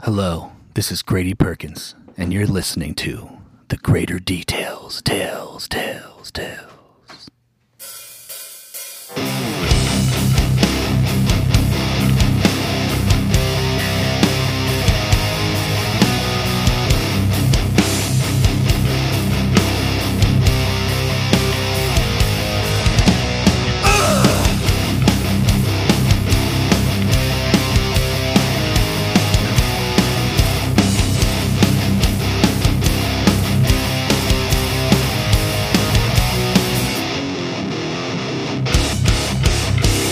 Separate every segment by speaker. Speaker 1: Hello, this is Grady Perkins, and you're listening to The Greater Details, Tales, Tales, Tales.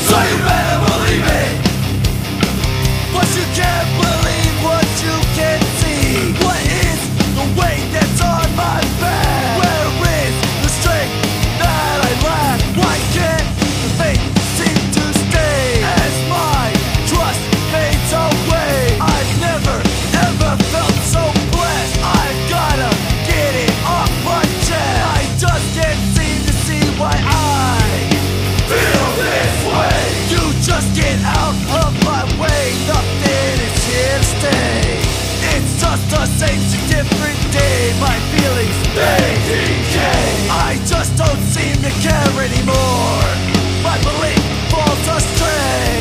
Speaker 2: So you better believe it. But you can't believe what you can see. What is the weight that's on my back? Where is the strength that I lack? Why can't the faith seem to stay? As my trust fades away, I've never ever felt so blessed. I've gotta get it off my chest. I just can't seem to see why I feel this way. You just get out of my way. Nothing is here to stay. It's just the same shit, different day. My feelings they decay. I just don't seem to care anymore. My belief falls astray.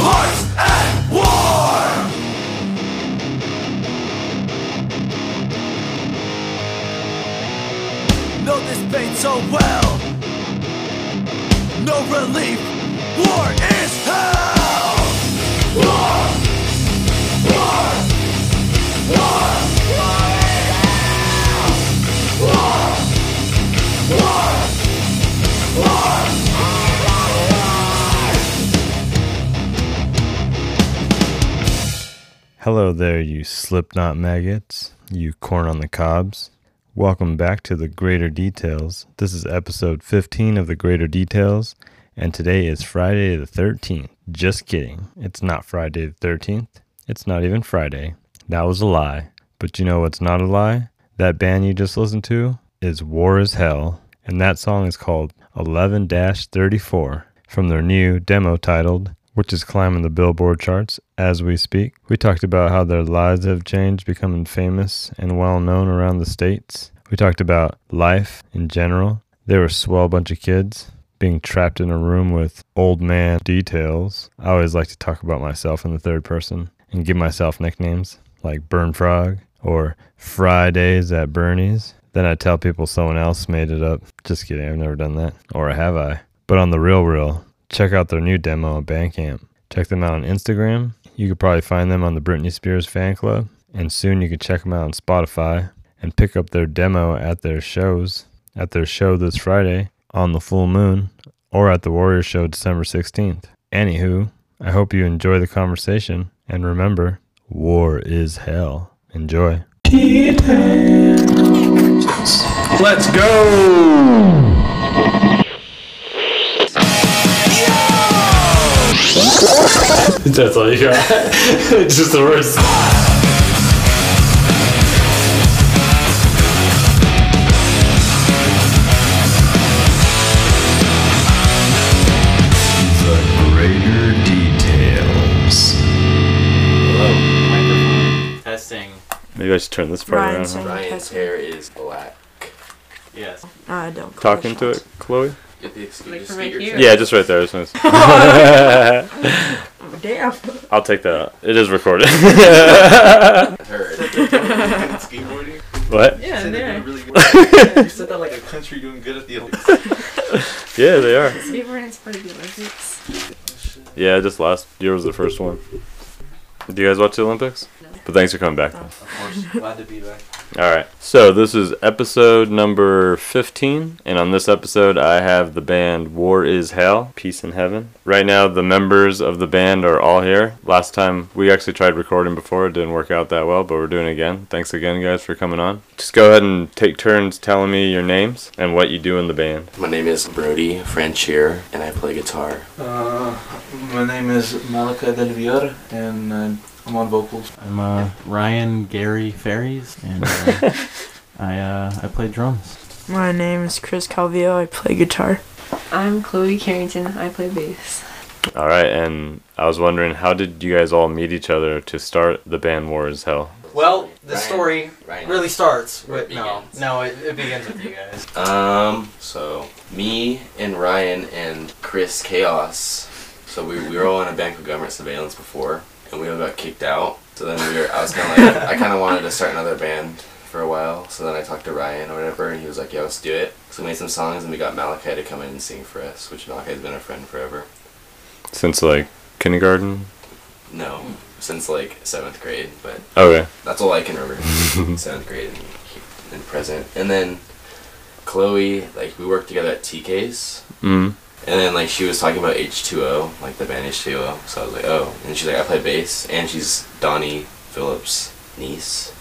Speaker 2: Hearts at war. know this pain so well. No relief, war is hell. War, war, war, war, war, war, war.
Speaker 3: Hello there, you slipknot maggots, you corn on the cobs. Welcome back to the Greater Details. This is episode 15 of the Greater Details, and today is Friday the 13th. Just kidding. It's not Friday the 13th. It's not even Friday. That was a lie. But you know what's not a lie? That band you just listened to is War is Hell, and that song is called 11 34 from their new demo titled which is climbing the Billboard charts as we speak. We talked about how their lives have changed, becoming famous and well known around the states. We talked about life in general. They were a swell bunch of kids being trapped in a room with old man details. I always like to talk about myself in the third person and give myself nicknames like Burn Frog or Fridays at Bernie's. Then I tell people someone else made it up. Just kidding, I've never done that. Or have I? But on the real real, check out their new demo on Bandcamp. Check them out on Instagram. You could probably find them on the Britney Spears fan club, and soon you can check them out on Spotify and pick up their demo at their shows, at their show this Friday on the full moon, or at the Warrior Show December 16th. Anywho, I hope you enjoy the conversation, and remember, war is hell. Enjoy. Let's go!
Speaker 4: That's all you got. it's just the worst.
Speaker 5: The greater details.
Speaker 6: Testing.
Speaker 3: Maybe I should turn this part
Speaker 7: Ryan's
Speaker 3: around.
Speaker 7: saying
Speaker 6: Ryan's
Speaker 7: test-
Speaker 6: hair is black. Yes.
Speaker 7: I don't. call
Speaker 3: Talk
Speaker 7: the
Speaker 3: into
Speaker 7: shots.
Speaker 3: it, Chloe.
Speaker 6: If you excuse
Speaker 8: Like
Speaker 6: just
Speaker 8: from
Speaker 6: get
Speaker 8: right
Speaker 6: your
Speaker 8: here?
Speaker 6: check.
Speaker 3: Yeah, just right there. I was gonna say-
Speaker 7: Damn.
Speaker 3: I'll take that. Out. It is recorded.
Speaker 6: Heard.
Speaker 5: Skateboarding?
Speaker 3: what?
Speaker 8: Yeah,
Speaker 5: Said that they
Speaker 8: there.
Speaker 5: really were- you said that like a country doing good at the Olympics.
Speaker 3: Yeah, they are.
Speaker 8: Skateboarding's part of the Olympics.
Speaker 3: Yeah, just last year was the first one. Do you guys watch the Olympics? But thanks for coming back. though.
Speaker 5: Of course, glad to be back.
Speaker 3: All right. So this is episode number 15, and on this episode I have the band War Is Hell, Peace in Heaven. Right now the members of the band are all here. Last time we actually tried recording before, it didn't work out that well, but we're doing it again. Thanks again guys for coming on. Just go ahead and take turns telling me your names and what you do in the band.
Speaker 6: My name is Brody French here, and I play guitar.
Speaker 5: my name is Malika Del Vior, and uh, I'm on vocals.
Speaker 9: I'm uh, Ryan Gary Ferries, and uh, I uh, I play drums.
Speaker 7: My name is Chris Calvillo. I play guitar.
Speaker 8: I'm Chloe Carrington. I play bass.
Speaker 3: All right, and I was wondering, how did you guys all meet each other to start the band War is Hell?
Speaker 9: Well, the
Speaker 10: Ryan.
Speaker 9: story
Speaker 10: Ryan.
Speaker 9: really starts with
Speaker 10: It
Speaker 9: no,
Speaker 10: begins.
Speaker 9: no, it, it begins with you guys.
Speaker 10: Um, so me and Ryan and Chris Chaos. So we, we were all in a bank of government surveillance before, and we all got kicked out. So then we were, I was kind of like, I kind of wanted to start another band for a while. So then I talked to Ryan or whatever, and he was like, "Yeah, let's do it." So we made some songs, and we got Malachi to come in and sing for us, which Malachi's been a friend forever.
Speaker 3: Since like kindergarten?
Speaker 10: No, since like seventh grade, but
Speaker 3: Okay.
Speaker 10: That's all I can remember. Seventh grade and, and present. And then Chloe, like we worked together at TK's.
Speaker 3: Mm.
Speaker 10: And then like she was talking about H2O, like the band H2O. So I was like, oh. And she's like, I play bass. And she's Donnie Phillips' niece.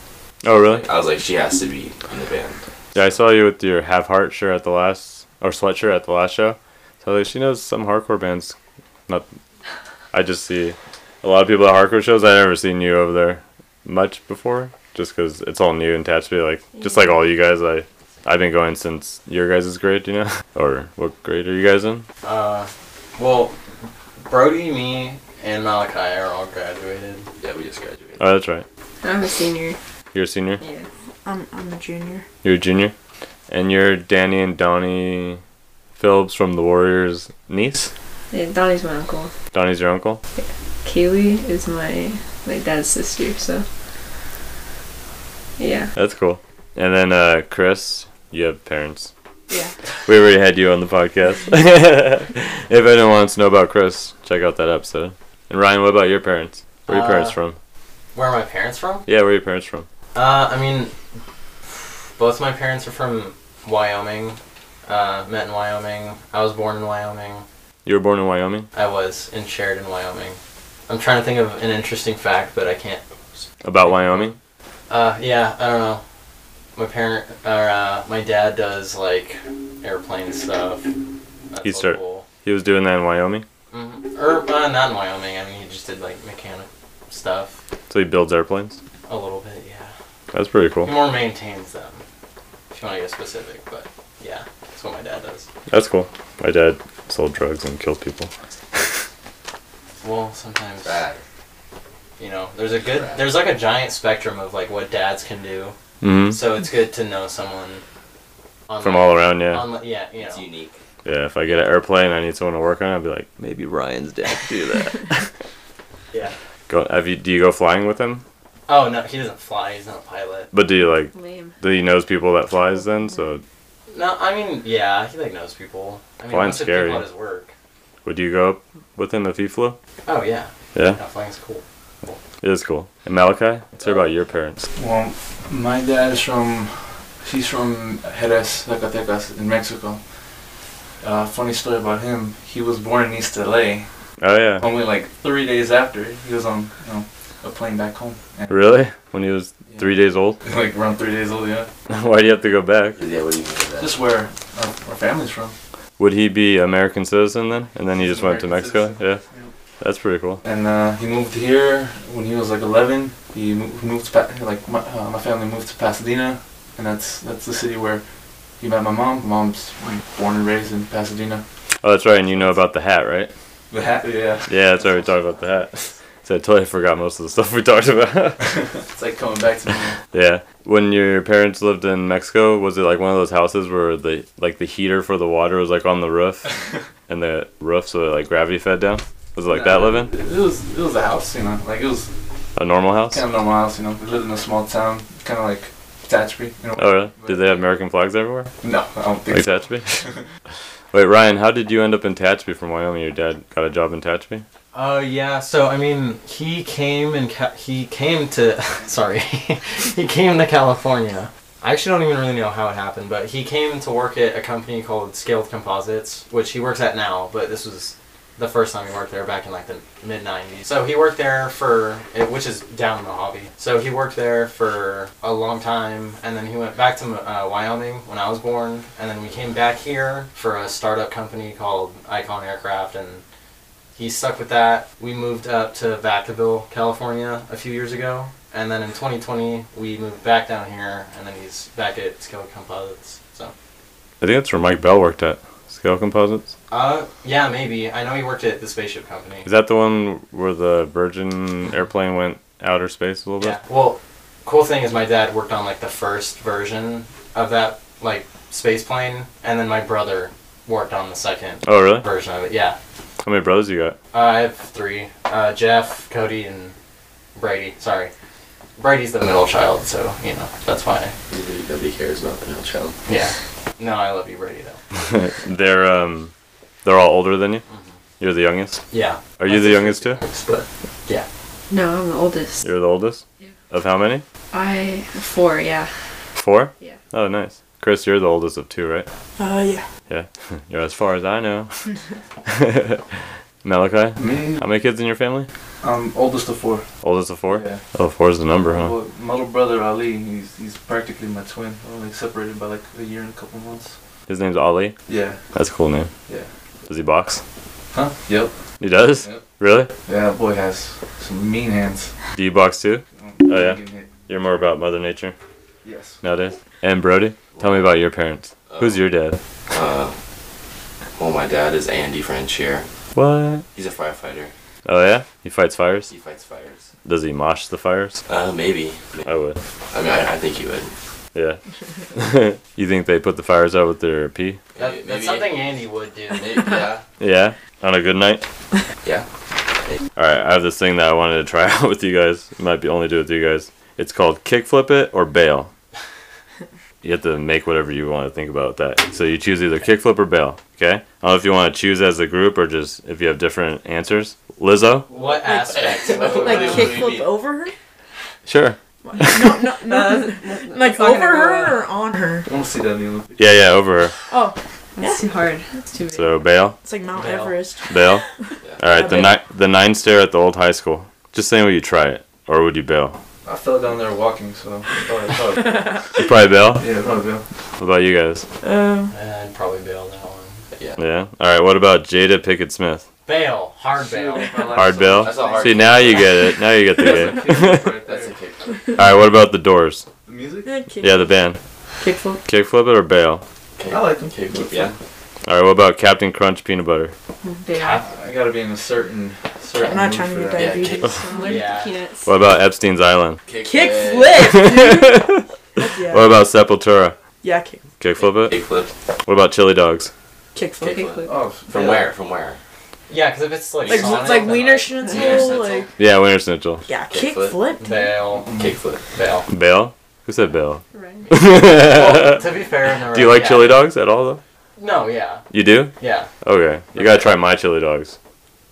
Speaker 3: Oh, really?
Speaker 10: I was like, she has to be in the band.
Speaker 3: Yeah, I saw you with your half heart shirt at the last or sweatshirt at the last show. So I was like, she knows some hardcore bands. Not, I just see a lot of people at hardcore shows. I've never seen you over there much before, just because it's all new and attached to me. Like just like all you guys, I I've been going since your guys' grade, you know, or what grade are you guys in?
Speaker 9: Uh, well, Brody, me, and Malachi are all graduated.
Speaker 10: Yeah, we just graduated.
Speaker 3: Oh, that's right.
Speaker 8: I'm a senior.
Speaker 3: You're a senior.
Speaker 8: Yes. I'm, I'm a junior.
Speaker 3: You're a junior, and you're Danny and Donnie Phillips from the Warriors' niece.
Speaker 11: Eh,
Speaker 8: Yeah, Donnie's my uncle.
Speaker 3: Donnie's your uncle.
Speaker 8: Kaylee is my my dad's sister. So yeah,
Speaker 3: That's cool. And then uh, Chris, you have parents.
Speaker 8: yeah.
Speaker 3: We already had you on the podcast. if anyone wants to know about Chris, check out that episode. And Ryan, what about your parents? Where are your parents
Speaker 9: Uh,
Speaker 3: from?
Speaker 9: Where are my parents from?
Speaker 3: Yeah, where are your parents from?
Speaker 9: Uh, I mean, both my parents are from Wyoming. Uh, met in Wyoming. I was born in Wyoming.
Speaker 3: You were born in Wyoming.
Speaker 9: I was in Sheridan, Wyoming. I'm trying to think of an interesting fact, but I can't.
Speaker 3: About Wyoming?
Speaker 9: Uh, yeah, I don't know. My parent, or uh, my dad does like airplane stuff. That's
Speaker 3: He's
Speaker 9: all
Speaker 3: start-
Speaker 9: cool.
Speaker 3: He was doing that in Wyoming.
Speaker 9: Mhm. Or uh, not in Wyoming. I mean, he just did like mechanic stuff
Speaker 3: So he builds airplanes.
Speaker 9: a little bit. Yeah,
Speaker 3: That's pretty
Speaker 9: he
Speaker 3: cool.
Speaker 9: more maintains them. If you want to get specific, but yeah, that's what my dad does.
Speaker 3: That's cool. My dad sold drugs and killed people.
Speaker 9: Well, sometimes
Speaker 10: Bad.
Speaker 9: you know, there's a good, there's like a giant spectrum of like what dads can do.
Speaker 3: hmm
Speaker 9: So it's good to know someone. On
Speaker 3: From
Speaker 9: the-
Speaker 3: all around, yeah.
Speaker 9: on the- yeah, you
Speaker 10: It's
Speaker 9: know.
Speaker 10: unique.
Speaker 3: Yeah, if I get an airplane, I need someone to work on it. I'd be like,
Speaker 4: Maybe Ryan's dad do that.
Speaker 9: Yeah.
Speaker 3: go, have you, do you go flying with him?
Speaker 9: Oh no, he doesn't fly. He's not a pilot.
Speaker 3: But do you like,
Speaker 8: Lame.
Speaker 3: do he knows people that flies then? So
Speaker 9: No, I mean, yeah, he like knows people. I mean,
Speaker 3: Flying's
Speaker 9: lots of people
Speaker 3: scary.
Speaker 9: at his work.
Speaker 3: Would you go up with him if he flew?
Speaker 9: Oh yeah,
Speaker 3: Yeah,
Speaker 9: no, flying's cool.
Speaker 3: it is cool. And Malachi, let's hear about your parents.
Speaker 5: Well, my dad is from, he's from Jerez, Zacatecas, in Mexico. Uh, funny story about him. He was born in East LA.
Speaker 3: Oh yeah,
Speaker 5: Only like three days after, he was on you know, a plane back home. And,
Speaker 3: really? When he was
Speaker 5: yeah,
Speaker 3: three days old?
Speaker 5: Like around three days old, yeah.
Speaker 3: Why do you have to go back?
Speaker 10: Yeah, what do you mean by that?
Speaker 5: Just where our, our family's from.
Speaker 3: Would he be American citizen then? And then he just went to Mexico? Yeah, that's pretty cool.
Speaker 5: And uh, he moved here when he was like 11. He mo- moved to pa- like my, uh, my family moved to Pasadena, and that's that's the city where he met my mom. My mom's born and raised in Pasadena.
Speaker 3: Oh, that's right. And you know about the hat, right?
Speaker 5: The hat, yeah.
Speaker 3: Yeah, that's right. We talked about the hat. So I totally forgot most of the stuff we talked about.
Speaker 5: It's like coming back to me.
Speaker 3: yeah. When your parents lived in Mexico, was it like one of those houses where the like the heater for the water was like on the roof, and the roof so it like gravity fed down? Was it like that
Speaker 5: Nah,
Speaker 3: living?
Speaker 5: It was it was a house, you know, like it was
Speaker 3: A normal house?
Speaker 5: kind of normal house, you know. We lived in a small town, kind of like Tatchby, you know.
Speaker 3: Oh, really? Did they have American flags everywhere?
Speaker 5: No, I don't think
Speaker 3: Like
Speaker 5: so.
Speaker 3: Tatchby? Wait, Ryan, how did you end up in Tatchby from Wyoming? Your dad got a job in Tatchby?
Speaker 9: Oh yeah, so I mean, he came and ca- he came to sorry, he came to California. I actually don't even really know how it happened, but he came to work at a company called Scaled Composites, which he works at now. But this was the first time he worked there back in like the mid '90s. So he worked there for, eh, which is down in Mojave. So he worked there for a long time, and then he went back to uh, Wyoming when I was born, and then we came back here for a startup company called Icon Aircraft, and he stuck with that. We moved up to Vacaville, California a few years ago. And then in 2020, we moved back down here, and then he's back at Skeleton Composites. So,
Speaker 3: I think that's where Mike Bell worked at. Scale Composites?
Speaker 9: Uh, yeah, maybe. I know he worked at the spaceship company.
Speaker 3: Is that the one where the Virgin airplane went outer space a little bit?
Speaker 9: Yeah. Well, cool thing is my dad worked on like the first version of that like space plane, and then my brother worked on the second.
Speaker 3: Oh, really?
Speaker 9: Version of it. Yeah.
Speaker 3: How many brothers you got?
Speaker 9: Uh, I have three: uh, Jeff, Cody, and Brady. Sorry, Brady's the middle child, so you know that's why.
Speaker 10: Nobody, nobody cares about the middle child.
Speaker 9: Yeah. No, I love you, Brady. Though.
Speaker 3: they're um, they're all older than you. You're the youngest.
Speaker 9: Yeah.
Speaker 3: Are you the youngest too?
Speaker 9: But yeah.
Speaker 8: No, I'm the oldest.
Speaker 3: You're the oldest. Yeah. Of how many?
Speaker 8: I four, yeah.
Speaker 3: Four.
Speaker 8: Yeah.
Speaker 3: Oh, nice. Chris, you're the oldest of two, right?
Speaker 8: Uh, yeah.
Speaker 3: Yeah. You're as far as I know. Malachi,
Speaker 5: Me?
Speaker 3: how many kids in your family?
Speaker 5: I'm oldest of four.
Speaker 3: Oldest of four.
Speaker 5: Yeah.
Speaker 3: Oh, four is the number, huh?
Speaker 5: Well, my little brother Ali, he's he's practically my twin. We're only separated by like a year and a couple months.
Speaker 3: His name's Ali.
Speaker 5: Yeah,
Speaker 3: That's a cool name.
Speaker 5: yeah.
Speaker 3: Does he box?
Speaker 5: Huh? Yep.
Speaker 3: He does.
Speaker 5: Yep.
Speaker 3: Really?
Speaker 5: Yeah, that boy has some mean hands.
Speaker 3: Do you box too? Oh, yeah?
Speaker 5: Getting hit.
Speaker 3: You're more about Mother Nature
Speaker 5: Yes.
Speaker 3: nowadays. And Brody, tell me about your parents. Who's your dad?
Speaker 10: Uh, well, my dad is Andy Franchier.
Speaker 3: What?
Speaker 10: He's a firefighter.
Speaker 3: Oh yeah, he fights fires.
Speaker 10: He fights fires.
Speaker 3: Does he mosh the fires?
Speaker 10: Uh, maybe.
Speaker 3: I would.
Speaker 10: I mean, I, I think he would.
Speaker 3: Yeah. you think they put the fires out with their pee?
Speaker 9: That,
Speaker 10: Maybe-
Speaker 9: that's
Speaker 10: maybe-
Speaker 9: something Andy would do.
Speaker 10: Maybe, yeah.
Speaker 3: Yeah. On a good night.
Speaker 10: Yeah.
Speaker 3: All right, I have this thing that I wanted to try out with you guys. It might be only do with you guys. It's called kickflip it or bail. You have to make whatever you want to think about that. So you choose either kickflip or bail. Okay. I don't know if you want to choose as a group or just if you have different answers. Lizzo.
Speaker 9: What aspect? Wait, wait,
Speaker 10: Like
Speaker 9: wait,
Speaker 10: kick-
Speaker 9: wait.
Speaker 10: kickflip
Speaker 7: over her?
Speaker 3: Sure.
Speaker 7: No, no, no. like
Speaker 8: It's not gonna
Speaker 7: over
Speaker 8: go well.
Speaker 7: her or on her?
Speaker 5: I want to see that in the Olympics.
Speaker 3: Yeah, yeah. Over her.
Speaker 7: Oh,
Speaker 8: That's too hard.
Speaker 7: that's too big.
Speaker 3: So bail,
Speaker 7: it's like Mount
Speaker 9: Well.
Speaker 7: Everest.
Speaker 3: bail. All right. The nine, the nine stair at the old high school. Just saying, would you try it or would you bail?
Speaker 5: I fell down there walking, so Oh, probably, probably,
Speaker 3: You probably bail.
Speaker 5: yeah, probably. yeah.
Speaker 3: What about you guys?
Speaker 7: Um,
Speaker 9: I'd probably bail that one.
Speaker 3: Yeah. All right. What about Jada Pickett Smith?
Speaker 9: Bail, hard bail.
Speaker 5: Shoot, my life
Speaker 3: Hard
Speaker 5: sucks.
Speaker 3: bail.
Speaker 10: That's a hard
Speaker 3: See,
Speaker 10: kick.
Speaker 3: now you get it. Now you get the game.
Speaker 5: That's a kick right
Speaker 10: That's a
Speaker 5: there.
Speaker 10: kick.
Speaker 3: All right. What about the Doors?
Speaker 5: The music?
Speaker 7: yeah, kick,
Speaker 3: Yeah, the band.
Speaker 7: kickflip.
Speaker 3: Kickflip it or bail?
Speaker 10: Kick.
Speaker 5: I like them.
Speaker 10: Kickflip, yeah.
Speaker 3: Alright, what about Captain Crunch peanut butter?
Speaker 7: Yeah.
Speaker 5: I gotta be in a certain. certain
Speaker 7: I'm not
Speaker 5: mood
Speaker 7: trying
Speaker 5: for
Speaker 7: to get
Speaker 5: that.
Speaker 10: Yeah, kick-
Speaker 7: diabetes. so-
Speaker 8: Allergic
Speaker 9: Yeah.
Speaker 8: to peanuts.
Speaker 3: What about Epstein's Island?
Speaker 7: Kickflip.
Speaker 3: What
Speaker 7: Yeah.
Speaker 3: about Sepultura?
Speaker 7: Yeah, kick,
Speaker 3: Kickflip it?
Speaker 10: Kickflip.
Speaker 3: What about chili dogs?
Speaker 7: kickflip.
Speaker 10: Kickflip.
Speaker 5: Oh,
Speaker 10: From
Speaker 5: yeah.
Speaker 10: where? From where?
Speaker 9: Yeah, because if it's like
Speaker 7: Like like
Speaker 9: Sonic, then
Speaker 7: Wiener
Speaker 9: I'd
Speaker 10: Wiener
Speaker 7: Schnitzel.
Speaker 10: Schnitzel.
Speaker 7: Like
Speaker 3: Yeah, Wiener Schnitzel.
Speaker 7: yeah,
Speaker 10: Kickflip.
Speaker 7: kickflip.
Speaker 9: Bail,
Speaker 10: Kickflip.
Speaker 9: bail.
Speaker 3: Bail? Who said bail?
Speaker 8: Right.
Speaker 10: Oh,
Speaker 9: Well, to be fair, in the
Speaker 3: Do you like
Speaker 9: yeah.
Speaker 3: chili dogs at all though?
Speaker 9: No, yeah,
Speaker 3: You do?
Speaker 9: yeah.
Speaker 3: Okay. You gotta try my chili dogs.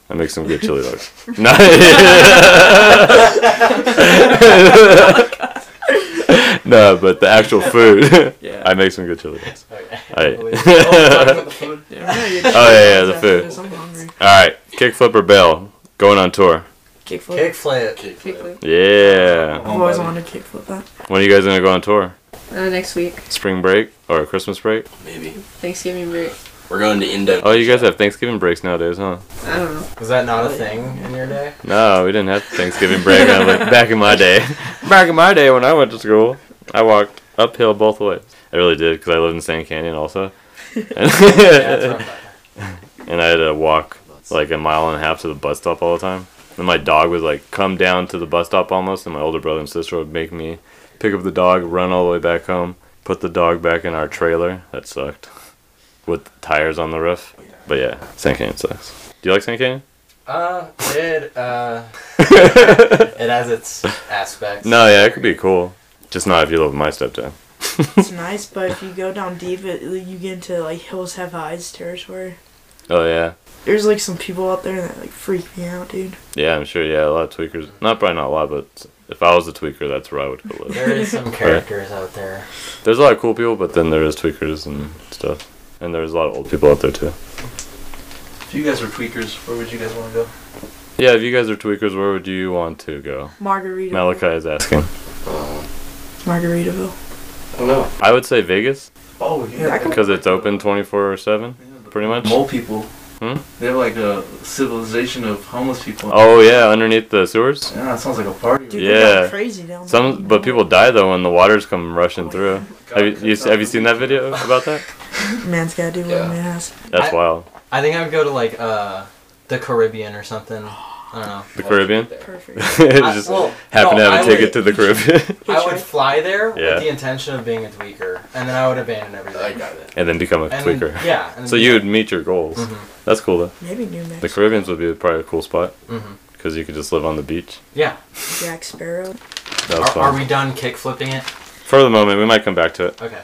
Speaker 3: I make some good chili dogs. No. no, but the actual food.
Speaker 10: Yeah.
Speaker 3: I make some good chili dogs.
Speaker 9: Okay.
Speaker 3: I-
Speaker 9: Oh, fuck.
Speaker 3: Oh yeah, yeah, the food.
Speaker 7: I'm hungry.
Speaker 3: Alright, kickflip or bail? Going on tour.
Speaker 7: Kickflip.
Speaker 9: Kickflip.
Speaker 10: Kickflip.
Speaker 3: Yeah.
Speaker 7: I've always wanted to kickflip that.
Speaker 3: When are you guys gonna go on tour?
Speaker 8: Uh, next week,
Speaker 3: Spring break or Christmas break?
Speaker 10: Maybe.
Speaker 8: Thanksgiving break.
Speaker 10: We're going to Indo.
Speaker 3: Oh, you guys have Thanksgiving breaks nowadays, huh?
Speaker 8: I don't know.
Speaker 9: Was that not a thing in your day?
Speaker 3: No, we didn't have Thanksgiving break. I was like, back in my day, back in my day when I went to school, I walked uphill both ways. I really did because I lived in Sand Canyon also, and,
Speaker 9: Yeah, that's rough.
Speaker 3: and I had to walk like a mile and a half to the bus stop all the time. And my dog would like come down to the bus stop almost, and my older brother and sister would make me pick up the dog, run all the way back home, put the dog back in our trailer. That sucked. With tires on the roof. But yeah, Sand Canyon sucks. Do you like Sand Canyon?
Speaker 9: Uh, it uh, it has its aspects.
Speaker 3: No, yeah, it could be cool. Just not if you live with my stepdad.
Speaker 7: It's nice, but if you go down deep, it, you get into like hills have eyes territory.
Speaker 3: Oh yeah,
Speaker 7: There's like some people out there that like freak me out, dude.
Speaker 3: yeah, I'm sure. Yeah, a lot of tweakers. Not probably not a lot, but if I was a tweaker, that's where I would go live.
Speaker 9: There is some characters out there.
Speaker 3: There's a lot of cool people, but then there is tweakers and stuff, and there's a lot of old people out there too.
Speaker 5: If you guys were tweakers, where would you guys want to go?
Speaker 3: Yeah, if you guys are tweakers, where would you want to go?
Speaker 7: Margaritaville.
Speaker 3: Malachi is asking.
Speaker 10: Uh,
Speaker 7: Margaritaville.
Speaker 10: I don't know.
Speaker 3: I would say Vegas
Speaker 5: Oh yeah,
Speaker 3: because it's open 24/7, pretty much.
Speaker 5: Mole people.
Speaker 3: Hmm?
Speaker 5: They have like a civilization of homeless people.
Speaker 3: Oh yeah, underneath the sewers.
Speaker 5: Yeah, that sounds like a party.
Speaker 7: Dude,
Speaker 5: Dude,
Speaker 7: they
Speaker 3: Yeah.
Speaker 7: got crazy down there.
Speaker 3: Some, but people die though when the waters come rushing through. Have you, you have you seen that video about that?
Speaker 7: Man's gotta do what
Speaker 9: Yeah.
Speaker 7: man has.
Speaker 3: That's
Speaker 9: I-
Speaker 3: wild.
Speaker 9: I think I would go to like uh, the Caribbean or something. I don't know.
Speaker 3: The Caribbean.
Speaker 7: Perfect.
Speaker 3: just happen to have
Speaker 9: I
Speaker 3: a ticket
Speaker 9: would-
Speaker 3: to the Caribbean,
Speaker 9: I would fly there
Speaker 3: Yeah.
Speaker 9: with the intention of being a tweaker, and then I would abandon everything. I got it.
Speaker 3: and then become a
Speaker 9: And then-
Speaker 3: tweaker.
Speaker 9: yeah, and then
Speaker 3: so
Speaker 9: be
Speaker 3: you
Speaker 9: like-
Speaker 3: would meet your goals.
Speaker 9: Mhm.
Speaker 3: That's cool though.
Speaker 7: Maybe New Mexico.
Speaker 3: The Caribbean's would be probably a cool spot
Speaker 9: Mhm.
Speaker 3: because you could just live on the beach.
Speaker 9: Yeah.
Speaker 7: Jack Sparrow.
Speaker 3: That was
Speaker 9: Are, are
Speaker 3: fun.
Speaker 9: we done kick flipping it?
Speaker 3: For the moment, we might come back to it.
Speaker 9: Okay.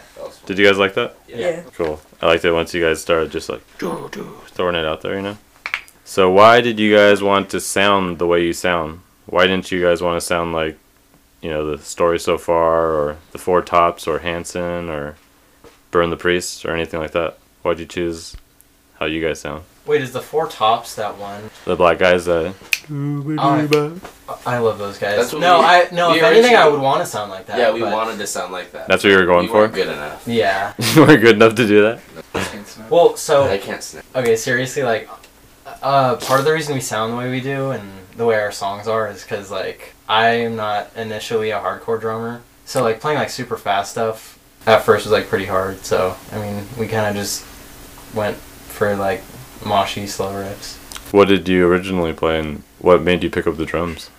Speaker 3: Did you guys like that?
Speaker 7: Yeah.
Speaker 3: Cool. I liked it once you guys started just like throwing it out there, you know? So, why did you guys want to sound the way you sound? Why didn't you guys want to sound like, you know, the story so far or the Four Tops or Hanson or Burn the Priest or anything like that? Why'd you choose how you guys sound?
Speaker 9: Wait, is the Four Tops that one?
Speaker 3: The black guys uh, that.
Speaker 9: Oh, I, I love those guys.
Speaker 10: That's what
Speaker 9: no,
Speaker 10: we-
Speaker 9: I no.
Speaker 10: we
Speaker 9: If anything, I
Speaker 10: originally-
Speaker 9: would want to sound like that.
Speaker 10: yeah, we
Speaker 9: but-
Speaker 10: wanted to sound like that.
Speaker 3: That's what you were going
Speaker 10: we weren't
Speaker 3: for?
Speaker 10: Good enough.
Speaker 9: Yeah.
Speaker 3: you weren't good enough to do that?
Speaker 9: Well, so
Speaker 10: I can't snap.
Speaker 9: Okay, seriously, like, uh, part of the reason we sound the way we do and the way our songs are is because, like, I'm not initially a hardcore drummer. So, like, playing, like, super fast stuff at first was, like, pretty hard. So, I mean, we kind of just went for, like, moshy, slow riffs.
Speaker 3: What did you originally play and what made you pick up the drums?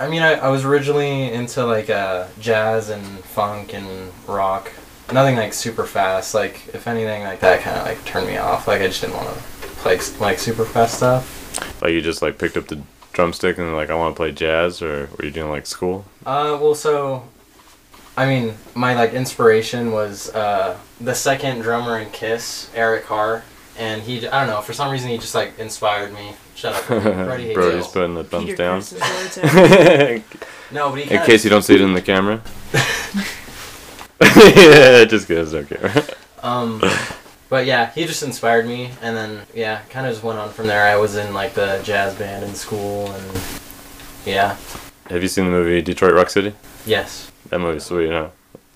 Speaker 9: I mean, I, I was originally into, like, uh, jazz and funk and rock. Nothing, like, super fast. Like, if anything, like, that kind of, like, turned me off. Like, I just didn't want to play, like, super fast stuff.
Speaker 3: Like you just like picked up the drumstick and like I want to play jazz, or were you doing like school?
Speaker 9: Uh, well, so, I mean, my like inspiration was uh, the second drummer in Kiss, Eric Carr, and he. I don't know. For some reason, he just like inspired me. Shut up, Brody hates
Speaker 3: Brody's
Speaker 9: it.
Speaker 3: putting the thumbs
Speaker 7: Peter
Speaker 3: down.
Speaker 7: Chris is where it's
Speaker 3: in
Speaker 9: No, but he. kinda-
Speaker 3: case you don't see it in the camera. yeah, just kidding. Don't care.
Speaker 9: Um, but yeah, he just inspired me, and then yeah, kind of just went on from there. I was in like the jazz band in school, and yeah,
Speaker 3: Have you seen the movie Detroit Rock City?
Speaker 9: yes.
Speaker 3: That movie's sweet, huh?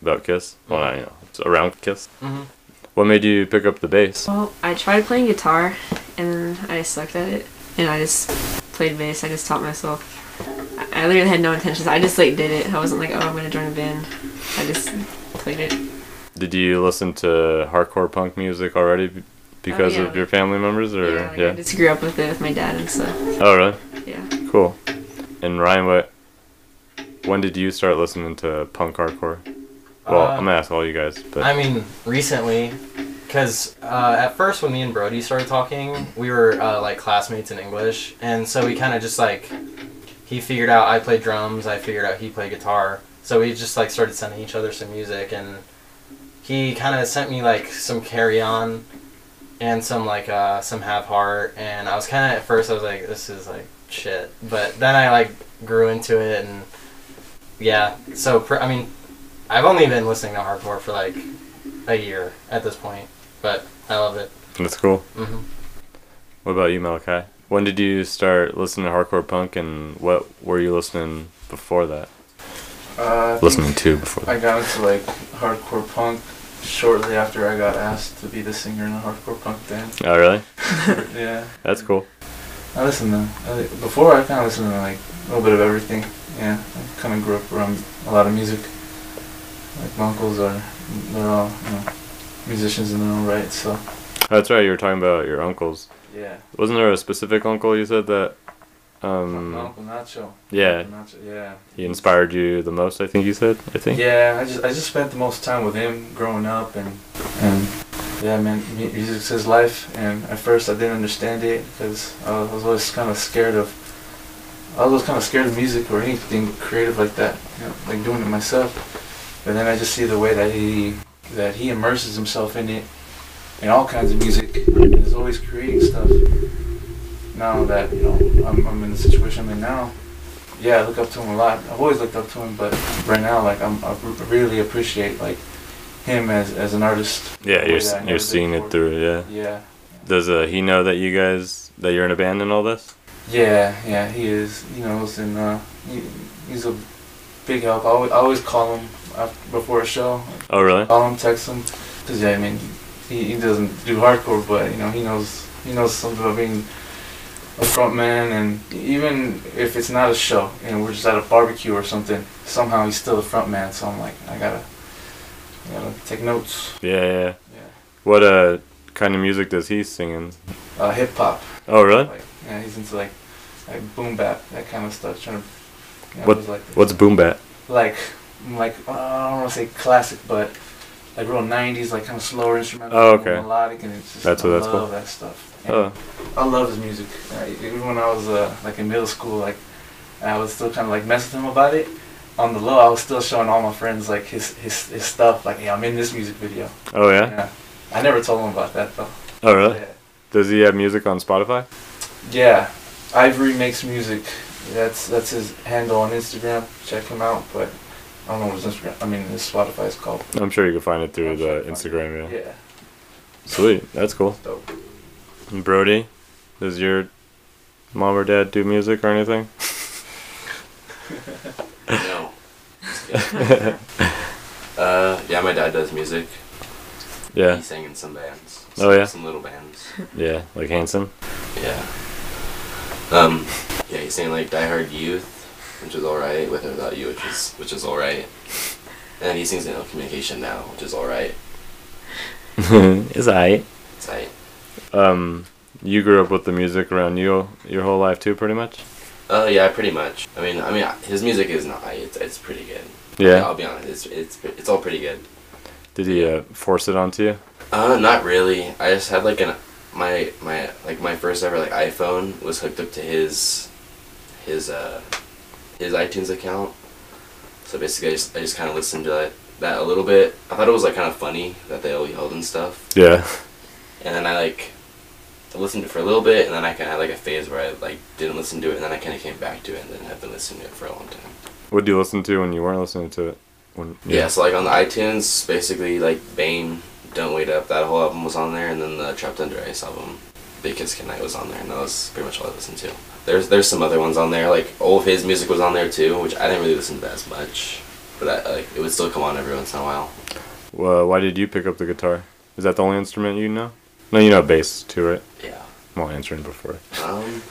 Speaker 3: About Kiss. Well, not, you know, it's around Kiss.
Speaker 9: Mhm.
Speaker 3: What made you pick up the bass?
Speaker 11: Well, I tried playing guitar and I sucked at it. And I just played bass. I just taught myself. I- I literally had no intentions. I just like did it. I wasn't like, oh, I'm gonna join a band. I just played it.
Speaker 3: Did you listen to hardcore punk music already b- because
Speaker 11: yeah.
Speaker 3: of your family members, or yeah?
Speaker 11: Like, I just grew up with it with my dad and stuff.
Speaker 3: Oh, really?
Speaker 11: Yeah.
Speaker 3: Cool. And Ryan, what? When did you start listening to punk hardcore? Well,
Speaker 9: Uh,
Speaker 3: I'm gonna ask all you guys, but
Speaker 9: I mean, recently, because uh, at first when me and Brody started talking, we were uh, like classmates in English, and so we kind of just like he figured out I played drums, I figured out he played guitar, so we just like started sending each other some music, and he kind of sent me like some Carry On and some like uh, some Have Heart, and I was kind of at first I was like this is like shit, but then I like grew into it and yeah, so pr- I mean. I've only been listening to hardcore for like a year at this point, but I love it.
Speaker 3: that's cool.
Speaker 9: hmm
Speaker 3: What about you, Malachi? When did you start listening to hardcore punk, and what were you listening before that?
Speaker 5: Uh, I
Speaker 3: Listening to
Speaker 5: think
Speaker 3: before
Speaker 5: I got into like hardcore punk shortly after I got asked to be the singer in a hardcore punk band.
Speaker 3: Oh, really?
Speaker 5: yeah.
Speaker 3: That's cool.
Speaker 5: I listened to I, li- before I kind of listened to like a little bit of everything. Yeah, I kind of grew up around a lot of music. Like my uncles are, they're all you know, musicians in their own right. So
Speaker 3: That's right. You were talking about your uncles.
Speaker 5: yeah,
Speaker 3: Wasn't there a specific uncle you said that?
Speaker 5: my
Speaker 3: Um,
Speaker 5: uncle Nacho.
Speaker 3: yeah,
Speaker 5: Nacho, yeah.
Speaker 3: he inspired you the most. I think you said. I think.
Speaker 5: Yeah, I just I just spent the most time with him growing up, and and yeah, man, mu- music's his life. And at first, I didn't understand it because I was I was always kind of scared of. I was always kind of scared of music or anything creative like that, you know, like doing it myself. But then I just see the way that he that he immerses himself in it, in all kinds of music, and is always creating stuff. Now that you know I'm, I'm in the situation I'm in now, yeah, I look up to him a lot. I've always looked up to him, but right now, like I'm, I r- really appreciate like him as, as an artist.
Speaker 3: Yeah,
Speaker 5: The
Speaker 3: you're
Speaker 5: way
Speaker 3: s-
Speaker 5: that I never
Speaker 3: you're
Speaker 5: did
Speaker 3: seeing it
Speaker 5: before.
Speaker 3: through. Yeah.
Speaker 5: Yeah,
Speaker 3: Does uh, he know that you guys that you're in a band and all this?
Speaker 5: yeah, yeah. He is. He knows, and uh, he, he's a big help. I always, I always call him af- before a show.
Speaker 3: Oh, really?
Speaker 5: Call him, text him, cause yeah, I mean, he, he doesn't do hardcore, but you know, he knows he knows something about being a front man, and even if it's not a show and we're just at a barbecue or something, somehow he's still the front man. So I'm like, I gotta, I gotta take notes.
Speaker 3: Yeah, yeah.
Speaker 5: Yeah.
Speaker 3: What uh kind of music does he sing in?
Speaker 5: Uh, hip hop.
Speaker 3: Oh, really?
Speaker 5: Like, yeah, he's into like like boom bap, that kind of stuff. Trying to.
Speaker 3: What-
Speaker 5: he's
Speaker 3: what's boom bap?
Speaker 5: Like, like uh, I don't want to say classic, but like real '90s, like kind of slower instrumental,
Speaker 3: Oh, okay.
Speaker 5: melodic, and it's just
Speaker 3: That's
Speaker 5: I
Speaker 3: what that's
Speaker 5: love
Speaker 3: called.
Speaker 5: that stuff.
Speaker 3: Oh.
Speaker 5: I love his music. Uh, even when I was uh, like in middle school, like I was still kind of like messing with him about it. On the low, I was still showing all my friends like his his, his stuff. Like, hey, I'm in this music video.
Speaker 3: Oh, yeah?
Speaker 5: I never told him about that though.
Speaker 3: Oh, really?
Speaker 5: Yeah.
Speaker 3: Does he have music on Spotify?
Speaker 5: Yeah, Ivory makes music. That's that's his handle on Instagram. Check him out. But I don't know what his Instagram. I mean, his Spotify is called.
Speaker 3: I'm sure you can find it through the Instagram. Yeah.
Speaker 5: Yeah.
Speaker 3: Sweet. That's cool.
Speaker 5: Dope.
Speaker 3: And Brody, does your mom or dad do music or anything?
Speaker 10: No. uh, yeah, my dad does music.
Speaker 3: Yeah.
Speaker 10: He sang in some bands.
Speaker 3: Oh, yeah?
Speaker 10: Some little bands.
Speaker 3: Yeah, like Hanson.
Speaker 10: Yeah. Um, yeah, he sang like Die Hard Youth, which is alright. With or Without You, which is which is alright. And he sings in Communication now, which is alright.
Speaker 3: it's alright.
Speaker 10: It's alright.
Speaker 3: Um, you grew up with the music around you your whole life too, pretty much.
Speaker 10: Oh yeah, pretty much. I mean, I mean, his music is not. It's, it's pretty good.
Speaker 3: Yeah.
Speaker 10: I'll be honest. It's it's it's all pretty good.
Speaker 3: Did he uh, force it onto you?
Speaker 10: Uh, not really. I just had like an my my like my first ever like iPhone was hooked up to his his uh his iTunes account. So basically, I just I just kind of listened to that, that a little bit. I thought it was like kind of funny that they all yelled and stuff.
Speaker 3: Yeah.
Speaker 10: And then I like I listened to it for a little bit, and then I kind of had like a phase where I like didn't listen to it, and then I kind of came back to it, and then have been listening to it for a long time.
Speaker 3: What do you listen to when you weren't listening to it? When
Speaker 10: Yeah. so like on the iTunes, basically like Bane, Don't Wait Up, that whole album was on there, and then the Trapped Under Ice album, Big Kiss Goodnight was on there, and that was pretty much all I listened to. There's there's some other ones on there, like all of his music was on there too, which I didn't really listen to that as much, but I, like it would still come on every once in a while.
Speaker 3: Well, why did you pick up the guitar? Is that the only instrument you know? No, you know bass too, right?
Speaker 10: Yeah.
Speaker 3: Well, answering before.
Speaker 10: Um,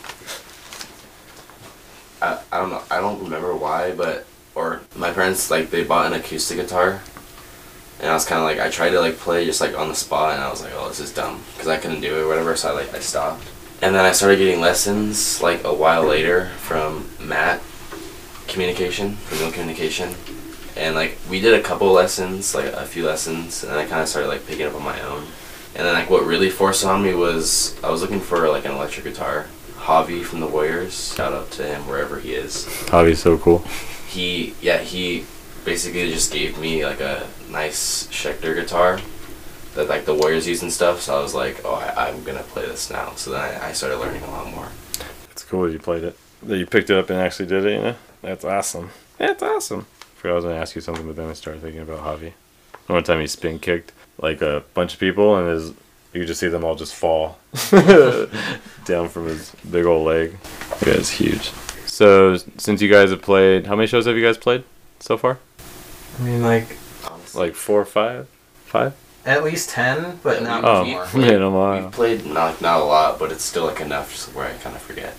Speaker 10: I, I don't know. I don't remember why, but or my parents like they bought an acoustic guitar, and I was kind of like I tried to like play just like on the spot, and I was like, oh, this is dumb because I couldn't do it or whatever. So I like I stopped, and then I started getting lessons like a while later from Matt Communication from Real Communication, and like we did a couple lessons, like a few lessons, and then I kind of started like picking up on my own. And then like what really forced it on me was I was looking for like an electric guitar. Javi from the Warriors. Shout out to him wherever he is.
Speaker 3: Javi's so cool.
Speaker 10: He yeah, he basically just gave me like a nice Schecter guitar that like the Warriors use and stuff, so I was like, Oh I, I'm gonna play this now. So then I, I started learning a lot more.
Speaker 3: It's cool that you played it. That you picked it up and actually did it, you know? That's awesome. That's awesome. I forgot I was going to ask you something, but then I started thinking about Javi. One time he spin kicked like a bunch of people, and his, you could just see them all just fall down from his big old leg. Yeah, it's huge. So, since you guys have played, how many shows have you guys played so far?
Speaker 9: I mean, like
Speaker 3: Like four or five? Five?
Speaker 9: at least ten, but not
Speaker 3: Oh,
Speaker 9: more.
Speaker 3: yeah, no more.
Speaker 10: We played not not a lot, but it's still like enough just where I kinda forget.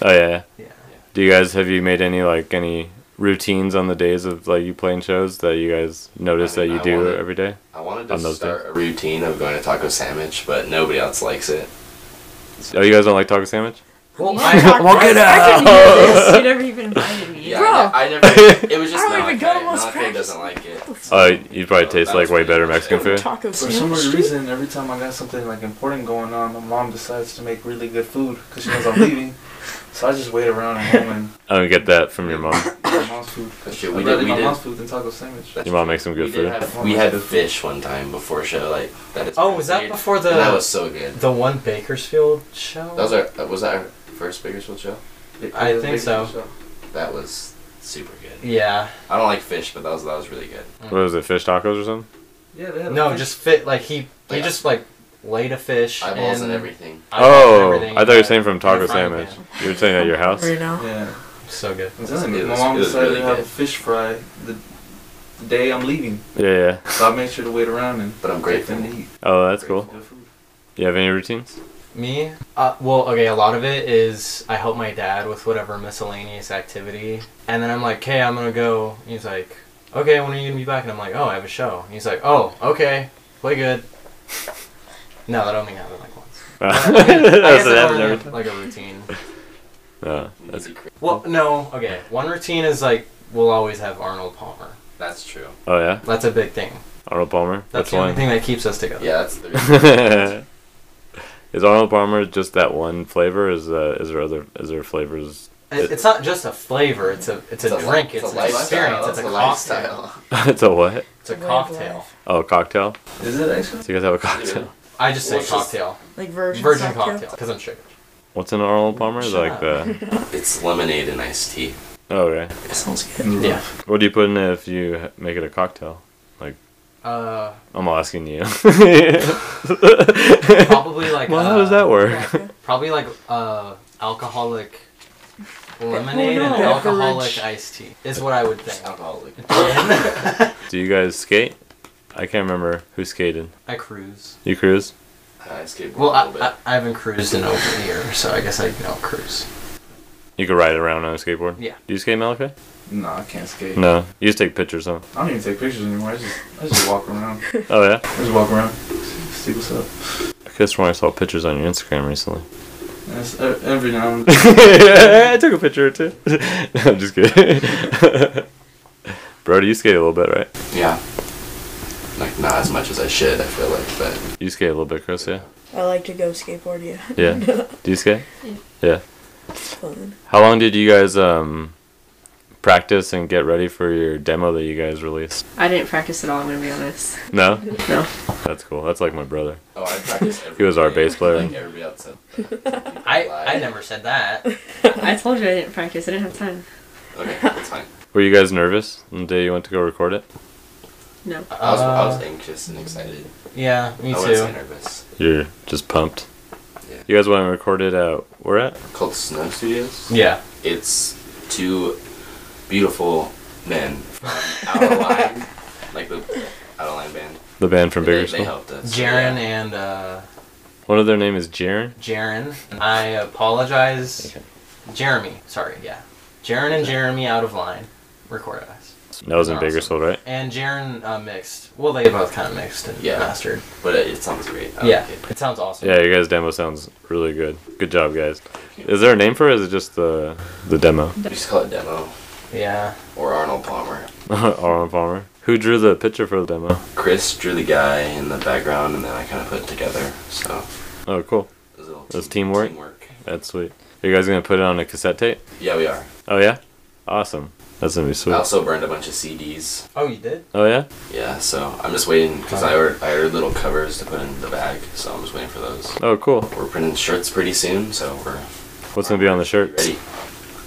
Speaker 3: Oh yeah. Yeah. Do you guys have you made any like any routines on the days of like you playing shows that you guys notice that you do
Speaker 10: wanted-
Speaker 3: every day?
Speaker 10: I wanted to start a routine of going to Taco Sandwich, but nobody else likes it.
Speaker 3: Oh, you guys don't like taco sandwich?
Speaker 9: Well,
Speaker 10: I- I-
Speaker 3: Well, get
Speaker 10: I
Speaker 3: out.
Speaker 10: couldn't hear
Speaker 11: you never even invited me.
Speaker 10: Yeah,
Speaker 11: Bro,
Speaker 10: I, ne- I never. It was just
Speaker 11: I don't
Speaker 10: not
Speaker 11: even
Speaker 10: okay.
Speaker 11: go to most
Speaker 10: Not okay doesn't like it.
Speaker 3: Oh, you'd probably taste like way better Mexican food.
Speaker 7: Taco
Speaker 5: For some
Speaker 7: sandwich, dude.
Speaker 5: reason, every time I got something like important going on, my mom decides to make really good food because she knows I'm leaving. So I just wait around at home and
Speaker 3: I don't get that from your mom.
Speaker 5: my mom's food. 'cause
Speaker 10: Shit,
Speaker 5: I'd
Speaker 10: we did-
Speaker 5: rather eat
Speaker 10: we
Speaker 5: my
Speaker 10: did-
Speaker 5: mom's food than taco sandwich.
Speaker 3: Your mom makes some good
Speaker 10: we
Speaker 3: food.
Speaker 10: did have- we had fish one time before show. Like that is.
Speaker 9: Oh, was that before the?
Speaker 10: And that was so good.
Speaker 9: The one Bakersfield show.
Speaker 10: That was our. that Was that our first Bakersfield show?
Speaker 9: I think so.
Speaker 10: That was super good.
Speaker 9: Yeah.
Speaker 10: I don't like fish, but that was that was really good.
Speaker 3: What was it? Fish tacos or something?
Speaker 5: Yeah, they had a
Speaker 9: no,
Speaker 5: fish-
Speaker 9: just fit like he he
Speaker 10: Yeah.
Speaker 9: just like laid a fish.
Speaker 10: Eyeballs
Speaker 9: and,
Speaker 10: and everything.
Speaker 9: eyeballs and
Speaker 3: Oh,
Speaker 9: everything,
Speaker 3: I thought you were
Speaker 9: but
Speaker 3: saying from
Speaker 9: in a
Speaker 3: taco
Speaker 9: frying
Speaker 3: sandwich.
Speaker 9: pan.
Speaker 3: You were saying at your house.
Speaker 7: Right now.
Speaker 5: Yeah.
Speaker 9: So good.
Speaker 5: I'm telling
Speaker 10: It
Speaker 5: you, my
Speaker 10: was-
Speaker 5: mom
Speaker 10: it was
Speaker 5: decided
Speaker 10: really
Speaker 5: to have
Speaker 10: good.
Speaker 5: a fish fry the, the day I'm leaving.
Speaker 3: Yeah, yeah.
Speaker 5: So I made sure to wait around and
Speaker 10: But I'm
Speaker 5: get
Speaker 10: grateful.
Speaker 5: them to eat.
Speaker 3: Oh, that's cool.
Speaker 5: Good food.
Speaker 3: You have any routines?
Speaker 9: Me? Uh, well, okay, a lot of it is I help my dad with whatever miscellaneous activity. And then I'm like, hey, I'm going to go. He's like, okay, when are you going to be back? And I'm like, oh, I have a show. And he's like, oh, okay, play good. No, that only happened like once.
Speaker 3: Ah.
Speaker 9: I guess
Speaker 3: That's what Oh.
Speaker 9: it
Speaker 3: happens
Speaker 9: learned,
Speaker 3: every time.
Speaker 9: Like a routine.
Speaker 3: No, that's
Speaker 9: Well, no, okay. One routine is like we'll always have Arnold Palmer.
Speaker 10: That's true.
Speaker 3: oh yeah.
Speaker 9: That's a big thing.
Speaker 3: Arnold Palmer.
Speaker 9: That's
Speaker 3: Which
Speaker 9: the only
Speaker 3: one?
Speaker 9: thing that keeps us together.
Speaker 10: Yeah, that's the
Speaker 3: is Arnold Palmer just that one flavor? Is uh, is there other is there flavors?
Speaker 9: It- it's not just a flavor. It's a it's, a,
Speaker 10: li-
Speaker 9: drink.
Speaker 10: it's
Speaker 9: It's, an
Speaker 10: a lifestyle,
Speaker 9: experience. It's
Speaker 10: it's
Speaker 9: a,
Speaker 10: a
Speaker 9: cocktail.
Speaker 10: lifestyle.
Speaker 3: it's a what?
Speaker 9: It's a cocktail.
Speaker 3: Oh, a cocktail.
Speaker 10: Is it actually?
Speaker 3: So you guys have a cocktail.
Speaker 9: I just say
Speaker 10: Well, it's just-
Speaker 9: cocktail.
Speaker 7: Like virgin cocktail?
Speaker 9: cocktail because I'm sugar.
Speaker 3: What's in Arnold Palmer?
Speaker 9: Shut
Speaker 3: like
Speaker 9: up.
Speaker 3: the.
Speaker 10: It's lemonade and iced tea.
Speaker 3: Oh, okay.
Speaker 10: That sounds good.
Speaker 9: Yeah.
Speaker 3: What do you put in it if you h- make it a cocktail? Like,
Speaker 9: Uh,
Speaker 3: I'm asking you.
Speaker 9: probably like.
Speaker 3: Well,
Speaker 9: uh,
Speaker 3: how does that work?
Speaker 9: Probably like uh, alcoholic lemonade
Speaker 7: Oh, no.
Speaker 9: and alcoholic
Speaker 7: Beverage.
Speaker 9: iced tea is what I would think.
Speaker 10: Alcoholic.
Speaker 3: do you guys skate? I can't remember who skated.
Speaker 9: I cruise.
Speaker 3: You cruise?
Speaker 10: I skateboard
Speaker 9: Well,
Speaker 10: a
Speaker 9: I,
Speaker 10: little bit.
Speaker 9: I, I haven't cruised in over a year, so I guess I know cruise.
Speaker 3: You could ride around on a skateboard?
Speaker 9: Yeah.
Speaker 3: Do you skate, Malachi?
Speaker 5: No, I can't skate.
Speaker 3: No. You just take pictures, huh?
Speaker 5: I don't even take pictures anymore. I just, I just walk around.
Speaker 3: Oh, yeah?
Speaker 5: I just walk around. See what's up.
Speaker 3: I could have sworn I saw pictures on your Instagram recently.
Speaker 5: And it's e- every now and
Speaker 3: I took a picture or two. no, I'm just kidding. Bro, do you skate a little bit, right?
Speaker 10: Yeah. Like not as much as I should. I feel like, but
Speaker 3: You skate a little bit, Chris, yeah?
Speaker 7: I like to go skateboard, yeah.
Speaker 3: Yeah. Do you skate?
Speaker 7: Yeah.
Speaker 3: Yeah.
Speaker 7: It's fun.
Speaker 3: How long did you guys um, practice and get ready for your demo that you guys released?
Speaker 11: I didn't practice at all. I'm gonna be honest.
Speaker 3: No?
Speaker 11: No.
Speaker 3: That's cool. That's like my brother.
Speaker 10: oh, I practice. Every
Speaker 3: He was our
Speaker 10: day,
Speaker 3: bass player.
Speaker 10: Like everybody else.
Speaker 9: I I never said that.
Speaker 11: I told you I didn't practice. I didn't have time.
Speaker 10: Okay, that's fine.
Speaker 3: Were you guys nervous on the day you went to go record it?
Speaker 11: No.
Speaker 10: I was, I was
Speaker 9: Uh,
Speaker 10: anxious and excited.
Speaker 9: Yeah, me
Speaker 10: I wasn't
Speaker 9: too.
Speaker 10: so nervous.
Speaker 3: You're just pumped.
Speaker 10: Yeah.
Speaker 3: You guys went and recorded at where at?
Speaker 10: Called Snow Studios.
Speaker 9: Yeah.
Speaker 10: It's two beautiful men from Out of Line, like the Out of Line band.
Speaker 3: The band from
Speaker 10: They, they
Speaker 3: Bakersfield.
Speaker 10: helped us.
Speaker 9: Jaren
Speaker 10: yeah.
Speaker 9: and uh,
Speaker 3: One of their name is Jaren.
Speaker 9: Jaren. I apologize. Jeremy, sorry, yeah. Jaren and Jeremy out of line recorded us.
Speaker 3: That was in
Speaker 9: Awesome.
Speaker 3: Bakersfield, right?
Speaker 9: And Jaren uh, mixed. Well, they both kind of mixed and
Speaker 10: Yeah. Oh,
Speaker 9: mastered.
Speaker 10: But it, it sounds great. I
Speaker 9: yeah,
Speaker 10: like it.
Speaker 9: it sounds awesome.
Speaker 3: Yeah, your guys' demo sounds really good. Good job, guys. Is there a name for it? Or is it just the the demo?
Speaker 10: We just call it demo
Speaker 9: Yeah.
Speaker 10: or Arnold Palmer.
Speaker 3: Arnold Palmer. Who drew the picture for the demo?
Speaker 10: Chris drew the guy in the background, and then I kind of put it together. So
Speaker 3: Oh, cool.
Speaker 10: it was a little
Speaker 3: That's
Speaker 10: team-
Speaker 3: teamwork?
Speaker 10: teamwork.
Speaker 3: That's sweet. Are you guys gonna put it on a cassette tape?
Speaker 10: Yeah, we are.
Speaker 3: Oh yeah. Awesome. That's gonna be
Speaker 10: I
Speaker 3: sweet.
Speaker 10: also burned a bunch of CDs.
Speaker 9: Oh, you did?
Speaker 3: Oh yeah.
Speaker 10: Yeah, so I'm just waiting because I ordered, I ordered little covers to put in the bag, so I'm just waiting for those.
Speaker 3: Oh cool.
Speaker 10: We're printing shirts pretty soon, so we're
Speaker 3: What's gonna be on the shirt?
Speaker 10: ready.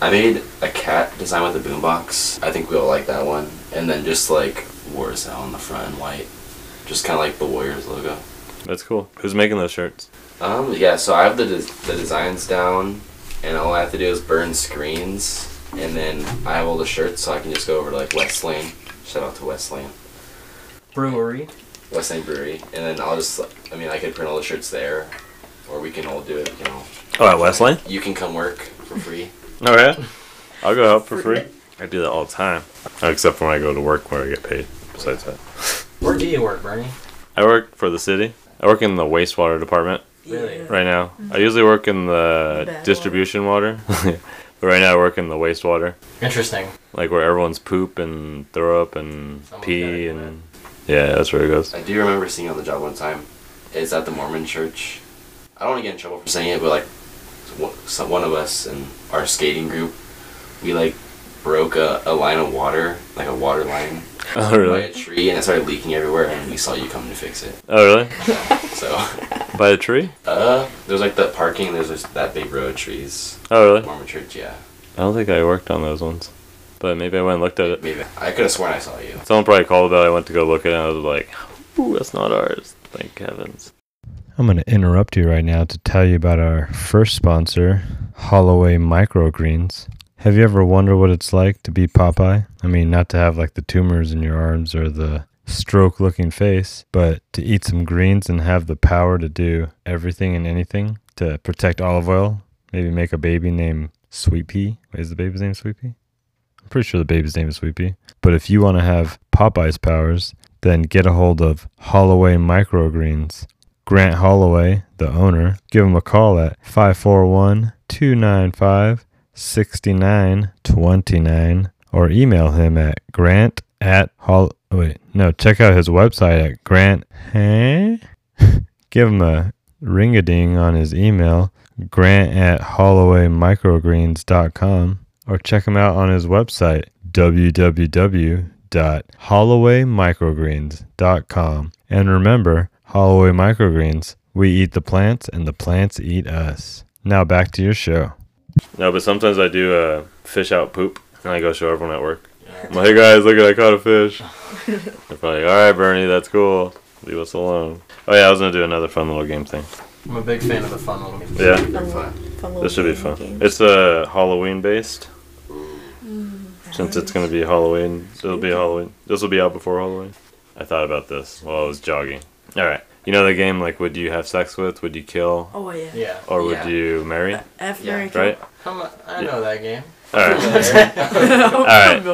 Speaker 10: I made a cat design with a boombox. I think we all like that one. And then just like Warzell on the front in white, just kind of like the Warriors logo.
Speaker 3: That's cool. Who's making those shirts?
Speaker 10: Um, yeah, so I have the, des- the designs down, and all I have to do is burn screens, and then I have all the shirts, so I can just go over to like West Lane. Shout out to West Lane,
Speaker 9: Brewery.
Speaker 10: West Lane Brewery, and then I'll just, like, I mean, I could print all the shirts there, or we can all do it. You know,
Speaker 3: Oh, at Westlane.
Speaker 10: you can come work for free.
Speaker 3: All right. Oh, I'll go help for free. I do that all the time, except for when I go to work where I get paid. Besides that,
Speaker 9: Where do you work, Bernie?
Speaker 3: I work for the city. I work in the wastewater department.
Speaker 9: Really?
Speaker 3: right now. I usually work in the
Speaker 7: Bad
Speaker 3: distribution water, but right now I work in the wastewater,
Speaker 9: Interesting.
Speaker 3: like where everyone's poop and throw up and
Speaker 9: Someone's gotta
Speaker 3: pee
Speaker 9: do
Speaker 3: and yeah, that's where it goes.
Speaker 10: I do remember seeing you on the job one time. It's at the Mormon Church. I don't want to get in trouble for saying it, but like, one- some- one of us in our skating group, we like broke a, a line of water, like a water line,
Speaker 3: Oh
Speaker 10: by
Speaker 3: really?
Speaker 10: a tree, and it started leaking everywhere. And we saw you coming to fix it.
Speaker 3: Oh really?
Speaker 10: So,
Speaker 3: By the tree?
Speaker 10: uh, there's like that parking. There's this, that big row of trees.
Speaker 3: Oh really?
Speaker 10: Mormon Church, yeah.
Speaker 3: I don't think I worked on those ones, but maybe I went and looked at it.
Speaker 10: Maybe I could have sworn I saw you.
Speaker 3: Someone probably called about. it, I went to go look at it. and I was like, "Ooh, that's not ours." Thank heavens. I'm going to interrupt you right now to tell you about our first sponsor, Holloway Microgreens. Have you ever wondered what it's like to be Popeye? I mean, not to have like the tumors in your arms or the stroke looking face, but to eat some greens and have the power to do everything and anything to protect olive oil, maybe make a baby named Sweet Pea. Wait, is the baby's name Sweet Pea? I'm pretty sure the baby's name is Sweet Pea. But if you want to have Popeye's powers, then get a hold of Holloway Microgreens.
Speaker 12: Grant Holloway, the owner, give him a call at 541 295 6929 or email him at grant at hol. Wait, no, check out his website at grant. Hey? give him a ring a ding on his email, grant at hollowaymicrogreens.com, or check him out on his website, www.hollowaymicrogreens.com. And remember, Holloway Microgreens, we eat the plants and the plants eat us. Now back to your show.
Speaker 3: No, but sometimes I do uh, fish out poop, and I go show everyone at work. I'm like, hey guys, look at I caught a fish. They're probably like, all right, Bernie, that's cool. Leave us alone. Oh yeah, I was gonna do another fun little game thing.
Speaker 9: I'm a big fan of the fun little games.
Speaker 3: Yeah,
Speaker 9: fun.
Speaker 3: this should be fun. It's a uh, Halloween based. Since it's gonna be Halloween, it'll be Halloween. This will be out before Halloween. I thought about this while I was jogging. All right, you know the game like, would you have sex with? Would you kill?
Speaker 7: Oh, yeah. Yeah.
Speaker 3: Or would
Speaker 9: Yeah.
Speaker 3: you marry?
Speaker 7: F Mary Kill.
Speaker 3: Right.
Speaker 9: Come on, I know that game.
Speaker 3: All right. all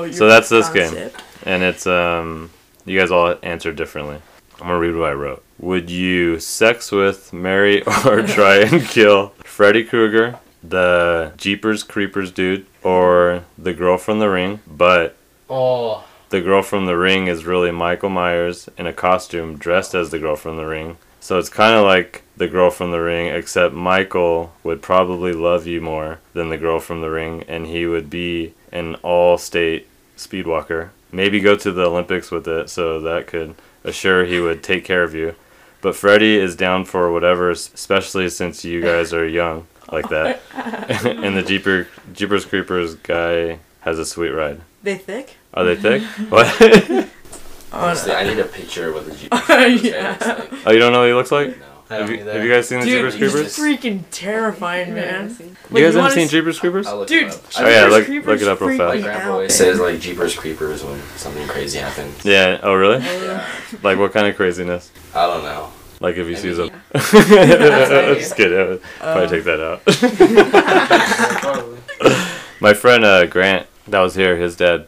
Speaker 3: right. So that's this game, and it's um, you guys all answer differently. I'm gonna read what I wrote. Would you sex with, marry, or try and kill Freddy Krueger, the Jeepers Creepers dude, or the girl from The Ring? But
Speaker 9: Oh,
Speaker 3: the girl from The Ring is really Michael Myers in a costume dressed as the girl from The Ring. So it's kind of like the girl from The Ring, except Michael would probably love you more than the girl from The Ring, and he would be an all state speedwalker. Maybe go to the Olympics with it, so that could assure he would take care of you. But Freddy is down for whatever, especially since you guys are young like that. and the Jeeper, Jeepers Creepers guy has a sweet ride.
Speaker 7: They thick?
Speaker 3: Are they thick? What?
Speaker 10: Honestly, I need a picture with a Jeep.
Speaker 7: yeah.
Speaker 3: Oh, you don't know what he looks like?
Speaker 9: I
Speaker 3: Have
Speaker 9: don't
Speaker 3: you,
Speaker 9: either.
Speaker 3: have you guys seen the
Speaker 7: Dude,
Speaker 3: Jeepers
Speaker 7: he's
Speaker 3: Creepers?
Speaker 7: freaking terrifying, man.
Speaker 3: You guys haven't
Speaker 7: wanna
Speaker 3: seen
Speaker 7: s-
Speaker 3: Jeepers Creepers?
Speaker 10: I'll look
Speaker 7: Dude,
Speaker 10: it up.
Speaker 3: Oh yeah,
Speaker 7: Jeepers
Speaker 3: look
Speaker 7: Creepers
Speaker 3: look it up real
Speaker 7: freak
Speaker 3: fast.
Speaker 7: me
Speaker 10: Grandpa
Speaker 7: out,
Speaker 10: always says like Jeepers Creepers when something crazy happens.
Speaker 3: Yeah. Oh really?
Speaker 10: Yeah.
Speaker 3: Like what kind of craziness?
Speaker 10: I don't know.
Speaker 3: Like if he sees a.
Speaker 10: Yeah.
Speaker 3: Just kidding. I would Probably
Speaker 7: Uh,
Speaker 10: Um.
Speaker 3: take that out. My friend uh, Grant, that was here. His dad,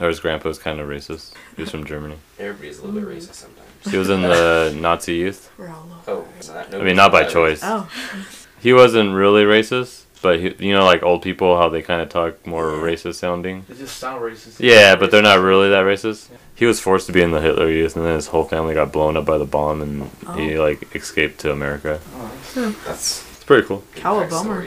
Speaker 3: or his grandpa, was kind of racist. He was from Germany.
Speaker 10: Everybody's a little bit racist sometimes.
Speaker 3: He was in the Nazi youth.
Speaker 7: We're all over.
Speaker 10: Oh, it's not,
Speaker 3: I mean, not by choice.
Speaker 7: Oh.
Speaker 3: He wasn't really racist, but he, you know, like old people, how they kind of talk more racist sounding.
Speaker 5: They just sound racist.
Speaker 3: Yeah, but they're not really that racist. He was forced to be in the Hitler Youth, and then his whole family got blown up by the bomb, and he like escaped to America.
Speaker 10: That's
Speaker 3: It's pretty cool.
Speaker 7: How a bummer.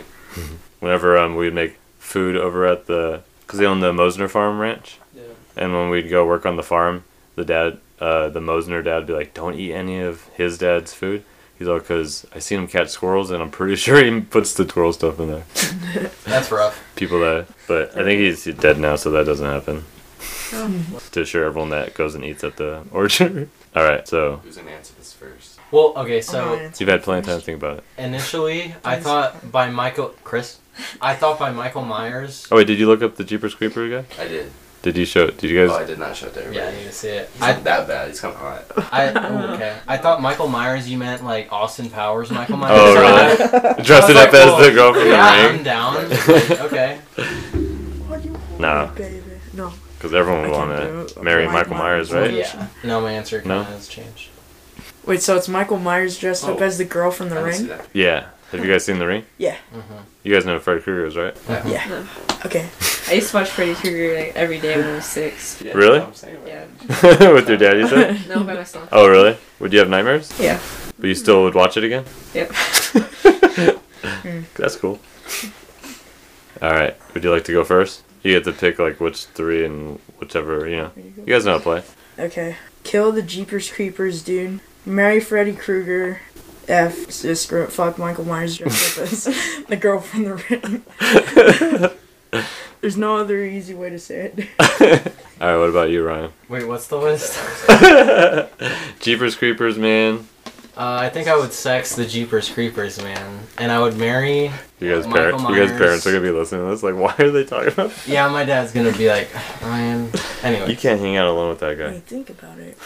Speaker 3: Whenever um, we'd make food over at the, cause they own the Mosner Farm Ranch, yeah. and when we'd go work on the farm, the dad, uh, the Mosner dad, would be like, "Don't eat any of his dad's food." He's all, "Cause I seen him catch squirrels, and I'm pretty sure he puts the squirrel stuff in there."
Speaker 9: that's rough.
Speaker 3: People that, but I think he's dead now, so that doesn't happen. to assure everyone that goes and eats at the orchard. All right, so
Speaker 10: Who's gonna answer this first?
Speaker 9: Well, okay,
Speaker 7: Oh,
Speaker 9: so
Speaker 3: you've had plenty of time to think about it.
Speaker 9: initially I thought by Michael Chris, I thought by Michael Myers.
Speaker 3: Oh wait, did you look up the Jeepers Creeper guy?
Speaker 10: I did.
Speaker 3: Did you show? Did you guys?
Speaker 10: Oh, I did not show it to everybody.
Speaker 9: Yeah, I need to see it.
Speaker 10: He's
Speaker 9: I
Speaker 10: not that bad. He's kind of hot.
Speaker 9: I oh, okay. I thought Michael Myers. You meant like Austin Powers, Michael Myers.
Speaker 3: Oh,
Speaker 9: I
Speaker 3: really?
Speaker 9: was
Speaker 3: Dressed it
Speaker 9: like,
Speaker 3: up as
Speaker 9: well,
Speaker 3: the girl from
Speaker 9: yeah,
Speaker 3: the
Speaker 9: I'm
Speaker 3: ring?
Speaker 9: down. Like, okay.
Speaker 3: No,
Speaker 7: Baby. No.
Speaker 3: because everyone would want to marry Michael Myers, right?
Speaker 9: Yeah. No, my answer kinda
Speaker 3: No?
Speaker 9: has changed.
Speaker 7: Wait, so it's Michael Myers dressed up
Speaker 10: Oh.
Speaker 7: as the girl from The
Speaker 10: I didn't see
Speaker 7: Ring?
Speaker 10: that.
Speaker 3: Yeah. Have you guys seen The Ring?
Speaker 7: Yeah.
Speaker 3: You guys know who Fred Krueger is, right?
Speaker 7: Yeah. Okay.
Speaker 11: I used to watch Freddy Krueger like every day when I was six.
Speaker 10: Yeah,
Speaker 3: Really?
Speaker 10: that's what I'm saying.
Speaker 11: Yeah.
Speaker 3: With your dad, you said?
Speaker 11: No, by myself.
Speaker 3: Oh, really? Would you have nightmares?
Speaker 11: Yeah.
Speaker 3: But you still would watch it again?
Speaker 11: Yep.
Speaker 3: That's cool. All right. Would you like to go first? You get to pick like which three and whichever you know. You guys know how to play.
Speaker 7: Okay. Kill the Jeepers Creepers, dude. Marry Freddy Krueger. F. So screw it. Fuck Michael Myers dressed up as the girl from The Ring. There's no other easy way to say it.
Speaker 3: All right. What about you, Ryan?
Speaker 9: Wait, what's the list?
Speaker 3: Jeepers Creepers, man.
Speaker 9: Uh, I think I would sex the Jeepers Creepers, man, and I would marry.
Speaker 3: You guys, par-
Speaker 9: Michael
Speaker 3: you guys
Speaker 9: Myers.
Speaker 3: parents are gonna be listening to this. Like, why are they talking about?
Speaker 9: Yeah, my dad's gonna be like, Ryan. Anyway,
Speaker 3: You can't hang out alone with that
Speaker 7: When
Speaker 3: guy.
Speaker 7: you think about it.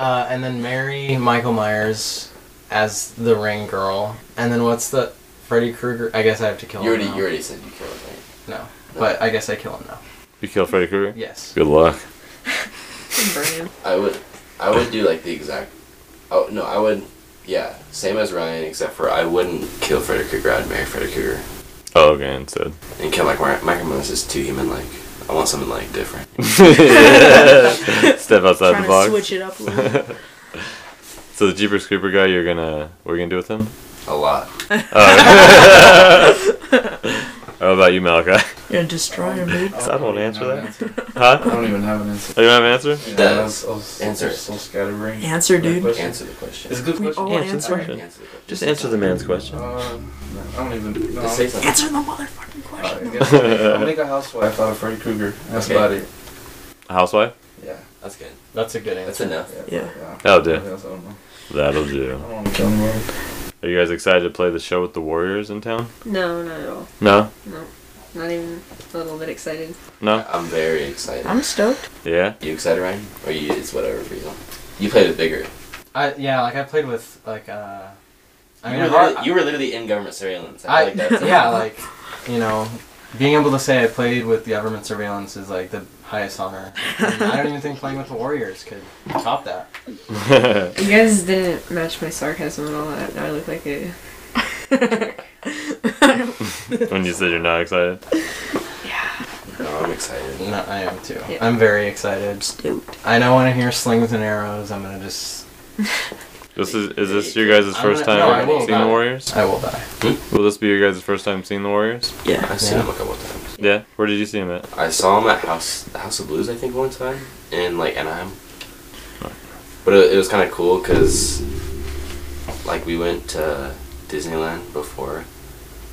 Speaker 9: uh, and then marry Michael Myers as the ring girl, and then what's the Freddy Krueger? I guess I have to kill
Speaker 10: You
Speaker 9: him.
Speaker 10: already,
Speaker 9: now.
Speaker 10: you already said you killed him. Right?
Speaker 9: Oh, No, but I guess I kill him now.
Speaker 3: You kill Freddy Krueger.
Speaker 9: Yes.
Speaker 3: Good luck.
Speaker 11: Burn him.
Speaker 10: I would, I would do like the exact. Oh no, I would Yeah, same as Ryan, except for I wouldn't kill Freddy Krueger. I'd marry Freddy Krueger
Speaker 3: Oh, okay, instead.
Speaker 10: and kill Michael Michael Myers is too human-like. I want something like different.
Speaker 3: Step outside
Speaker 7: Trying
Speaker 3: Uh, the
Speaker 7: to
Speaker 3: box.
Speaker 7: switch it up a little.
Speaker 3: so the Jeepers Creeper guy, you're gonna what are you gonna do with him?
Speaker 10: A lot.
Speaker 3: Oh. How about you, Malachi?
Speaker 7: Yeah, destroy him, dude.
Speaker 3: I don't want to answer that. Huh?
Speaker 5: I don't even have an answer.
Speaker 3: Oh, you don't have an answer?
Speaker 5: Yeah,
Speaker 10: That-
Speaker 5: I was, I was,
Speaker 10: answer
Speaker 5: I was
Speaker 10: it.
Speaker 5: so scatterbrained.
Speaker 7: Answer,
Speaker 5: Good
Speaker 7: dude.
Speaker 5: question.
Speaker 10: Answer the question.
Speaker 5: It's a good
Speaker 7: We
Speaker 5: question.
Speaker 7: all answer.
Speaker 3: Just answer the man's question.
Speaker 5: Uh, no, I don't even. No,
Speaker 10: Just say something.
Speaker 7: Answer the motherfucking question.
Speaker 5: I guess I'll make- I'll make a housewife out of Freddy Krueger. That's
Speaker 10: Okay.
Speaker 5: about it.
Speaker 3: Housewife?
Speaker 5: Yeah.
Speaker 10: That's good.
Speaker 9: That's a good answer.
Speaker 10: That's enough.
Speaker 7: Yeah.
Speaker 3: That'll do.
Speaker 5: I guess I don't know.
Speaker 3: That'll
Speaker 5: I
Speaker 3: do.
Speaker 5: don't want to kill him.
Speaker 3: Are you guys excited to play the show with the Warriors in town?
Speaker 11: No, not at all.
Speaker 3: No?
Speaker 11: No, not even a little bit excited.
Speaker 3: No?
Speaker 10: I'm very excited.
Speaker 7: I'm stoked.
Speaker 3: Yeah?
Speaker 10: You excited, Ryan? Or you? It's whatever for you. You played it bigger.
Speaker 9: I yeah, like I played with like uh, I
Speaker 10: You
Speaker 9: mean,
Speaker 10: were,
Speaker 9: hard-
Speaker 10: literally, you were literally in government surveillance. I,
Speaker 9: I,
Speaker 10: feel like that's
Speaker 9: yeah, like you know, being able to say I played with government surveillance is like the highest honor. And I don't even think playing with the Warriors could top that.
Speaker 11: You guys didn't match my sarcasm at all. I, I look like a.
Speaker 3: when you said you're not excited?
Speaker 10: no, I'm excited.
Speaker 9: No, I am too.
Speaker 11: Yeah.
Speaker 9: I'm very excited.
Speaker 7: Stoked.
Speaker 9: I don't want to hear slings and arrows. I'm gonna just.
Speaker 3: This is is this your guys'
Speaker 9: I'm
Speaker 3: first
Speaker 9: gonna- no, I
Speaker 3: time
Speaker 9: will
Speaker 3: seeing the
Speaker 9: not.
Speaker 3: Warriors?
Speaker 9: I will die.
Speaker 3: Will this be your guys' first time seeing the Warriors?
Speaker 7: Yeah.
Speaker 10: I've seen
Speaker 9: Yeah.
Speaker 10: him a couple times.
Speaker 3: Yeah. Where did you see him at?
Speaker 10: I saw him at House the House of Blues, I think, one time in like Anaheim. But it, it was kind of cool because, like, we went to Disneyland before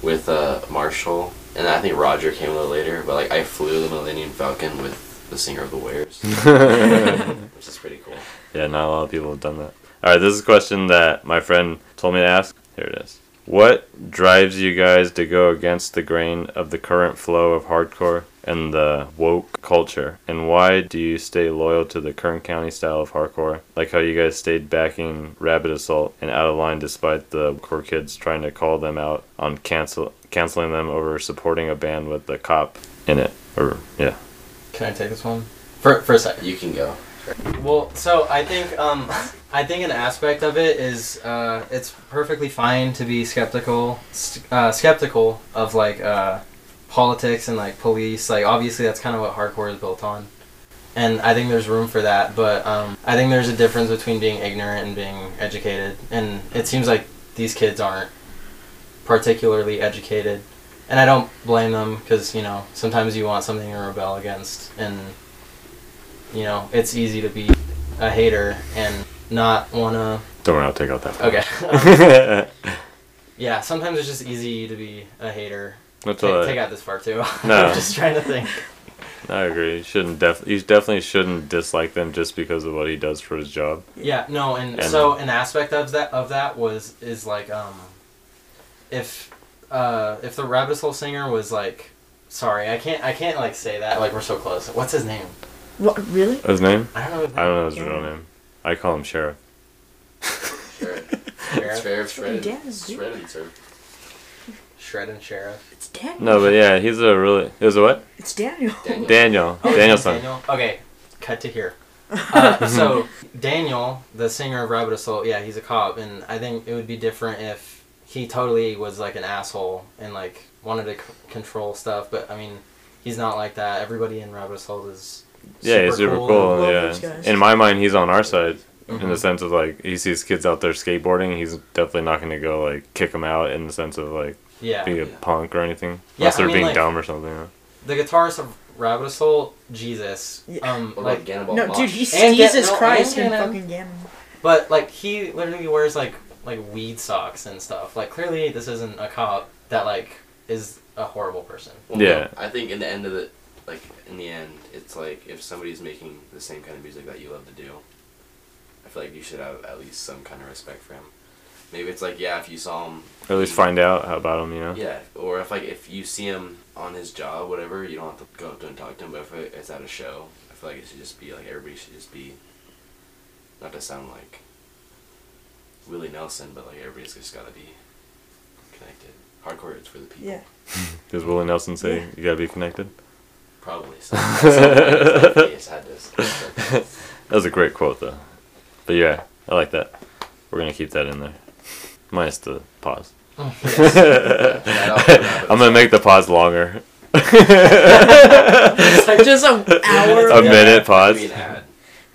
Speaker 10: with uh, Marshall, and I think Roger came a little later. But like, I flew the Millennium Falcon with the singer of the Warriors, which is pretty cool.
Speaker 3: Yeah, not a lot of people have done that. All right, this is a question that my friend told me to ask. Here it is. What drives you guys to go against the grain of the current flow of hardcore and the woke culture? And why do you stay loyal to the Kern County style of hardcore? Like how you guys stayed backing Rabbit Assault and Out of Line despite the core kids trying to call them out on cancel canceling them over supporting a band with the cop in it. Or yeah.
Speaker 9: Can I take this one? For for a second.
Speaker 10: You can go.
Speaker 9: Well, so I think um, I think an aspect of it is uh, it's perfectly fine to be skeptical, s- uh, skeptical of like uh, politics and like police. Like obviously, that's kind of what hardcore is built on, and I think there's room for that. But um, I think there's a difference between being ignorant and being educated, and it seems like these kids aren't particularly educated, and I don't blame them because you know sometimes you want something to rebel against and you know, it's easy to be a hater and not wanna.
Speaker 3: Don't worry, I'll take out that. part.
Speaker 9: Okay. Um, yeah, sometimes it's just easy to be a hater.
Speaker 3: That's
Speaker 9: Ta-
Speaker 3: all right.
Speaker 9: take out this part too.
Speaker 3: uh, No.
Speaker 9: I'm just trying to think.
Speaker 3: I agree. You shouldn't def- you definitely shouldn't dislike them just because of what he does for his job.
Speaker 9: Yeah, no, and,
Speaker 3: And-
Speaker 9: so an aspect of that of that was is like um, if uh if the rabbit hole singer was like, sorry, I can't I can't like say that like we're so close. What's his name?
Speaker 7: What? Really?
Speaker 3: His name?
Speaker 9: I don't know. His name.
Speaker 3: I don't know his real name. I call him Sheriff.
Speaker 10: Sheriff,
Speaker 9: Sheriff.
Speaker 10: Sheriff, shredded,
Speaker 7: Yeah, it's good.
Speaker 10: shredded, sir.
Speaker 9: Shred and Sheriff.
Speaker 7: It's Daniel.
Speaker 3: No, but yeah, he's a really. It was a what?
Speaker 7: It's Daniel.
Speaker 10: Daniel.
Speaker 3: Daniel.
Speaker 9: Oh,
Speaker 3: Danielson.
Speaker 9: Daniel. Okay, cut to here. Uh, so Daniel, the singer of Rabbit Assault, yeah, he's a cop, and I think it would be different if he totally was like an asshole and like wanted to c- control stuff. But I mean, he's not like that. Everybody in Rabbit Assault is
Speaker 3: Yeah, he's super cool.
Speaker 7: Love those
Speaker 3: Yeah.
Speaker 7: guys.
Speaker 3: In my mind, he's on our side in the
Speaker 9: Mhm.
Speaker 3: sense of like he sees kids out there skateboarding. He's definitely not going to go like kick them out in the sense of like
Speaker 9: Yeah,
Speaker 3: be a punk or anything
Speaker 9: Yeah,
Speaker 3: unless
Speaker 9: I
Speaker 3: they're
Speaker 9: mean,
Speaker 3: being
Speaker 9: like-
Speaker 3: dumb or something. yeah.
Speaker 9: the guitarist of Rabbit Assault, Jesus,
Speaker 7: Yeah.
Speaker 9: um,
Speaker 10: What about
Speaker 9: like,
Speaker 10: Ganabal
Speaker 7: No,
Speaker 10: Mosh?
Speaker 7: dude, he's
Speaker 9: And Dan-
Speaker 7: Jesus
Speaker 9: no,
Speaker 7: Christ
Speaker 9: and
Speaker 7: and
Speaker 9: Ganon.
Speaker 7: fucking Ganon.
Speaker 9: but like he literally wears like like weed socks and stuff. Like clearly, this isn't a cop that like is a horrible person.
Speaker 10: Well,
Speaker 3: Yeah.
Speaker 10: no, I think in the end of the like in the end, it's like if somebody's making the same kind of music that you love to do, I feel like you should have at least some kind of respect for him. Maybe it's like yeah, if you saw him,
Speaker 3: Or at least find out how about him. You know.
Speaker 10: yeah, or if like if you see him on his job, whatever, you don't have to go up to him and talk to him. But if it- it's at a show, I feel like it should just be like everybody should just be, not to sound like Willie Nelson, but like everybody's just gotta be connected. Hardcore is for the people.
Speaker 7: Yeah.
Speaker 3: Does Willie Nelson say
Speaker 7: Yeah.
Speaker 3: you got to be connected?
Speaker 10: Probably. So, so, yes, I had to.
Speaker 3: That was a great quote, though. But yeah, I like that. We're gonna keep that in there, minus the pause.
Speaker 9: Oh,
Speaker 11: yes.
Speaker 3: I'm gonna make the pause longer.
Speaker 7: just an hour.
Speaker 3: A minute pause.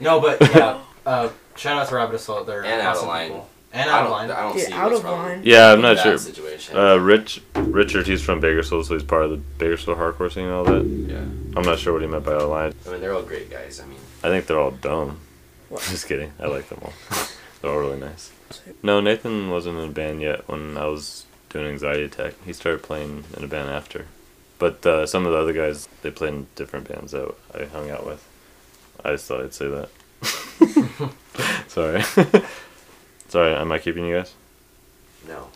Speaker 9: No, but yeah. uh, shout out to Rabbit Assault. They're
Speaker 10: And out of
Speaker 9: awesome
Speaker 10: line.
Speaker 9: people. And
Speaker 10: I
Speaker 9: out of
Speaker 10: don't-
Speaker 9: line.
Speaker 10: I don't
Speaker 7: Yeah,
Speaker 10: see
Speaker 7: out
Speaker 10: what's
Speaker 7: of
Speaker 10: wrong.
Speaker 7: line.
Speaker 3: Yeah, I'm not
Speaker 10: That
Speaker 3: sure.
Speaker 10: Situation.
Speaker 3: Uh, Rich Richard, he's from Bakersfield, so he's part of the Bakersfield hardcore scene and all that. Yeah. I'm not sure what he meant by out of line.
Speaker 10: I mean, they're all great guys. I mean,
Speaker 3: I think they're all dumb.
Speaker 7: What?
Speaker 3: Just kidding. I like them all. they're all really nice. No, Nathan wasn't in a band yet when I was doing Anxiety Attack. He started playing in a band after. But uh, some of the other guys, they played in different bands that I hung out with. I just thought I'd say that. Sorry. Sorry, am I keeping you guys?
Speaker 10: no.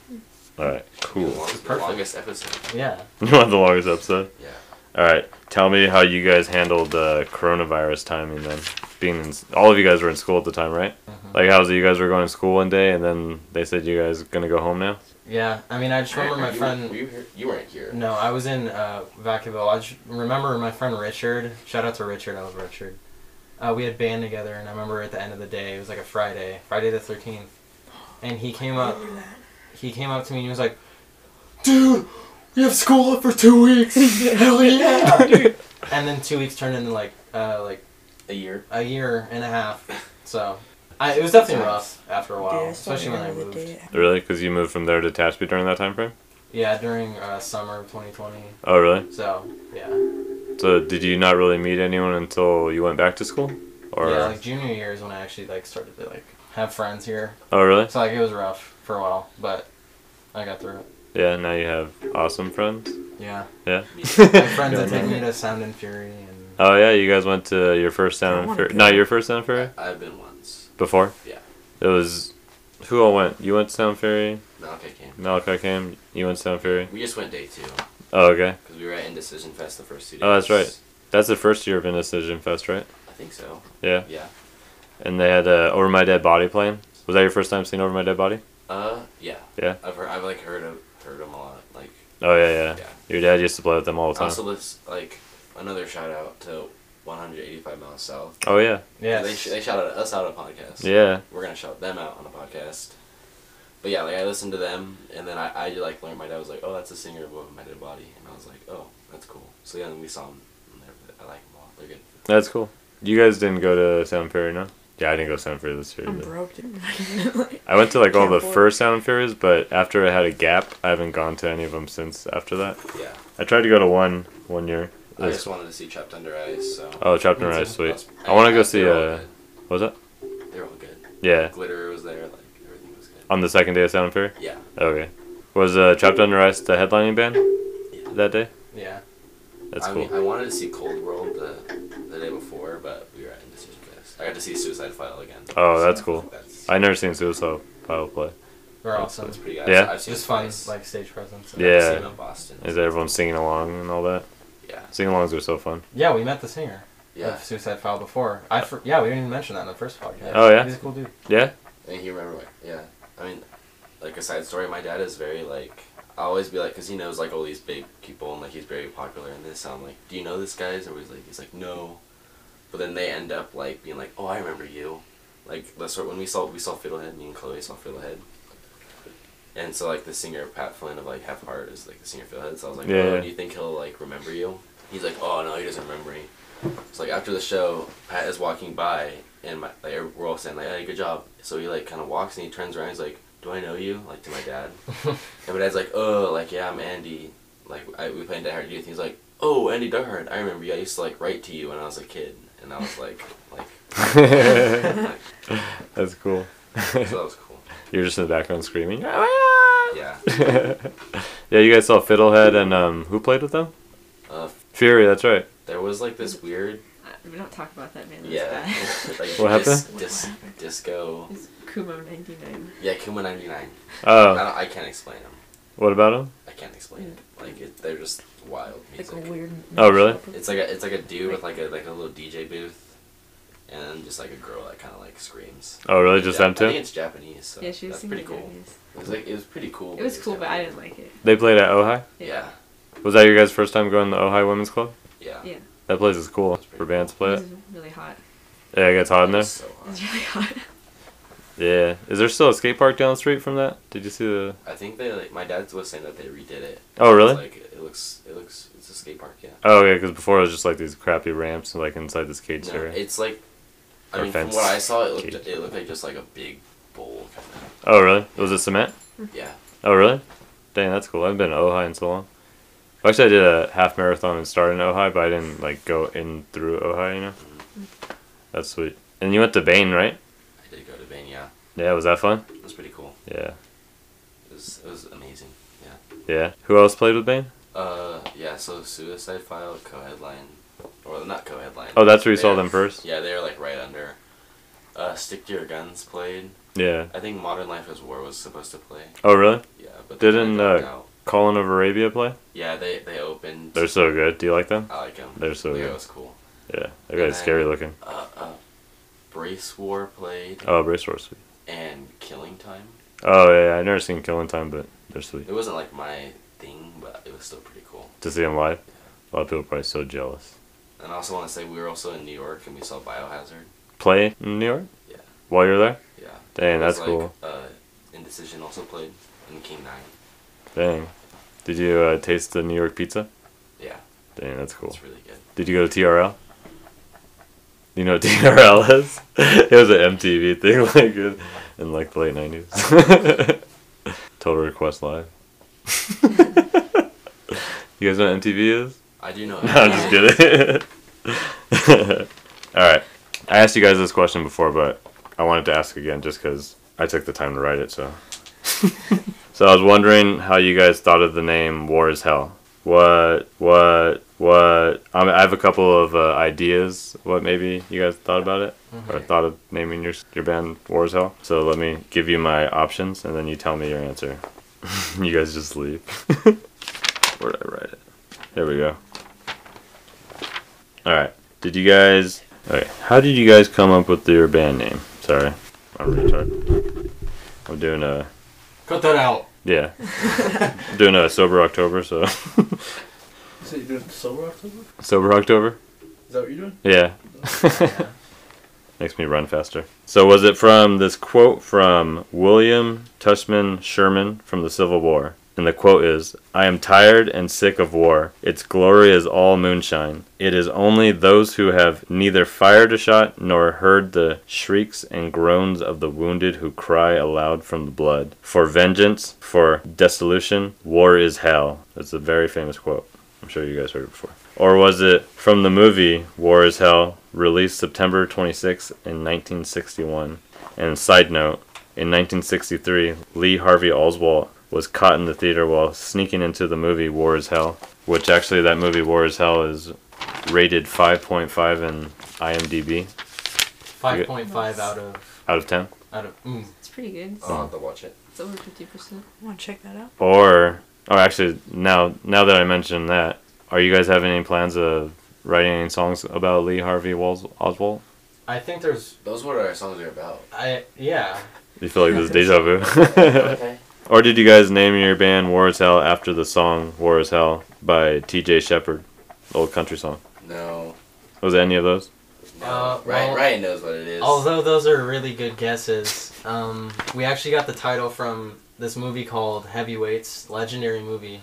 Speaker 3: Alright, cool.
Speaker 10: The longest, the
Speaker 9: Perfect.
Speaker 10: longest episode.
Speaker 9: Yeah.
Speaker 3: You want the longest episode?
Speaker 10: Yeah.
Speaker 3: All right. Tell me how you guys handled the coronavirus timing then. Being in, all of you guys were in school at the time, right? Like how's it you guys were going to school one day and then they said you guys gonna go home now?
Speaker 9: Yeah, I mean, I just remember my
Speaker 10: you,
Speaker 9: friend.
Speaker 10: Were you, here? you weren't here.
Speaker 9: No, I was in uh, Vacaville. I just remember my friend Richard. Shout out to Richard. I love Richard. Uh, we had band together, and I remember at the end of the day, it was like a Friday, Friday the thirteenth, and he came up. He came up to me and he was like, "Dude, we have school for two weeks. Hell yeah!" And then two weeks turned into like uh, like
Speaker 10: A year.
Speaker 9: a year and a half. So I, it was definitely rough after a while,
Speaker 7: Yeah, it's
Speaker 9: especially when I
Speaker 7: definitely the
Speaker 9: moved.
Speaker 7: day.
Speaker 3: Really? Because you moved from there to Tatchby during that time frame?
Speaker 9: Yeah, during uh, summer of 2020.
Speaker 3: Oh really?
Speaker 9: So yeah.
Speaker 3: So did you not really meet anyone until you went back to school? Or uh,
Speaker 9: yeah, like junior year is when I actually like started to like have friends here.
Speaker 3: Oh really?
Speaker 9: So like it was rough for a while, but I got through it.
Speaker 3: Yeah, now you have awesome friends.
Speaker 9: Yeah,
Speaker 3: Yeah.
Speaker 9: my friends that take me to Sound and Fury and
Speaker 3: Oh yeah, you guys went to your first sound
Speaker 7: wanna
Speaker 3: fair.
Speaker 7: go.
Speaker 3: Not your first sound fair?
Speaker 10: I've been once.
Speaker 3: Before?
Speaker 10: Yeah.
Speaker 3: It was who all went? You went to Sound Fury?
Speaker 10: Malachi came.
Speaker 3: Malachi came. You went to Sound Fury.
Speaker 10: We just went day two
Speaker 3: Oh, okay.
Speaker 10: because we were at Indecision Fest the first two days.
Speaker 3: Oh, that's right. That's the first year of Indecision Fest, right?
Speaker 10: I think so.
Speaker 3: Yeah.
Speaker 10: Yeah.
Speaker 3: And they had uh, Over My Dead Body playing. Was that your first time seeing Over My Dead Body?
Speaker 10: Uh, yeah.
Speaker 3: Yeah.
Speaker 10: I've heard. I've like heard of heard them a lot. Like
Speaker 3: Oh yeah, yeah.
Speaker 10: Yeah.
Speaker 3: Your dad used to play with them all the
Speaker 10: I
Speaker 3: time.
Speaker 10: also list like another shout out to 185 miles south.
Speaker 3: Oh yeah,
Speaker 9: yeah.
Speaker 10: They, sh- they shouted us out on a podcast.
Speaker 3: yeah.
Speaker 10: We're gonna shout them out on a podcast. But yeah, like I listened to them, and then I, I like learned my dad was like, oh, that's the singer of Over My Dead Body, and I was like, oh, that's cool. So yeah, then we saw them. And they're- I like them a lot. They're good.
Speaker 3: That's cool. You guys didn't go to Sound Fury, no? Yeah, I didn't go to Sound Fury this year.
Speaker 7: I'm
Speaker 3: either.
Speaker 7: broke, dude. Like,
Speaker 3: I went to like all
Speaker 7: Can't
Speaker 3: the
Speaker 7: afford-
Speaker 3: first Sound Furies, but after I had a gap, I haven't gone to any of them since after that.
Speaker 10: Yeah.
Speaker 3: I tried to go to one one year.
Speaker 10: I just wanted to see Trapped Under Ice. So
Speaker 3: Oh, Trapped in
Speaker 9: Me
Speaker 3: Rice,
Speaker 9: too.
Speaker 3: sweet.
Speaker 10: That's-
Speaker 3: I want to
Speaker 10: I-
Speaker 3: go see.
Speaker 10: they're all
Speaker 3: Uh, what was that?
Speaker 10: good. They're all good.
Speaker 3: Yeah, Um,
Speaker 10: Glitter was there. Like everything was good.
Speaker 3: on the second day of Sound Fair.
Speaker 10: Yeah.
Speaker 3: Okay. Was uh, Trapped Under Ice the headlining band
Speaker 10: Yeah.
Speaker 3: that day?
Speaker 9: yeah.
Speaker 3: That's
Speaker 10: I
Speaker 3: cool.
Speaker 10: mean, I wanted to see Cold World the, the day before, but we were at Indecision Fest. I got to see Suicide File again.
Speaker 3: Oh, that's cool.
Speaker 10: That's,
Speaker 3: I never seen Suicide Pile play.
Speaker 9: They're awesome.
Speaker 10: that's pretty good.
Speaker 3: Yeah.
Speaker 10: I've seen
Speaker 9: Just
Speaker 10: it
Speaker 9: fun,
Speaker 10: twice.
Speaker 9: like stage presence.
Speaker 10: I've seen
Speaker 3: Yeah.
Speaker 10: it in Boston.
Speaker 3: Is everyone singing along and all that?
Speaker 10: Yeah.
Speaker 3: Sing alongs are so fun.
Speaker 9: Yeah, we met the singer
Speaker 10: Yeah.
Speaker 9: of Suicide File before. I for, yeah, we didn't even mention that in the first podcast.
Speaker 3: Oh, yeah?
Speaker 9: he's a cool dude.
Speaker 3: Yeah.
Speaker 10: And he remember what? Yeah. I mean, like a side story. My dad is very like. I always be like, cause he knows like all these big people and like he's very popular in this. So I'm like, do you know this guy? And everybody's like, he's like, no. But then they end up like being like, oh, I remember you. Like that's what when we saw we saw Fiddlehead. Me and Chloe saw Fiddlehead. And so like the singer Pat Flynn of like Half Heart is like the singer of Fiddlehead. So I was like,
Speaker 3: Yeah,
Speaker 10: oh,
Speaker 3: yeah.
Speaker 10: do you think he'll like remember you? He's like, oh no, he doesn't remember me. So like after the show, Pat is walking by and my, like we're all saying like, "Hey, good job." So he like kind of walks and he turns around. He's like, "Do I know you?" Like to my dad. and my dad's like, "Oh, like yeah, I'm Andy. Like I, we played Die Hard Youth." He's like, "Oh, Andy Die Hard. I remember you. I used to like write to you when I was a kid." And I was like, like, like
Speaker 3: That's cool.
Speaker 10: so that was cool.
Speaker 3: You're just in the background screaming.
Speaker 10: Yeah.
Speaker 3: yeah, you guys saw Fiddlehead and um, who played with them?
Speaker 10: Uh,
Speaker 3: Fury. That's right.
Speaker 10: there was like this weird
Speaker 11: Uh, we don't talk about that man. That's
Speaker 10: yeah
Speaker 11: yeah.
Speaker 10: like
Speaker 3: What happened?
Speaker 10: dis- dis- disco.
Speaker 11: It's Kumo 99.
Speaker 10: Yeah, Kuma ninety nine. I,
Speaker 3: Oh,
Speaker 10: don't, Uh, I can't explain them.
Speaker 3: what about him?
Speaker 10: I can't explain it. Like it, they're just wild
Speaker 7: like
Speaker 10: music.
Speaker 7: a weird.
Speaker 3: Oh, really?
Speaker 10: It's like a it's like a dude with like a like a little DJ booth, and then just like a girl that kind of like screams.
Speaker 3: Oh, really? Just
Speaker 10: Yeah,
Speaker 3: them
Speaker 10: I think
Speaker 3: two?
Speaker 10: it's Japanese. So
Speaker 11: yeah, she was
Speaker 10: that's pretty
Speaker 11: singing
Speaker 10: cool.
Speaker 11: Japanese.
Speaker 10: It was like it was pretty cool.
Speaker 11: It was
Speaker 10: it's
Speaker 11: cool, but I
Speaker 10: Japanese.
Speaker 11: didn't like it.
Speaker 3: They played at Ojai.
Speaker 10: Yeah,
Speaker 3: Was that your guys' first time going to the Ojai Women's Club?
Speaker 10: yeah.
Speaker 11: Yeah.
Speaker 3: That place is cool for bands to play
Speaker 11: It
Speaker 3: it.
Speaker 11: was really hot.
Speaker 3: Yeah, it gets hot in
Speaker 10: It
Speaker 3: there.
Speaker 10: was so
Speaker 11: It was
Speaker 10: hot.
Speaker 11: really hot.
Speaker 3: Yeah. Is there still a skate park down the street from that? Did you see the?
Speaker 10: I think they like my dad was saying that they redid it.
Speaker 3: Oh, really?
Speaker 10: It's like it looks, it looks, it's a skate park, yeah.
Speaker 3: Oh yeah, because before it was just like these crappy ramps like inside the skate
Speaker 10: No,
Speaker 3: area.
Speaker 10: it's like, I
Speaker 3: Or
Speaker 10: mean, from
Speaker 3: fence
Speaker 10: what I saw, it looked,
Speaker 3: cage.
Speaker 10: it looked like just like a big bowl. Kind of.
Speaker 3: Oh really? Was it cement?
Speaker 11: Mm-hmm.
Speaker 10: Yeah.
Speaker 3: Oh really? Dang, that's cool. I haven't been to Ojai in so long. Actually, I did a half marathon and started in Ojai, but I didn't like go in through Ojai. You know. That's sweet. And you went to Bain, right?
Speaker 10: I did go to Bain, yeah.
Speaker 3: Yeah. Was that fun?
Speaker 10: It was pretty cool.
Speaker 3: Yeah.
Speaker 10: It was, it was amazing. Yeah.
Speaker 3: Yeah. Who else played with Bain?
Speaker 10: Uh, yeah. So Suicide File co-headline, or not co-headline.
Speaker 3: Oh, that's where you saw
Speaker 10: They're-
Speaker 3: them first?
Speaker 10: Yeah, they were like right under. Uh, Stick to Your Guns played.
Speaker 3: Yeah.
Speaker 10: I think Modern Life as War was supposed to play.
Speaker 3: Oh really?
Speaker 10: Yeah, but they
Speaker 3: didn't
Speaker 10: kinda dropped
Speaker 3: uh,
Speaker 10: out.
Speaker 3: Colin of Arabia play?
Speaker 10: Yeah, they they opened.
Speaker 3: They're so good. Do you like them?
Speaker 10: I like them.
Speaker 3: They're so
Speaker 10: Leo
Speaker 3: good.
Speaker 10: was cool.
Speaker 3: Yeah, that guy's scary looking.
Speaker 10: Uh, uh, Brace War played.
Speaker 3: Oh, Brace War's sweet.
Speaker 10: And Killing Time.
Speaker 3: Oh yeah, I never seen Killing Time, but they're sweet.
Speaker 10: It wasn't like my thing, but it was still pretty cool.
Speaker 3: To see him live, a lot of people are probably so jealous.
Speaker 10: And I also want to say we were also in New York and we saw Biohazard.
Speaker 3: Play in New York? Yeah. While you're there?
Speaker 10: Yeah.
Speaker 3: Dang,
Speaker 10: It was,
Speaker 3: that's
Speaker 10: like,
Speaker 3: cool.
Speaker 10: Uh, Indecision also played in King Nine.
Speaker 3: Dang. Did you uh, taste the New York pizza?
Speaker 10: Yeah.
Speaker 3: Dang, that's cool.
Speaker 10: It's really good.
Speaker 3: Did you go to TRL? You know what TRL is? it was an MTV thing like in, in like the late nineties. Total Request Live. you guys know what MTV is?
Speaker 10: I do know
Speaker 3: No, I'm just kidding. All right. I asked you guys this question before, but I wanted to ask again just because I took the time to write it. So, so I was wondering how you guys thought of the name "War is Hell." What? What? What? Um, I have a couple of uh, ideas. What maybe you guys thought about it or thought of naming your your band "War is Hell." So let me give you my options, and then you tell me your answer. you guys just leave. Where did I write it? There we go. All right. Did you guys? Okay. How did you guys come up with your band name? Sorry, I'm retarded. I'm doing a
Speaker 9: Cut that out.
Speaker 3: yeah. I'm doing a sober October, so
Speaker 5: You said you're doing sober October?
Speaker 3: sober October.
Speaker 5: Is that what you're doing?
Speaker 3: Yeah. Makes me run faster. So was it from this quote from William Tushman Sherman from the Civil War? And the quote is, I am tired and sick of war. Its glory is all moonshine. It is only those who have neither fired a shot nor heard the shrieks and groans of the wounded who cry aloud from the blood. For vengeance, for dissolution, war is hell. That's a very famous quote. I'm sure you guys heard it before. Or was it from the movie War is Hell, released September 26 in 1961? And side note, in 1963, Lee Harvey Oswald was caught in the theater while sneaking into the movie War is Hell, which actually that movie War is Hell is rated 5.5 in IMDb.
Speaker 9: Five point five out of
Speaker 3: Out of 10?
Speaker 9: out of. Mm.
Speaker 11: It's pretty good.
Speaker 10: I'll have to watch it.
Speaker 11: It's over fifty percent.
Speaker 7: I want to check that out.
Speaker 3: Or, oh, actually, now now that I mentioned that, are you guys having any plans of writing any songs about Lee Harvey Wals- Oswald?
Speaker 9: I think there's.
Speaker 10: Those were what our songs are about.
Speaker 9: I yeah.
Speaker 3: You feel like this is deja vu.
Speaker 10: Okay.
Speaker 3: Or did you guys name your band War is Hell after the song War is Hell by TJ Shepherd, old country song?
Speaker 10: No.
Speaker 3: Was it any of those?
Speaker 9: Uh,
Speaker 10: Ryan,
Speaker 9: well-
Speaker 10: Ryan knows what it is.
Speaker 9: Although those are really good guesses, um, we actually got the title from this movie called Heavyweights, legendary movie.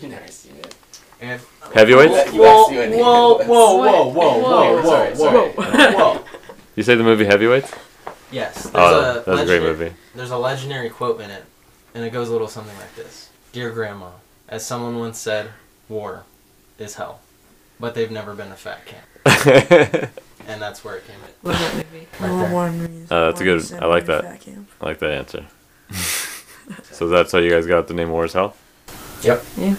Speaker 10: You never seen it.
Speaker 9: And
Speaker 3: Heavyweights?
Speaker 9: Whoa, whoa, whoa, whoa, whoa, whoa, whoa, whoa,
Speaker 10: Sorry,
Speaker 9: whoa, whoa.
Speaker 3: You say the movie Heavyweights?
Speaker 9: Yes. There's
Speaker 3: Oh, that's a great
Speaker 9: legendary-
Speaker 3: movie.
Speaker 9: There's a legendary quote in it, and it goes a little something like this Dear Grandma, as someone once said, war is hell. But they've never been a fat camp. and that's where it came in.
Speaker 11: Love that movie.
Speaker 9: Right
Speaker 10: Oh,
Speaker 7: Well,
Speaker 9: there.
Speaker 7: one
Speaker 3: Uh, that's a good.
Speaker 7: reason
Speaker 3: I like
Speaker 7: why
Speaker 3: that.
Speaker 7: fat camp.
Speaker 3: I like that answer. so that's how you guys got the name War is Hell.
Speaker 9: Yep.
Speaker 11: Yeah.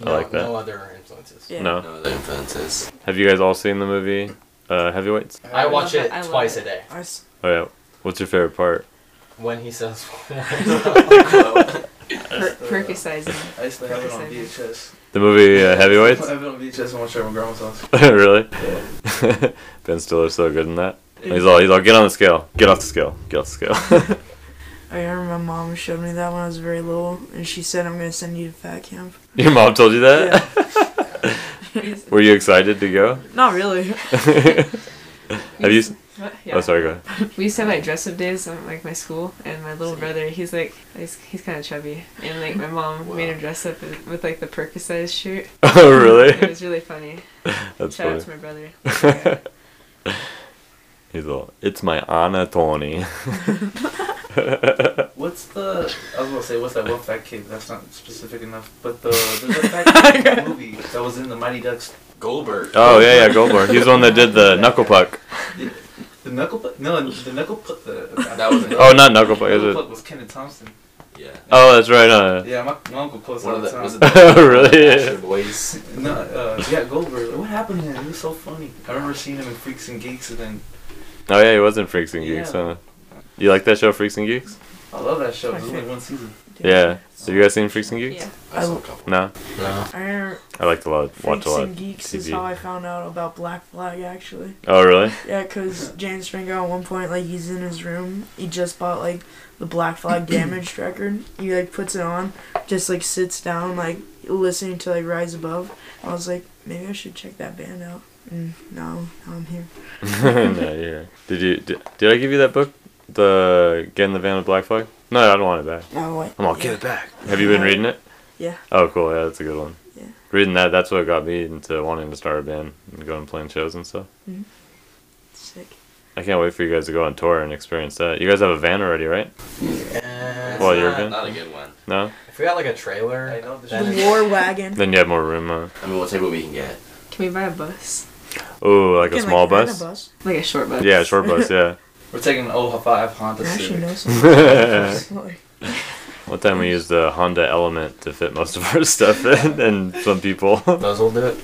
Speaker 3: I
Speaker 9: No,
Speaker 3: like that.
Speaker 9: no other influences.
Speaker 3: No.
Speaker 10: No other influences.
Speaker 3: Have you guys all seen the movie uh, Heavyweights?
Speaker 9: I watch it
Speaker 11: I love
Speaker 9: twice
Speaker 11: it.
Speaker 9: a day.
Speaker 7: I s-
Speaker 3: Oh yeah. What's your favorite part?
Speaker 9: When he says
Speaker 11: Per-
Speaker 3: uh,
Speaker 11: percusizing.
Speaker 5: I used to have it on
Speaker 11: Percusizing.
Speaker 5: VHS.
Speaker 3: The movie uh, Heavyweights.
Speaker 5: I have it on VHS and watch it at my grandma's house.
Speaker 3: really? ben Stiller's so good in that. He's all he's all get on the scale, get off the scale, get off the scale.
Speaker 7: I remember my mom showed me that when I was very little, and she said, "I'm gonna send you to fat camp."
Speaker 3: Your mom told you that? Were you excited to go?
Speaker 7: Not really.
Speaker 3: Have you
Speaker 11: What?
Speaker 3: Oh, sorry, go ahead.
Speaker 11: we used to have like dress up days at like my school, and my little brother, he's like, he's, he's kind of chubby, and like my mom made him dress up with, with like the Percocet shirt.
Speaker 3: Oh, really?
Speaker 11: it was really funny.
Speaker 3: That's
Speaker 11: Shout out to my
Speaker 3: funny.
Speaker 11: brother.
Speaker 3: He's all, it's my Anna Oh, Tony.
Speaker 5: What's the? I was gonna say what's that one fat kid? That's not specific enough. But the there's a fat kid in the movie that was in the Mighty Ducks.
Speaker 10: Goldberg.
Speaker 3: oh, yeah, yeah, Goldberg. He's the one that did the knuckle puck.
Speaker 5: The, the knuckle puck? No, the knuckle puck. The,
Speaker 10: That was-
Speaker 3: Oh, not knuckle puck, is
Speaker 5: Knuckle
Speaker 3: it?
Speaker 5: puck was Kenneth Thompson.
Speaker 10: Yeah.
Speaker 3: Oh, that's right, huh?
Speaker 5: Yeah, my, my uncle calls
Speaker 10: One
Speaker 5: all
Speaker 10: of
Speaker 5: the
Speaker 10: the, was
Speaker 5: time.
Speaker 10: it the
Speaker 3: Oh, Really?
Speaker 10: Asher Boys?
Speaker 5: No, uh, yeah, Goldberg. What happened to him? He was so funny. I remember seeing him in Freaks and Geeks, and then
Speaker 3: Oh, yeah, he was in Freaks and Geeks,
Speaker 5: Yeah.
Speaker 3: huh? You like that show, Freaks and Geeks?
Speaker 5: I love that show.
Speaker 7: My
Speaker 5: There's only
Speaker 7: favorite.
Speaker 5: one season.
Speaker 3: Yeah. Have you guys seen Freaks and Geeks?
Speaker 11: Yeah.
Speaker 7: I l-
Speaker 3: No?
Speaker 9: No.
Speaker 7: I remember
Speaker 3: I like to lot, watch
Speaker 7: Freaks
Speaker 3: a lot
Speaker 7: and
Speaker 3: of
Speaker 7: Geeks is how
Speaker 3: TV.
Speaker 7: I found out about Black Flag actually.
Speaker 3: Oh, really?
Speaker 7: Yeah, because James Franco at one point, like, he's in his room. He just bought, like, the Black Flag Damaged record. He, like, puts it on, just, like, sits down, like, listening to, like, Rise Above. I was like, maybe I should check that band out. And now, now I'm here.
Speaker 3: no, yeah. Did you did, did I give you that book? The Get in the Van with Black Flag? No, I don't want it back.
Speaker 7: No, wait.
Speaker 3: I'm all get it back. Have you been reading it?
Speaker 7: Yeah.
Speaker 3: Oh, cool. Yeah, that's a good one.
Speaker 7: Yeah.
Speaker 3: Reading that, that's what got me into wanting to start a band and going and playing shows and stuff.
Speaker 7: Mhm. Sick.
Speaker 3: I can't wait for you guys to go on tour and experience that. You guys have a van already, right? Well, you're
Speaker 10: not,
Speaker 3: good.
Speaker 10: not a good one.
Speaker 3: No?
Speaker 9: If we got like a trailer, I
Speaker 5: know
Speaker 7: The War Wagon.
Speaker 3: Then you have more room. Uh,
Speaker 10: I mean, we'll take what we can get.
Speaker 11: Can we buy a bus?
Speaker 3: oh, like a
Speaker 7: Can,
Speaker 3: small
Speaker 7: rent a
Speaker 3: bus?
Speaker 7: bus.
Speaker 11: Like a short bus?
Speaker 3: Yeah, a short bus, yeah.
Speaker 5: We're taking an 05 Honda
Speaker 7: I actually know
Speaker 5: Civic.
Speaker 7: something.
Speaker 3: One time we used the Honda Element to fit most of our stuff in, and some people.
Speaker 9: Muzzle do it.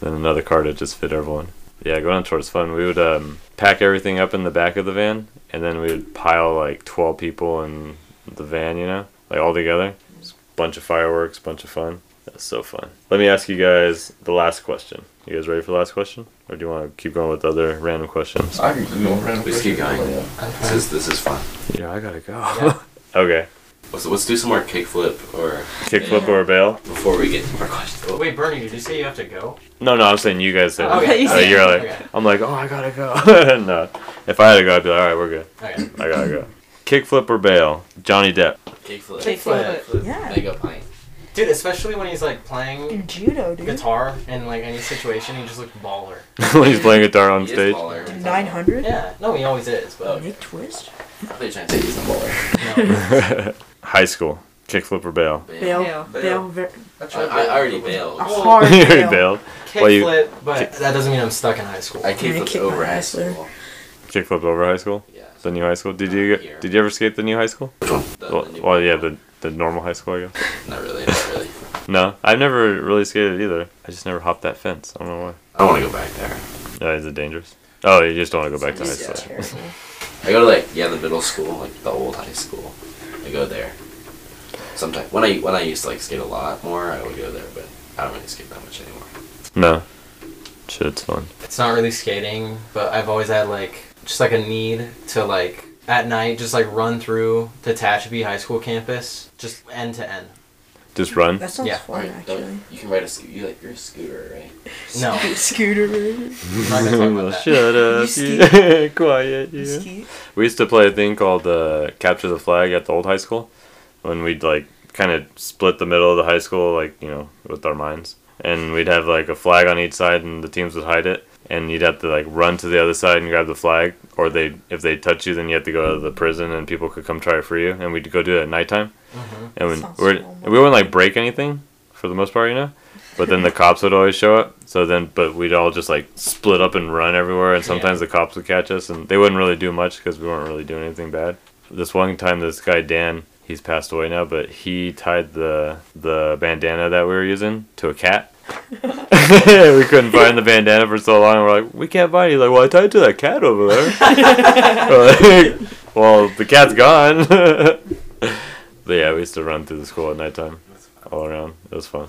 Speaker 3: then another car to just fit everyone. Yeah, going on tour is fun. We would um, pack everything up in the back of the van, and then we would pile like twelve people in the van. You know, like all together. Just bunch of fireworks, bunch of fun. That's so fun. Let me ask you guys the last question. You guys ready for the last question, or do you want to keep going with other random questions?
Speaker 5: I can go around.
Speaker 10: Let's keep going. This is, this is fun.
Speaker 3: Yeah, I gotta go. okay,
Speaker 10: Let's, let's do some more kickflip or
Speaker 3: kickflip or a bail?
Speaker 10: before we get to more questions. Oh,
Speaker 9: Wait, Bernie, did you say you have to go?
Speaker 3: No, no, I'm saying you guys said. it.
Speaker 9: Okay, you
Speaker 3: Uh,
Speaker 9: said-
Speaker 3: you're like,
Speaker 9: okay.
Speaker 3: I'm like, oh, I gotta go. no, if I had to go, I'd be like, all right, we're good.
Speaker 9: Okay.
Speaker 3: I gotta go. Kickflip or bail? Johnny Depp.
Speaker 10: Kickflip.
Speaker 9: Kickflip.
Speaker 7: Yeah.
Speaker 10: Mega pint.
Speaker 9: Dude, especially when he's like playing
Speaker 7: Dude, judo, dude.
Speaker 9: guitar in like any situation, he just looks baller.
Speaker 3: when he's playing guitar on
Speaker 10: He is
Speaker 3: stage.
Speaker 10: baller.
Speaker 7: Dude, 900?
Speaker 9: Yeah, no, he always is, but
Speaker 7: Nick Twist?
Speaker 10: I thought you were trying to say he's a baller.
Speaker 3: High school. Kickflip or bail?
Speaker 7: Bail. Bail.
Speaker 11: Bail.
Speaker 7: ver-
Speaker 10: I, I already bailed.
Speaker 7: a
Speaker 9: Well,
Speaker 7: hard
Speaker 3: you already
Speaker 7: bail.
Speaker 3: bailed.
Speaker 9: kickflip,
Speaker 3: Well, you-
Speaker 9: but that doesn't mean I'm stuck in high school.
Speaker 10: I
Speaker 7: I
Speaker 10: kickflipped
Speaker 7: kicked my
Speaker 10: over high
Speaker 7: ass there.
Speaker 10: school.
Speaker 3: Kickflip over high school?
Speaker 10: Yeah.
Speaker 3: The new high school? Did you
Speaker 10: Here.
Speaker 3: did you ever skate the new high school?
Speaker 10: The-
Speaker 3: Well,
Speaker 10: the new-
Speaker 3: well, yeah, the, the normal high school, I guess.
Speaker 10: Not really, not really.
Speaker 3: No, I've never really skated either. I just never hopped that fence. I don't know why.
Speaker 10: I don't want to go back there.
Speaker 3: Uh, is it dangerous? Oh, you just don't want to go back to high
Speaker 10: Yeah.
Speaker 3: school.
Speaker 7: Terrible.
Speaker 10: I go to like yeah the middle school, like the old high school. I go there. Sometimes when I when I used to like skate a lot more, I would go there, but I don't really skate that much anymore.
Speaker 3: No. Shit, it's fun.
Speaker 9: it's not really skating, but I've always had like just like a need to like at night just like run through the Tehachapi High School campus, just end to end.
Speaker 3: Just run.
Speaker 7: That sounds
Speaker 9: Yeah.
Speaker 7: fun,
Speaker 10: Alright, don't-
Speaker 7: actually.
Speaker 10: you can ride a scooter. You like you're a scooter, right?
Speaker 9: No, I'm
Speaker 7: Scooter. baby.
Speaker 9: not gonna talk about that.
Speaker 3: Shut up, you.
Speaker 7: skate?
Speaker 3: Quiet, you.
Speaker 7: Skeet.
Speaker 3: We used to play a thing called uh, capture the flag at the old high school, when we'd like kind of split the middle of the high school, like you know, with our minds, and we'd have like a flag on each side, and the teams would hide it, and you'd have to like run to the other side and grab the flag, or they if they touch you, then you had to go to the prison, and people could come try it for you, and we'd go do it at nighttime, and when
Speaker 7: Mm-hmm. Sounds
Speaker 3: we're,
Speaker 7: so much
Speaker 3: we wouldn't like break anything for the most part, you know. But then the cops would always show up. So then, but we'd all just like split up and run everywhere. And sometimes the cops would catch us, and they wouldn't really do much because we weren't really doing anything bad. This one time, this guy Dan, he's passed away now, but he tied the the bandana that we were using to a cat. we couldn't find the bandana for so long. We're like, we can't find it. He's like, well, I tied it to that cat over there. We're like, well, the cat's gone. but yeah, we used to run through the school at nighttime, all around. It was fun.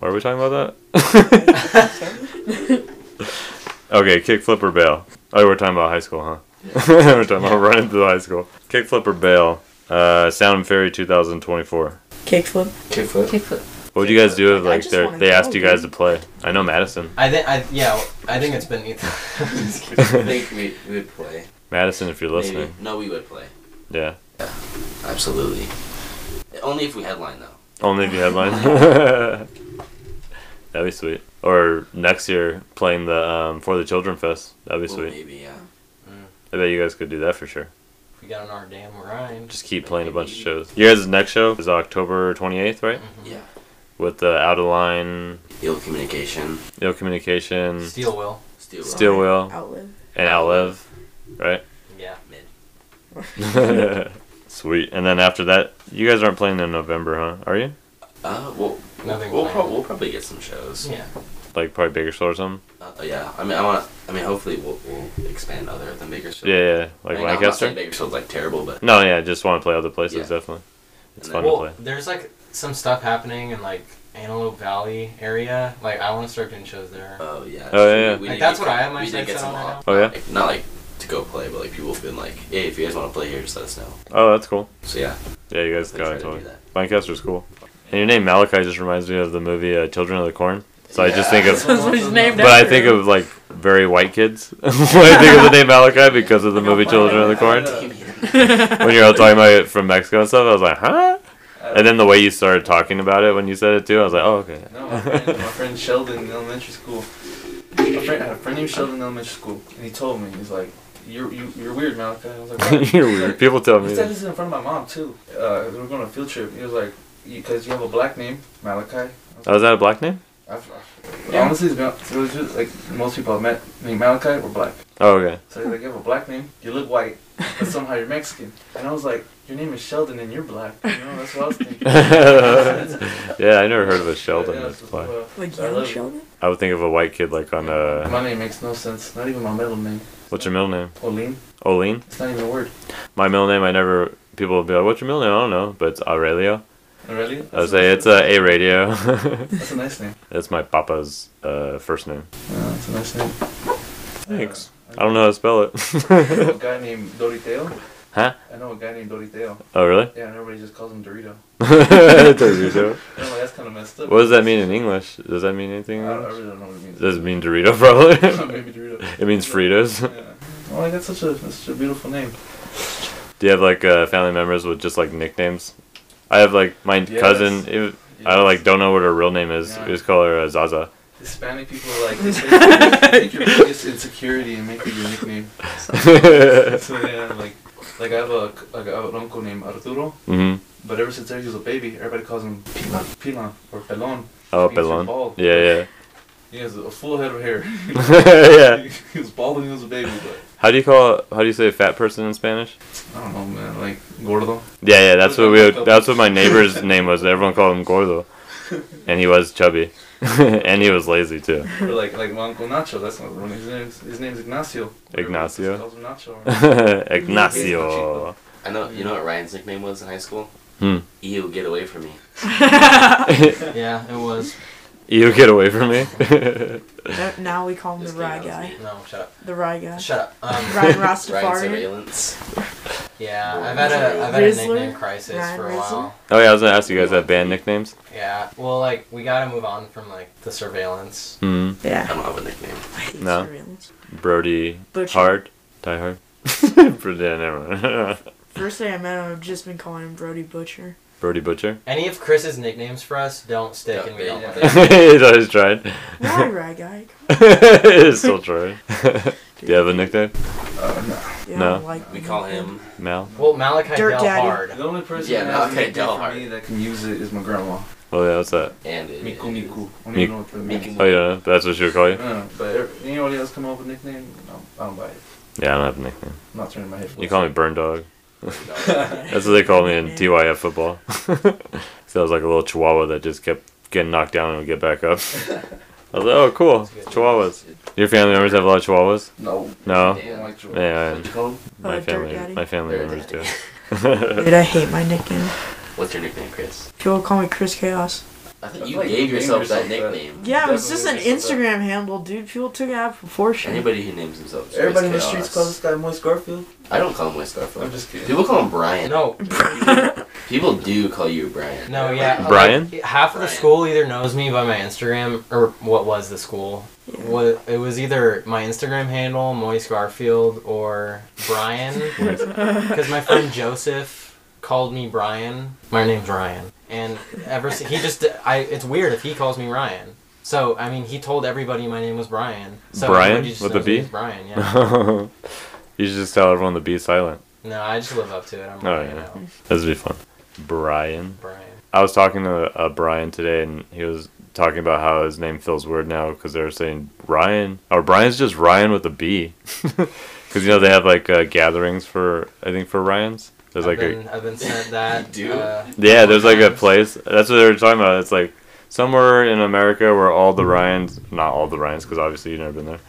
Speaker 3: Why are we talking about that? okay, kick, flip, or bail. Oh, we're talking about high school, huh? we're talking about running through high school. Kick, flip, or bail. Uh, Sound Fairy 2024.
Speaker 7: Kickflip.
Speaker 5: Kickflip.
Speaker 11: Kickflip.
Speaker 3: What would you guys do if like
Speaker 9: just
Speaker 3: they
Speaker 9: wanna
Speaker 3: they
Speaker 9: go,
Speaker 3: asked you guys to
Speaker 9: dude.
Speaker 3: play? I know Madison.
Speaker 9: I think I yeah I think it's beneath.
Speaker 10: I think we we would play.
Speaker 3: Madison, if you're
Speaker 10: Maybe.
Speaker 3: listening.
Speaker 10: No, we would play.
Speaker 3: Yeah.
Speaker 10: Absolutely. Only if we headline though.
Speaker 3: Only if you headline. That'd be sweet. Or next year playing the um, for the children fest. That'd be
Speaker 10: Well,
Speaker 3: sweet.
Speaker 10: maybe yeah.
Speaker 3: I bet you guys could do that for sure.
Speaker 9: we got on our damn rind.
Speaker 3: Just keep playing a bunch of shows. Your guys' next show is October 28th, right?
Speaker 10: Yeah.
Speaker 3: With the Out of Line,
Speaker 10: Ill communication.
Speaker 3: Ill Communication,
Speaker 9: Mm-hmm. Steel will.
Speaker 10: Steel.
Speaker 3: Steel Will,
Speaker 7: Outlive.
Speaker 3: and Outlive, right?
Speaker 9: Yeah.
Speaker 3: Sweet. And then after that, you guys aren't playing in November, huh? Are you?
Speaker 10: Uh, well,
Speaker 9: Nothing
Speaker 10: we'll,
Speaker 9: planned.
Speaker 10: prob- we'll probably get some shows.
Speaker 9: Yeah.
Speaker 3: Like probably Bakersfield or something?
Speaker 10: Uh, yeah. I mean, I want. I mean, hopefully we'll, we'll expand other than Bakersfield.
Speaker 3: Yeah, yeah.
Speaker 10: I
Speaker 3: Like
Speaker 10: mean, I'm not
Speaker 3: Lancaster?
Speaker 10: saying Bakersfield's like terrible, but
Speaker 3: No, yeah, just want to play other places,
Speaker 10: Yeah.
Speaker 3: definitely. It's
Speaker 10: And
Speaker 3: fun
Speaker 10: then-
Speaker 3: to play.
Speaker 9: Well, there's like some stuff happening in like Antelope Valley area. Like I want to start doing shows there.
Speaker 10: Oh yeah.
Speaker 3: Oh, yeah, yeah.
Speaker 10: We- we
Speaker 9: Like,
Speaker 10: did
Speaker 9: that's
Speaker 10: get
Speaker 9: what I
Speaker 10: some-
Speaker 9: have my
Speaker 10: we did
Speaker 9: sights
Speaker 10: get
Speaker 9: set
Speaker 10: some
Speaker 9: on right
Speaker 10: off-
Speaker 3: now. Oh, yeah?
Speaker 10: Like, not like to go play, but like people have been like, hey, if you guys want to play here, just let us know.
Speaker 3: Oh, that's cool.
Speaker 10: So yeah.
Speaker 3: Yeah, you guys
Speaker 10: They
Speaker 3: got
Speaker 10: try
Speaker 3: it.
Speaker 10: to do
Speaker 3: Totally.
Speaker 10: that.
Speaker 3: Lancaster's cool. And your name Malachi just reminds me of the movie uh, Children of the Corn. So I just think of,
Speaker 7: That's what he's named
Speaker 3: but I
Speaker 7: after.
Speaker 3: think of like very white kids. I think of the name Malachi because of the movie Children of the Corn. when you were all talking about it from Mexico and stuff, I was like, huh? And then the way you started talking about it when you said it too, I was like, oh okay.
Speaker 5: No, my friend, my friend Sheldon in elementary school. My friend, I had a friend named Sheldon in elementary school, and he told me, he's like, you're, you, you're weird, Malachi. I was like, "What?"
Speaker 3: You're
Speaker 5: He's
Speaker 3: weird.
Speaker 5: like-
Speaker 3: People tell me
Speaker 5: He said
Speaker 3: that.
Speaker 5: this in front of my mom, too. Uh, we were going on a field trip. He was like, because you have a black name, Malachi.
Speaker 3: Oh, is that a black name?
Speaker 5: I've, I've, Honestly, it's about, it's really just, like, most people I've met named Malachi were black.
Speaker 3: Oh, okay.
Speaker 5: So he's like, you have a black name, you look white, but somehow you're Mexican. And I was like, your name is Sheldon and you're black. You know, that's what I was thinking.
Speaker 3: yeah, I never heard of a Sheldon that's black.
Speaker 7: Like
Speaker 5: I
Speaker 7: young
Speaker 5: love it.
Speaker 7: Sheldon?
Speaker 3: I would think of a white kid like on uh,
Speaker 5: My name makes no sense. Not even my middle name.
Speaker 3: what's your middle name?
Speaker 5: Oline.
Speaker 3: Oline.
Speaker 5: It's not even a word.
Speaker 3: My middle name, I never. People will be like, "What's your middle name?" I don't know, but it's Aurelio.
Speaker 5: Aurelio?
Speaker 3: I would say it's uh, a radio.
Speaker 5: That's a nice name.
Speaker 3: That's my papa's uh, first name.
Speaker 5: Yeah, that's a nice name.
Speaker 3: Thanks. I don't know how to spell
Speaker 5: I know a
Speaker 3: it.
Speaker 5: guy named Doriteo.
Speaker 3: huh?
Speaker 5: I know a guy named Doriteo.
Speaker 3: Oh, really?
Speaker 5: Yeah, and everybody just calls him Dorito.
Speaker 3: Dorito.
Speaker 5: I'm like, that's kind of messed up.
Speaker 3: What does that mean in English? Does that mean anything?
Speaker 5: I,
Speaker 3: in
Speaker 5: don't, I
Speaker 3: English?
Speaker 5: really don't know what it means.
Speaker 3: Does it mean Dorito, probably?
Speaker 5: Maybe Dorito.
Speaker 3: it means Fritos.
Speaker 5: Yeah. Oh, like, that's such a, that's such a beautiful name.
Speaker 3: Do you have like uh, family members with just like nicknames? I have like my
Speaker 5: Yes.
Speaker 3: cousin. It, I like don't know what her real name is.
Speaker 5: Yeah.
Speaker 3: We just call her uh, Zaza.
Speaker 5: Hispanic people are like, they take, they take your biggest insecurity and make it your nickname. so yeah, like, like I have a like I have an uncle named Arturo,
Speaker 3: Mhm.
Speaker 5: but ever since he was a baby, everybody calls him Pila, Pila or Pelon.
Speaker 3: Oh,
Speaker 5: Means you're
Speaker 3: Pelon.
Speaker 5: bald.
Speaker 3: Yeah, yeah.
Speaker 5: He has a full head of hair.
Speaker 3: Yeah.
Speaker 5: He was bald when he was a baby, but
Speaker 3: How do you call? How do you say a fat person in Spanish?
Speaker 5: I don't know, man. Like gordo.
Speaker 3: Yeah, yeah. That's what we. Would, that's what my neighbor's name was. Everyone called him Gordo, and he was chubby, and he was lazy too.
Speaker 5: Or like like my uncle Nacho. That's not wrong. His name. His name's Ignacio.
Speaker 3: Ignacio?
Speaker 5: Calls him Nacho.
Speaker 3: Ignacio.
Speaker 10: I know. You know what Ryan's nickname was in high school?
Speaker 3: Hmm.
Speaker 10: Ew, get away from me.
Speaker 9: yeah, it was.
Speaker 3: You get away from me.
Speaker 7: Uh, Now we call him the Rye Guy.
Speaker 9: No, shut up.
Speaker 7: The Rye Guy.
Speaker 9: Shut up. Um,
Speaker 7: Ryan
Speaker 10: Ryan
Speaker 7: Rastafari.
Speaker 10: surveillance.
Speaker 9: yeah, I've had a I've had a
Speaker 7: Rizzler?
Speaker 9: nickname crisis
Speaker 7: Ryan
Speaker 9: for a
Speaker 7: Rizzler?
Speaker 9: while.
Speaker 3: oh yeah, I was gonna ask you guys that band nicknames.
Speaker 9: Yeah. Well, like we gotta move on from like the surveillance.
Speaker 3: Hmm.
Speaker 10: I
Speaker 7: Yeah.
Speaker 10: don't have a nickname.
Speaker 3: No.
Speaker 7: Surveillance.
Speaker 3: Brody
Speaker 7: Butch.
Speaker 3: Hard. Die Hard. Brody, yeah, never mind.
Speaker 7: First day I met him, I've just been calling him Brody Butcher.
Speaker 3: Brody Butcher.
Speaker 9: Any of Chris's nicknames for us don't stick,
Speaker 10: Yeah,
Speaker 9: and we
Speaker 10: they-
Speaker 9: don't.
Speaker 10: yeah.
Speaker 9: like it.
Speaker 3: He's always tried.
Speaker 7: Why Rye Guy?
Speaker 3: Still trying. Do you have a nickname?
Speaker 7: Yeah,
Speaker 3: No.
Speaker 7: Like
Speaker 10: We call him.
Speaker 3: Mal?
Speaker 9: Well, Malachi
Speaker 7: Dirt
Speaker 9: Del
Speaker 7: Daddy.
Speaker 9: Hard.
Speaker 5: The only person
Speaker 10: Yeah,
Speaker 5: that has a
Speaker 10: okay,
Speaker 5: nickname for
Speaker 10: Delhart.
Speaker 5: me that can use it is my grandma.
Speaker 3: Oh yeah, what's that?
Speaker 10: And it
Speaker 5: Miku Miku. I don't
Speaker 3: Mik-
Speaker 5: even know what that means.
Speaker 10: Miku
Speaker 3: Oh yeah, that's what she would call you?
Speaker 5: Uh, but every- anybody else come up with a nickname? No, I don't buy it.
Speaker 3: Yeah, I don't have a nickname.
Speaker 5: I'm not turning my head.
Speaker 3: You call me Burn Dog. That's what they called me in TYF football. so I was like a little chihuahua that just kept getting knocked down and would get back up. I was like, oh cool, chihuahuas. Your family members have a lot of chihuahuas?
Speaker 5: No.
Speaker 3: No?
Speaker 5: I don't like George.
Speaker 3: Yeah,
Speaker 5: What you call him?
Speaker 3: My
Speaker 7: Uh, Dirt
Speaker 3: family,
Speaker 7: Daddy.
Speaker 3: my family
Speaker 10: Dirt
Speaker 3: members do.
Speaker 10: Daddy.
Speaker 7: Dude, I hate my nickname.
Speaker 10: What's your nickname, Chris?
Speaker 7: People call me Chris Chaos.
Speaker 10: I think
Speaker 5: That's
Speaker 10: you
Speaker 5: like
Speaker 10: gave
Speaker 5: you named
Speaker 10: yourself that
Speaker 5: yourself that.
Speaker 10: nickname.
Speaker 7: Yeah, it was just an
Speaker 5: Definitely just like
Speaker 7: Instagram handle, dude. People took it out of proportion.
Speaker 10: Anybody who names themselves. Chris
Speaker 5: Everybody in the
Speaker 10: Chaos.
Speaker 5: streets calls this guy Moist Garfield.
Speaker 10: I don't call him West Garfield.
Speaker 5: I'm just kidding.
Speaker 10: People call him Brian.
Speaker 9: No,
Speaker 10: People do call you Brian.
Speaker 9: No, yeah. like, half of the school either knows me by my Instagram or what was the school. What it was either my Instagram handle, Moise Garfield, or Brian, because my friend Joseph called me Brian. My name's Ryan, and ever since he just I it's weird if he calls me Ryan. So I mean, he told everybody my name was Brian. So
Speaker 3: Brian
Speaker 9: everybody just
Speaker 3: with the
Speaker 9: knows me
Speaker 3: B.
Speaker 9: as Brian, yeah.
Speaker 3: you should just tell everyone the B is silent.
Speaker 9: no, I just live up to it. I'm
Speaker 3: Oh
Speaker 9: Ryan
Speaker 3: yeah,
Speaker 9: now.
Speaker 3: this would be fun. Brian.
Speaker 9: Brian.
Speaker 3: I was talking to uh, Brian today, and he was talking about how his name fills word now because they were saying Ryan or Brian's just Ryan with a B, because you know they have like uh, gatherings for I think for Ryan's. There's like
Speaker 9: I've, been,
Speaker 3: a
Speaker 9: I've been sent that. uh,
Speaker 3: yeah, there's like a place. That's what they were talking about. It's like somewhere in America where all the Ryans, not all the Ryans, because obviously you've never been there,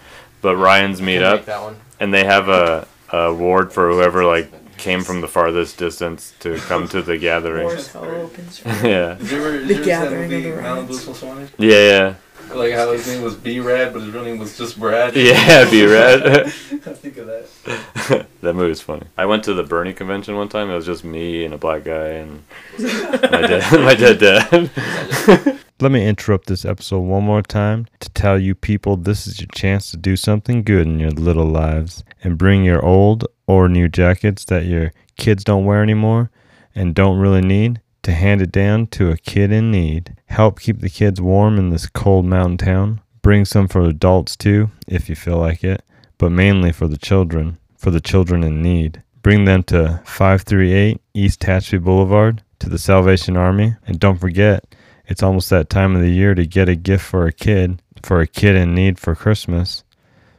Speaker 3: but Ryans meet
Speaker 9: Can make
Speaker 3: up,
Speaker 9: that one.
Speaker 3: and they have a, a award for whoever like came from the farthest distance to come to the gathering.
Speaker 7: Doors hell opens.
Speaker 3: yeah.
Speaker 5: Did you ever,
Speaker 7: The
Speaker 5: did you ever see that
Speaker 7: gathering of
Speaker 5: movie,
Speaker 7: the
Speaker 5: Malibu's
Speaker 7: Ryan's.
Speaker 5: Most Wanted?
Speaker 3: Yeah, yeah.
Speaker 5: Like how his name was B Rad, but his real name was just Brad.
Speaker 3: Yeah, B-Rad.
Speaker 5: I think of that.
Speaker 3: that movie's funny. I went to the Bernie convention one time. It was just me and a black guy and my dad. My dead dad. Let me interrupt this episode one more time to tell you people this is your chance to do something good in your little lives and bring your old or new jackets that your kids don't wear anymore and don't really need to hand it down to a kid in need. Help keep the kids warm in this cold mountain town. Bring some for adults too, if you feel like it, but mainly for the children, for the children in need. Bring them to 538 East Hatchby Boulevard to the Salvation Army. And don't forget, it's almost that time of the year to get a gift for a kid, for a kid in need for Christmas.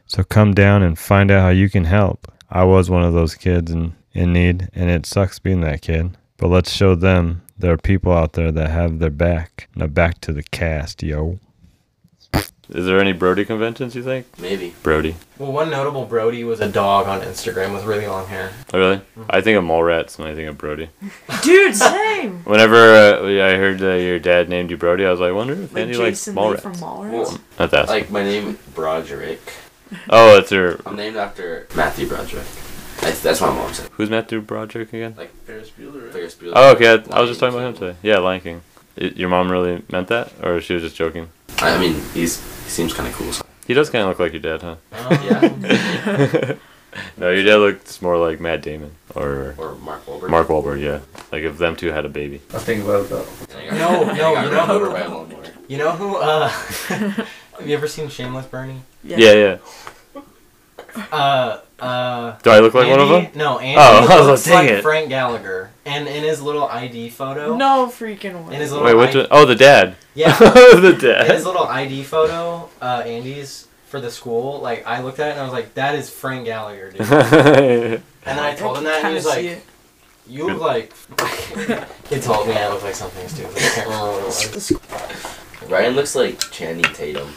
Speaker 3: So come down and find out how you can help. I was one of those kids in, in need, and it sucks being that kid. But let's show them there are people out there that have their back. Now back to the cast, yo. Is there any Brody conventions you think?
Speaker 10: Maybe.
Speaker 3: Brody.
Speaker 9: Well, one notable Brody was a dog on Instagram with really long hair.
Speaker 3: Oh, really? I think of mole rats and I think of Brody.
Speaker 7: Dude, same.
Speaker 3: Whenever uh, yeah, I heard uh, your dad named you Brody, I was like, wonder if
Speaker 7: Like
Speaker 3: Andy
Speaker 7: Jason
Speaker 3: likes mall
Speaker 7: Lee
Speaker 3: rats.
Speaker 7: from
Speaker 10: Well,
Speaker 7: Mallrats.
Speaker 3: Not that.
Speaker 10: Like my name Broderick.
Speaker 3: oh, it's your.
Speaker 10: I'm named after Matthew Broderick. That's, that's what my mom said.
Speaker 3: Who's Matthew Broderick again?
Speaker 10: Like Ferris Bueller. Ferris Bueller.
Speaker 3: Oh, okay. I, I was just talking about him today. Yeah, Lion King. Y- your mom really meant that, or she was just joking?
Speaker 10: I mean, he's he seems kind of cool. So.
Speaker 3: He does kind of look like your dad, huh?
Speaker 9: Oh,
Speaker 10: Yeah.
Speaker 3: no, your dad looks more like Matt Damon or
Speaker 10: Or Mark Wahlberg.
Speaker 3: Mark Wahlberg, yeah. Like if them two had a baby.
Speaker 5: I think about that.
Speaker 9: No,
Speaker 10: I
Speaker 9: no, you
Speaker 10: got
Speaker 9: know
Speaker 10: run
Speaker 9: who?
Speaker 10: over by a lawnmower.
Speaker 9: You know who? Uh, have you ever seen Shameless Bernie?
Speaker 3: Yeah, yeah.
Speaker 9: Uh, uh.
Speaker 3: Do I look like one of
Speaker 9: Andy-
Speaker 3: them?
Speaker 9: No, Andy
Speaker 3: Oh, I was
Speaker 9: looks
Speaker 3: like,
Speaker 9: like
Speaker 3: dang it.
Speaker 9: Frank Gallagher, and in his little ID photo.
Speaker 7: No freaking way.
Speaker 9: In his little
Speaker 3: Wait, which
Speaker 9: I-
Speaker 3: one? Oh, the dad.
Speaker 9: Yeah.
Speaker 3: the dad.
Speaker 9: In his little ID photo, uh, Andy's for the school. Like I looked at it and I was like, that is Frank Gallagher, dude. And then I told him that, and he was like, "You look like." he told me I look like something stupid. I can't remember what it was.
Speaker 10: Ryan looks like Channing Tatum.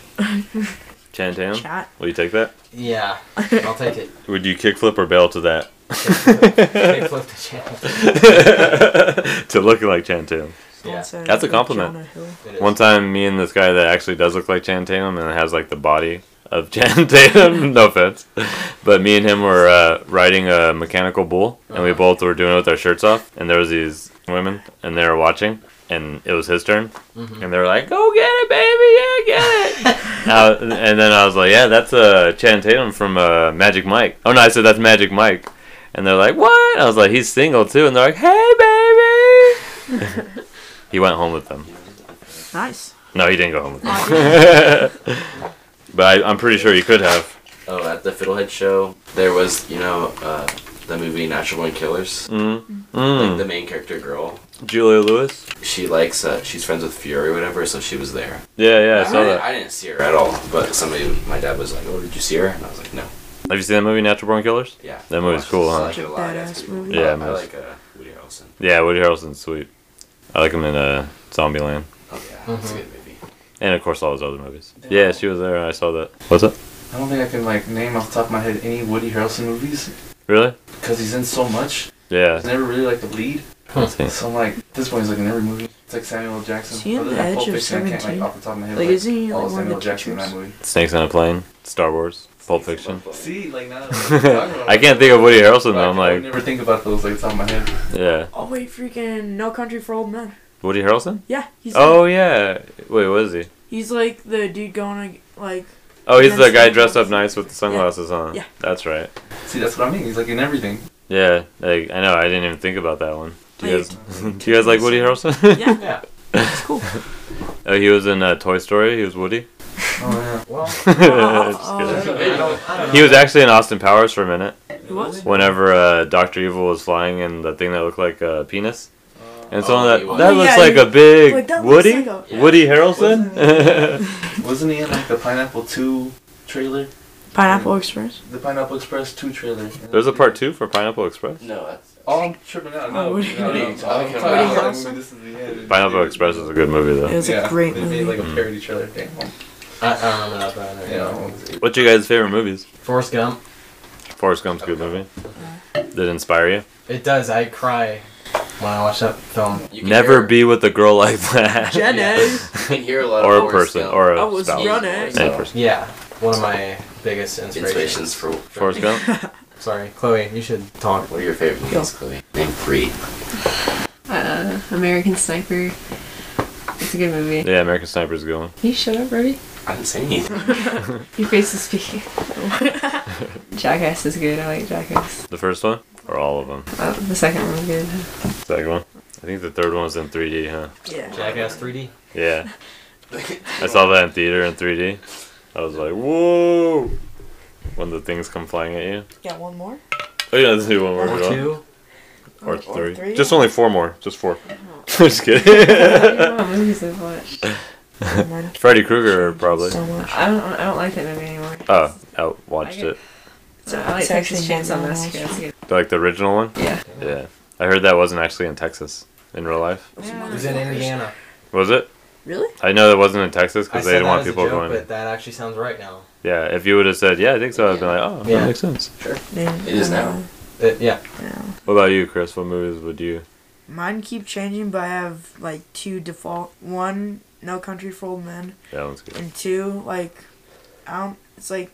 Speaker 3: Chan Tam?
Speaker 7: Chat.
Speaker 3: Will you take that?
Speaker 9: Yeah, I'll take it.
Speaker 3: Would you kickflip or bail to that?
Speaker 9: Kickflip to
Speaker 3: to look like Chan Tam.
Speaker 9: Yeah.
Speaker 7: uh,
Speaker 3: That's a compliment. One time, me and this guy that actually does look like Chan Tatum and has like the body of Chan Tatum, no offense, but me and him were uh, riding a mechanical bull and we both were doing it with our shirts off. And there was these women and they were watching and it was his turn and they were like, go get it, baby, yeah, get it. Uh, and then I was like, yeah, that's uh, Chan Tatum from uh, Magic Mike. Oh no, I said that's Magic Mike. And they're like, what? I was like, he's single too. And they're like, hey, baby. he went home with them.
Speaker 7: Nice.
Speaker 3: No, he didn't go home with
Speaker 7: Oh,
Speaker 3: them. but I, I'm pretty sure he could have.
Speaker 10: Oh, at the Fiddlehead show, there was you know uh, the movie Natural Born Killers.
Speaker 3: Mm.
Speaker 10: Like the
Speaker 3: Mm.
Speaker 10: main character girl,
Speaker 3: Julia Lewis?
Speaker 10: she likes uh, she's friends with Fury or whatever, so she was there.
Speaker 3: Yeah, yeah, I saw
Speaker 10: didn't-
Speaker 3: that.
Speaker 10: I didn't see her at all, but somebody, my dad was like, "Oh, did you see her?" And I was like, "No."
Speaker 3: Have you seen that movie, Natural Born Killers?
Speaker 10: Yeah.
Speaker 3: That movie's cool, huh?
Speaker 10: Such a lot. That's
Speaker 7: Badass
Speaker 10: pretty cool.
Speaker 7: movie.
Speaker 3: Yeah,
Speaker 10: I,
Speaker 3: it
Speaker 10: I
Speaker 3: is.
Speaker 10: like uh, Woody Harrelson.
Speaker 3: Yeah, Woody Harrelson's sweet. I like him in uh, Zombieland.
Speaker 10: Oh yeah,
Speaker 3: Mm-hmm.
Speaker 10: that's a good movie.
Speaker 3: And of course, all his other movies. Yeah, she was there and I saw that. What's up?
Speaker 5: I don't think I can like name off the top of my head any Woody Harrelson movies
Speaker 3: Really?
Speaker 5: because he's in so much.
Speaker 3: Yeah.
Speaker 5: He's never really like the lead. So I'm like, this boy's like in every movie. It's like Samuel L. Jackson.
Speaker 7: Is he on
Speaker 5: Other
Speaker 7: the
Speaker 5: than
Speaker 7: edge
Speaker 5: Pulp
Speaker 7: of
Speaker 5: Fiction, I can't,
Speaker 7: 17?
Speaker 5: Like, off the top of my head,
Speaker 7: Like,
Speaker 5: but
Speaker 7: isn't he, like,
Speaker 5: all
Speaker 7: one of
Speaker 5: Samuel
Speaker 7: the
Speaker 5: Jackson in that
Speaker 7: pictures?
Speaker 5: movie?
Speaker 3: Snakes on a Plane, Star Wars, Pulp Fiction.
Speaker 5: See, like now.
Speaker 3: I can't think of Woody Harrelson though. I'm
Speaker 5: I never
Speaker 3: like,
Speaker 5: think about those like top of my head.
Speaker 3: yeah,
Speaker 7: Oh wait, freaking No Country for Old Men.
Speaker 3: Woody Harrelson.
Speaker 7: Yeah, he's
Speaker 3: Oh yeah. Wait, what is he?
Speaker 7: he's like the dude going like.
Speaker 3: Oh, he's the
Speaker 7: against
Speaker 3: guy dressed up nice with the sunglasses on.
Speaker 7: Yeah.
Speaker 3: That's right.
Speaker 5: See, that's what I mean. He's like in everything.
Speaker 3: Yeah, like I know. I didn't even think about that one. Do you
Speaker 7: Like-
Speaker 3: guys, do you guys like Woody Harrelson?
Speaker 7: Yeah.
Speaker 3: It's
Speaker 7: cool.
Speaker 3: oh, he was in uh, Toy Story. He was Woody.
Speaker 5: Oh yeah.
Speaker 9: Well,
Speaker 3: Just kidding.
Speaker 9: I don't- I don't
Speaker 3: he
Speaker 9: know.
Speaker 3: was actually in Austin Powers for a minute.
Speaker 7: He was?
Speaker 3: Whenever uh, Doctor Evil was flying in the thing that looked like a penis. And so
Speaker 10: Oh,
Speaker 3: that
Speaker 10: he was.
Speaker 3: that
Speaker 10: Yeah,
Speaker 3: looks
Speaker 10: he-
Speaker 3: like a big
Speaker 7: like, that looks
Speaker 3: Woody
Speaker 7: like
Speaker 3: Woody Harrelson.
Speaker 5: Wasn't he in like the Pineapple Two trailer?
Speaker 7: Pineapple Express.
Speaker 5: The Pineapple Express Two trailer.
Speaker 3: There's a part two for Pineapple Express.
Speaker 10: No, that's
Speaker 5: Oh, I'm tripping out. No,
Speaker 7: Woody-
Speaker 5: no, no,
Speaker 10: Woody- Woody
Speaker 5: no, I'm talking
Speaker 10: Harrelson?
Speaker 5: about that movie, This is the end.
Speaker 3: Pineapple Express is a good Mm-hmm. movie
Speaker 7: Oh, It
Speaker 3: though.
Speaker 7: was a great
Speaker 5: they
Speaker 7: movie.
Speaker 5: made like a parody trailer thing.
Speaker 9: I, I don't remember that, but I know.
Speaker 5: Yeah.
Speaker 9: Yeah.
Speaker 3: What's your guys' favorite movies?
Speaker 9: Forrest Gump.
Speaker 3: Forrest Gump's a good movie. Did it inspire you?
Speaker 9: It does. I cry when I watch that film.
Speaker 10: You can
Speaker 3: Never
Speaker 10: hear-
Speaker 3: be with a girl like that.
Speaker 7: Jenny.
Speaker 10: You can hear a lot
Speaker 3: or
Speaker 10: of
Speaker 3: a
Speaker 10: horror
Speaker 3: person,
Speaker 10: still.
Speaker 3: or a
Speaker 7: I was
Speaker 3: spouse.
Speaker 7: running.
Speaker 3: Any
Speaker 10: So-
Speaker 3: person.
Speaker 9: Yeah, one of my biggest inspirations.
Speaker 10: Inspirations for
Speaker 3: Forrest Gump.
Speaker 9: Sorry, Chloe, you should talk.
Speaker 10: what are your favorite movies, Chloe? Name three.
Speaker 11: Uh, American Sniper. It's a good movie.
Speaker 3: yeah, American Sniper's a good one.
Speaker 11: Can you shut up, Robbie?
Speaker 10: I didn't say anything.
Speaker 11: Your face is speaking. Jackass is good. I like Jackass.
Speaker 3: The first one, or all of them.
Speaker 11: Uh, the second one was good.
Speaker 3: Second one. I think the third one was in 3D, huh?
Speaker 7: Yeah.
Speaker 9: Jackass 3D.
Speaker 3: Yeah. I saw that in theater in 3D. I was like, whoa! When the things come flying at you.
Speaker 7: Got one more.
Speaker 3: Oh yeah, let's do one more.
Speaker 9: Or
Speaker 3: if you want.
Speaker 9: two.
Speaker 3: Or,
Speaker 7: Or
Speaker 3: three.
Speaker 7: three,
Speaker 3: Just
Speaker 7: yeah.
Speaker 3: only four more. Just four.
Speaker 9: Oh.
Speaker 3: Just kidding.
Speaker 11: I don't know what movies I've watched.
Speaker 7: Never mind.
Speaker 3: Freddy Krueger, probably.
Speaker 7: So much.
Speaker 11: I don't. I don't like that movie anymore.
Speaker 3: Oh, I watched
Speaker 11: I get-
Speaker 3: it.
Speaker 11: So I like
Speaker 7: Sexy
Speaker 11: Texas Chainsaw
Speaker 7: Chainsaw
Speaker 11: Massacre. That's good.
Speaker 3: Like the original one?
Speaker 11: Yeah.
Speaker 3: Yeah. I heard that wasn't actually in Texas in real life.
Speaker 9: It was in Indiana.
Speaker 3: Was it?
Speaker 7: Really?
Speaker 3: I know that wasn't in Texas
Speaker 9: I
Speaker 3: because they
Speaker 9: said that
Speaker 3: didn't want
Speaker 9: as a
Speaker 3: people
Speaker 9: joke,
Speaker 3: going.
Speaker 9: but that actually sounds right now.
Speaker 3: Yeah, if you would have said, yeah, I think so, I'd have been like, oh,
Speaker 9: Yeah.
Speaker 3: that makes sense.
Speaker 7: Man, uh,
Speaker 10: It is
Speaker 7: I
Speaker 10: now.
Speaker 7: don't know.
Speaker 9: It, yeah.
Speaker 3: What about you, Chris? What movies would you?
Speaker 7: Mine keep changing, but I have like two default. One, No Country for Old Men,
Speaker 3: That one's good.
Speaker 7: and two, like, I don't. It's like,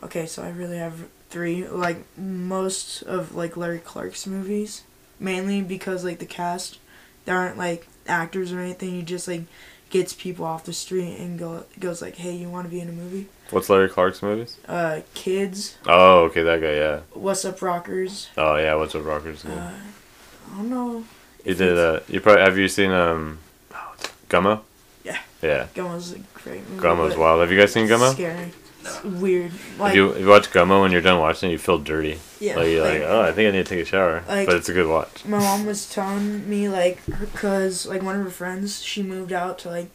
Speaker 7: okay, so I really have three. Like most of like Larry Clark's movies, mainly because like the cast, they aren't like actors or anything. He just like gets people off the street and go goes like, hey, you want to be in a movie?
Speaker 3: What's Larry Clark's movies?
Speaker 7: Uh, kids,
Speaker 3: Oh, okay, that guy, yeah.
Speaker 7: what's up, rockers?
Speaker 3: Oh, yeah, what's up, Rockers? Good.
Speaker 7: Uh, I don't know.
Speaker 3: you did. Uh, you probably have you seen um, Gummo?
Speaker 7: Yeah.
Speaker 3: Yeah,
Speaker 7: Gummo's a great movie.
Speaker 3: Gummo's
Speaker 7: but
Speaker 3: wild. Have you guys seen Gummo?
Speaker 7: Scary. It's weird. Like,
Speaker 3: if you if you watch Gummo when you're done watching, it, you feel dirty.
Speaker 7: Yeah,
Speaker 3: Like you're like,
Speaker 7: like-
Speaker 3: oh, I think I need to take a shower.
Speaker 7: Like-
Speaker 3: but it's a good watch.
Speaker 7: my mom was telling me like because like one of her friends she moved out to like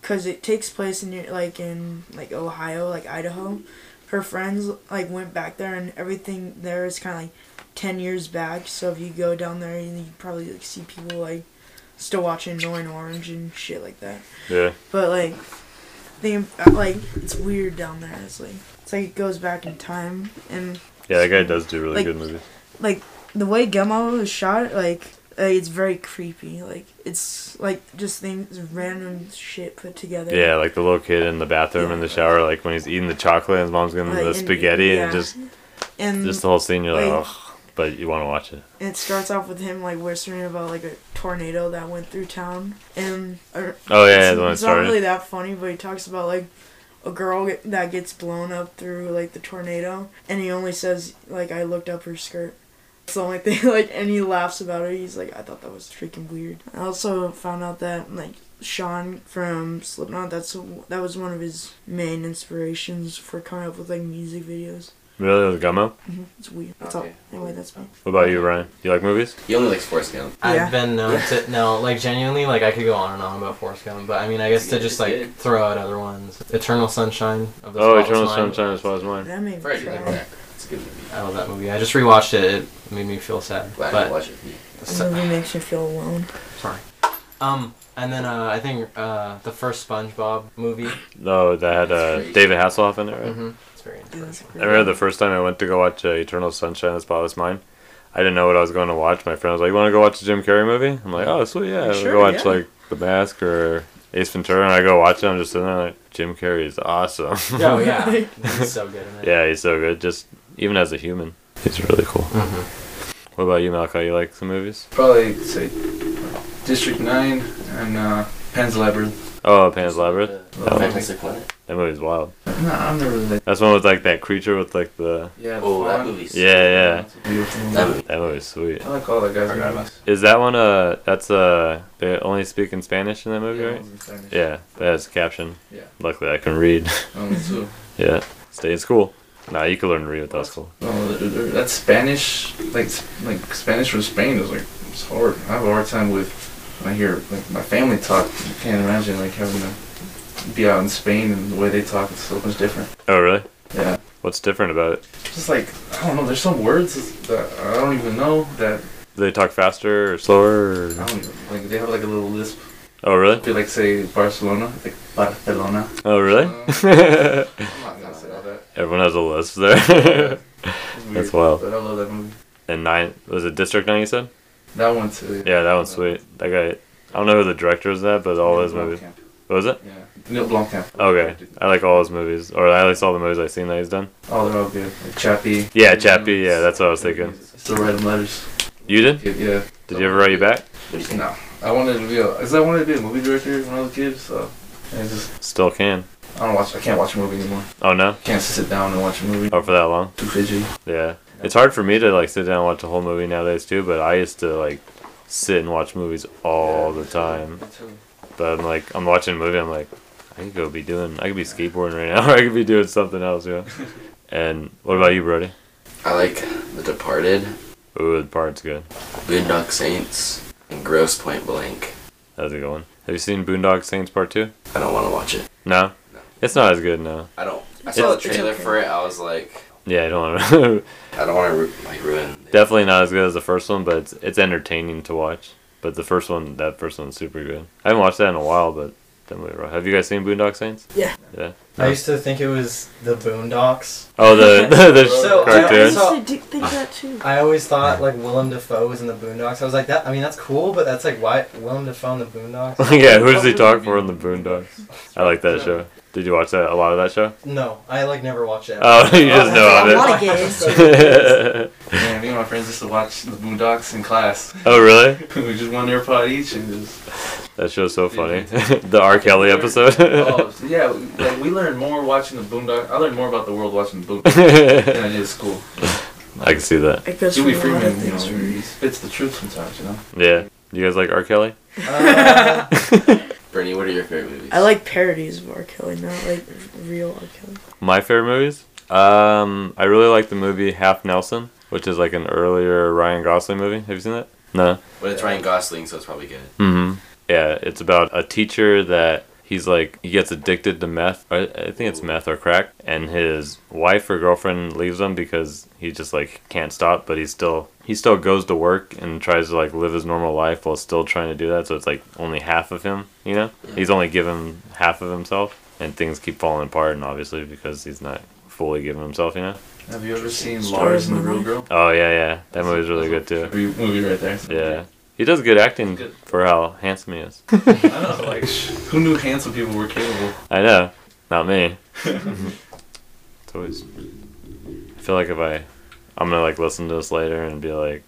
Speaker 7: because it takes place in like in like ohio like idaho her friends like went back there and everything there is kind of like 10 years back so if you go down there you probably like see people like still watching Northern orange and shit like that
Speaker 3: Yeah.
Speaker 7: but like think about, like it's weird down there it's like it's like it goes back in time and
Speaker 3: Yeah, that guy does do really
Speaker 7: Like-
Speaker 3: good movies.
Speaker 7: like the way Gummo is shot, like uh, it's very creepy. Like it's like just things random shit put together.
Speaker 3: Yeah, like the little kid in the bathroom in the shower, like when he's eating the chocolate and his mom's giving him
Speaker 7: Like,
Speaker 3: the
Speaker 7: and-
Speaker 3: spaghetti
Speaker 7: yeah.
Speaker 3: and just
Speaker 7: and
Speaker 3: just the whole scene. You're like,
Speaker 7: like-
Speaker 3: oh, but you want to watch it.
Speaker 7: it starts off with him like whispering about like a tornado that went through town, and or,
Speaker 3: Oh yeah,
Speaker 7: it's,
Speaker 3: the one that
Speaker 7: it's not
Speaker 3: started.
Speaker 7: really that funny, but he talks about like a girl get- that gets blown up through like the tornado, and he only says like I looked up her skirt. It's the only thing like, and he laughs about it. He's like, I thought that was freaking weird. I also found out that like Sean from Slipknot, that's that was one of his main inspirations for coming up with like music videos. Mm-hmm.
Speaker 3: Really, with Gummo?
Speaker 7: It's weird. That's
Speaker 10: Okay.
Speaker 7: all. Anyway, that's me.
Speaker 3: What about you, Ryan? You like movies?
Speaker 10: He only likes Forrest Gump.
Speaker 7: Yeah.
Speaker 9: I've been known to no, like genuinely, like I could go on and on about Forrest Gump, but I mean, I guess to just like throw out other ones, Eternal Sunshine of the
Speaker 3: Oh,
Speaker 9: Spotless
Speaker 3: Eternal
Speaker 9: Mind.
Speaker 3: Sunshine as far as mine.
Speaker 7: That made me
Speaker 10: Freddy
Speaker 7: cry.
Speaker 10: Krueger. It's a good movie.
Speaker 9: I love that movie. I just rewatched it. It made me feel sad.
Speaker 10: Glad I
Speaker 9: but
Speaker 10: didn't watch it.
Speaker 7: This movie makes you feel alone.
Speaker 9: sorry. Um, and then uh, I think uh, the first SpongeBob movie.
Speaker 3: No, that had uh, David Hasselhoff in it, right?
Speaker 9: Mm-hmm. It's very
Speaker 7: It is
Speaker 9: interesting.
Speaker 3: I remember the first time I went to go watch uh, Eternal Sunshine of the Spotless Mind. I didn't know what I was going to watch. My friend was like, "You want to go watch a Jim Carrey movie?" I'm like, "Oh, sweet, yeah."
Speaker 2: Sure,
Speaker 3: go watch
Speaker 2: yeah.
Speaker 3: like The Mask or Ace Ventura, and I go watch it. I'm just sitting there like, Jim Carrey is awesome.
Speaker 9: Oh, yeah. He's so good in it.
Speaker 3: Yeah, he's so good. Just even as a human, he's really cool. What about you, Malcolm? You like some movies?
Speaker 5: Probably say District 9 and uh, Pan's Labyrinth.
Speaker 3: Oh, Pan's Labyrinth.
Speaker 5: Yeah.
Speaker 3: Oh,
Speaker 5: Fantastic
Speaker 10: Planet.
Speaker 3: That movie's wild.
Speaker 5: No, I've never really-
Speaker 3: That's one with like that creature with like the.
Speaker 5: Yeah, the
Speaker 10: Oh, that
Speaker 5: fawn.
Speaker 10: movie's.
Speaker 3: Yeah,
Speaker 5: It's a
Speaker 10: yeah.
Speaker 5: beautiful
Speaker 10: That
Speaker 5: movie.
Speaker 10: movie.
Speaker 3: That movie's sweet.
Speaker 5: I like all the guys.
Speaker 10: Forgot about
Speaker 3: Is that one uh that's uh they only speak in Spanish in that movie,
Speaker 5: Yeah,
Speaker 3: right?
Speaker 5: only in Spanish.
Speaker 3: Yeah, that has a caption.
Speaker 5: Yeah.
Speaker 3: Luckily I can read.
Speaker 5: Oh, me too.
Speaker 3: yeah. Stay in school. Nah, you can learn to read with that school.
Speaker 5: Oh, th- th- that's Spanish. Like, s- like Spanish from Spain is like it's hard. I have a hard time with when I hear like my family talk. I can't imagine like having to be out in Spain and the way they talk is so much different.
Speaker 3: Oh really?
Speaker 5: Yeah.
Speaker 3: What's different about it?
Speaker 5: Just like I don't know. There's some words that I don't even know that
Speaker 3: Do they talk faster or slower or...
Speaker 5: I don't even like. They have like a little lisp.
Speaker 3: Oh really?
Speaker 5: They like say Barcelona, like Barcelona.
Speaker 3: Oh really?
Speaker 5: I'm not gonna say all that.
Speaker 3: Everyone has a list there.
Speaker 5: It's weird,
Speaker 3: that's wild.
Speaker 5: But I love that movie.
Speaker 3: And nine was it District Nine? You said?
Speaker 5: That one too.
Speaker 3: Yeah, that
Speaker 5: Uh,
Speaker 3: one's sweet. That guy. I don't know who the director is that, but all
Speaker 5: Neil
Speaker 3: his movies.
Speaker 5: Blomkamp.
Speaker 3: What was it?
Speaker 5: Yeah. Neil Blomkamp.
Speaker 3: Okay, I like all his movies, or I like all the movies I've seen that he's done.
Speaker 5: Oh, they're all good. Like Chappie.
Speaker 3: Yeah, Chappie. Yeah, that's what I was thinking.
Speaker 5: Still writing letters.
Speaker 3: You did?
Speaker 5: Yeah.
Speaker 3: Did you ever write you back?
Speaker 5: No, I wanted to be a, cause I wanted to be a movie director when I was a kid. So I just
Speaker 3: Still can.
Speaker 5: I don't watch. I can't watch a movie anymore.
Speaker 3: Oh no.
Speaker 5: Can't sit down and watch a movie.
Speaker 3: Oh, for that long.
Speaker 5: Too fidgety.
Speaker 3: Yeah, it's hard for me to like sit down and watch a whole movie nowadays too. But I used to like sit and watch movies all the time. But I'm like, I'm watching a movie. I'm like, I could go be doing. I could be skateboarding right now. or I could be doing something else. Yeah. and what about you, Brody?
Speaker 10: I like The Departed,
Speaker 3: Ooh, the part's good.
Speaker 10: Boondock Saints, and Gross Point Blank.
Speaker 3: That's a good one. Have you seen Boondock Saints Part Two?
Speaker 10: I don't want to watch it.
Speaker 3: No. It's not as good now.
Speaker 10: I don't. I
Speaker 3: It's-
Speaker 10: saw the
Speaker 3: it's
Speaker 10: trailer
Speaker 3: okay.
Speaker 10: for it. I was like,
Speaker 3: Yeah, I don't. wanna-
Speaker 10: I don't want to ru- like ruin.
Speaker 3: Definitely not as good as the first one, but it's it's entertaining to watch. But the first one, that first one's super good. I haven't watched that in a while, but that movie. rocked. Have you guys seen Boondock Saints?
Speaker 7: Yeah.
Speaker 3: Yeah.
Speaker 9: I used to think it was the Boondocks.
Speaker 3: Oh, the the, the
Speaker 9: So, uh, I
Speaker 3: cartoon.
Speaker 9: used to
Speaker 7: do think that too.
Speaker 9: I always thought like Willem Dafoe was in the Boondocks. I was like, that. I mean, that's cool, but that's like why Willem Dafoe in the Boondocks?
Speaker 3: yeah, who does he talk for in the Boondocks? I like that show. Did you watch that a lot of that show?
Speaker 9: No, I like never watched it.
Speaker 3: Oh, you just know of it.
Speaker 5: Man, me and my friends used to watch the Boondocks in class.
Speaker 3: Oh, really?
Speaker 5: we just one AirPod each and just.
Speaker 3: That show's so funny. the R. Kelly episode.
Speaker 5: Oh so yeah, like we learned more watching the Boondocks. I learned more about the world watching the Boondocks than I did at school.
Speaker 3: I can see that.
Speaker 7: It goes
Speaker 5: Dewey
Speaker 7: for a lot of
Speaker 5: Freeman, you know,
Speaker 7: things for me.
Speaker 5: he spits the truth sometimes, you know.
Speaker 3: Yeah. You guys like R. Kelly?
Speaker 10: Brittany, what are your favorite movies?
Speaker 7: I like parodies of R. Kelly, not like real R. Kelly.
Speaker 3: My favorite movies? Um, I really like the movie Half Nelson, which is like an earlier Ryan Gosling movie. Have you seen that? No.
Speaker 10: But it's Ryan Gosling, so it's probably good.
Speaker 3: Mm-hmm. Yeah, it's about a teacher that he's like he gets addicted to meth. Or I think it's meth or crack, and his wife or girlfriend leaves him because he just like can't stop. But he still he still goes to work and tries to like live his normal life while still trying to do that. So it's like only half of him. You know, he's only given half of himself, and things keep falling apart. And obviously because he's not fully giving himself. You know.
Speaker 5: Have you ever seen
Speaker 7: Story
Speaker 5: Lars
Speaker 7: of
Speaker 5: and the
Speaker 7: my
Speaker 5: Real
Speaker 7: life.
Speaker 5: Girl?
Speaker 3: Oh yeah, yeah, that movie's really good too.
Speaker 5: Every movie right there.
Speaker 3: Yeah, he does good acting for how handsome he is.
Speaker 5: I know, like, who knew handsome people were capable?
Speaker 3: I know. Not me. it's always. I feel like if I, I'm gonna like listen to this later and be like,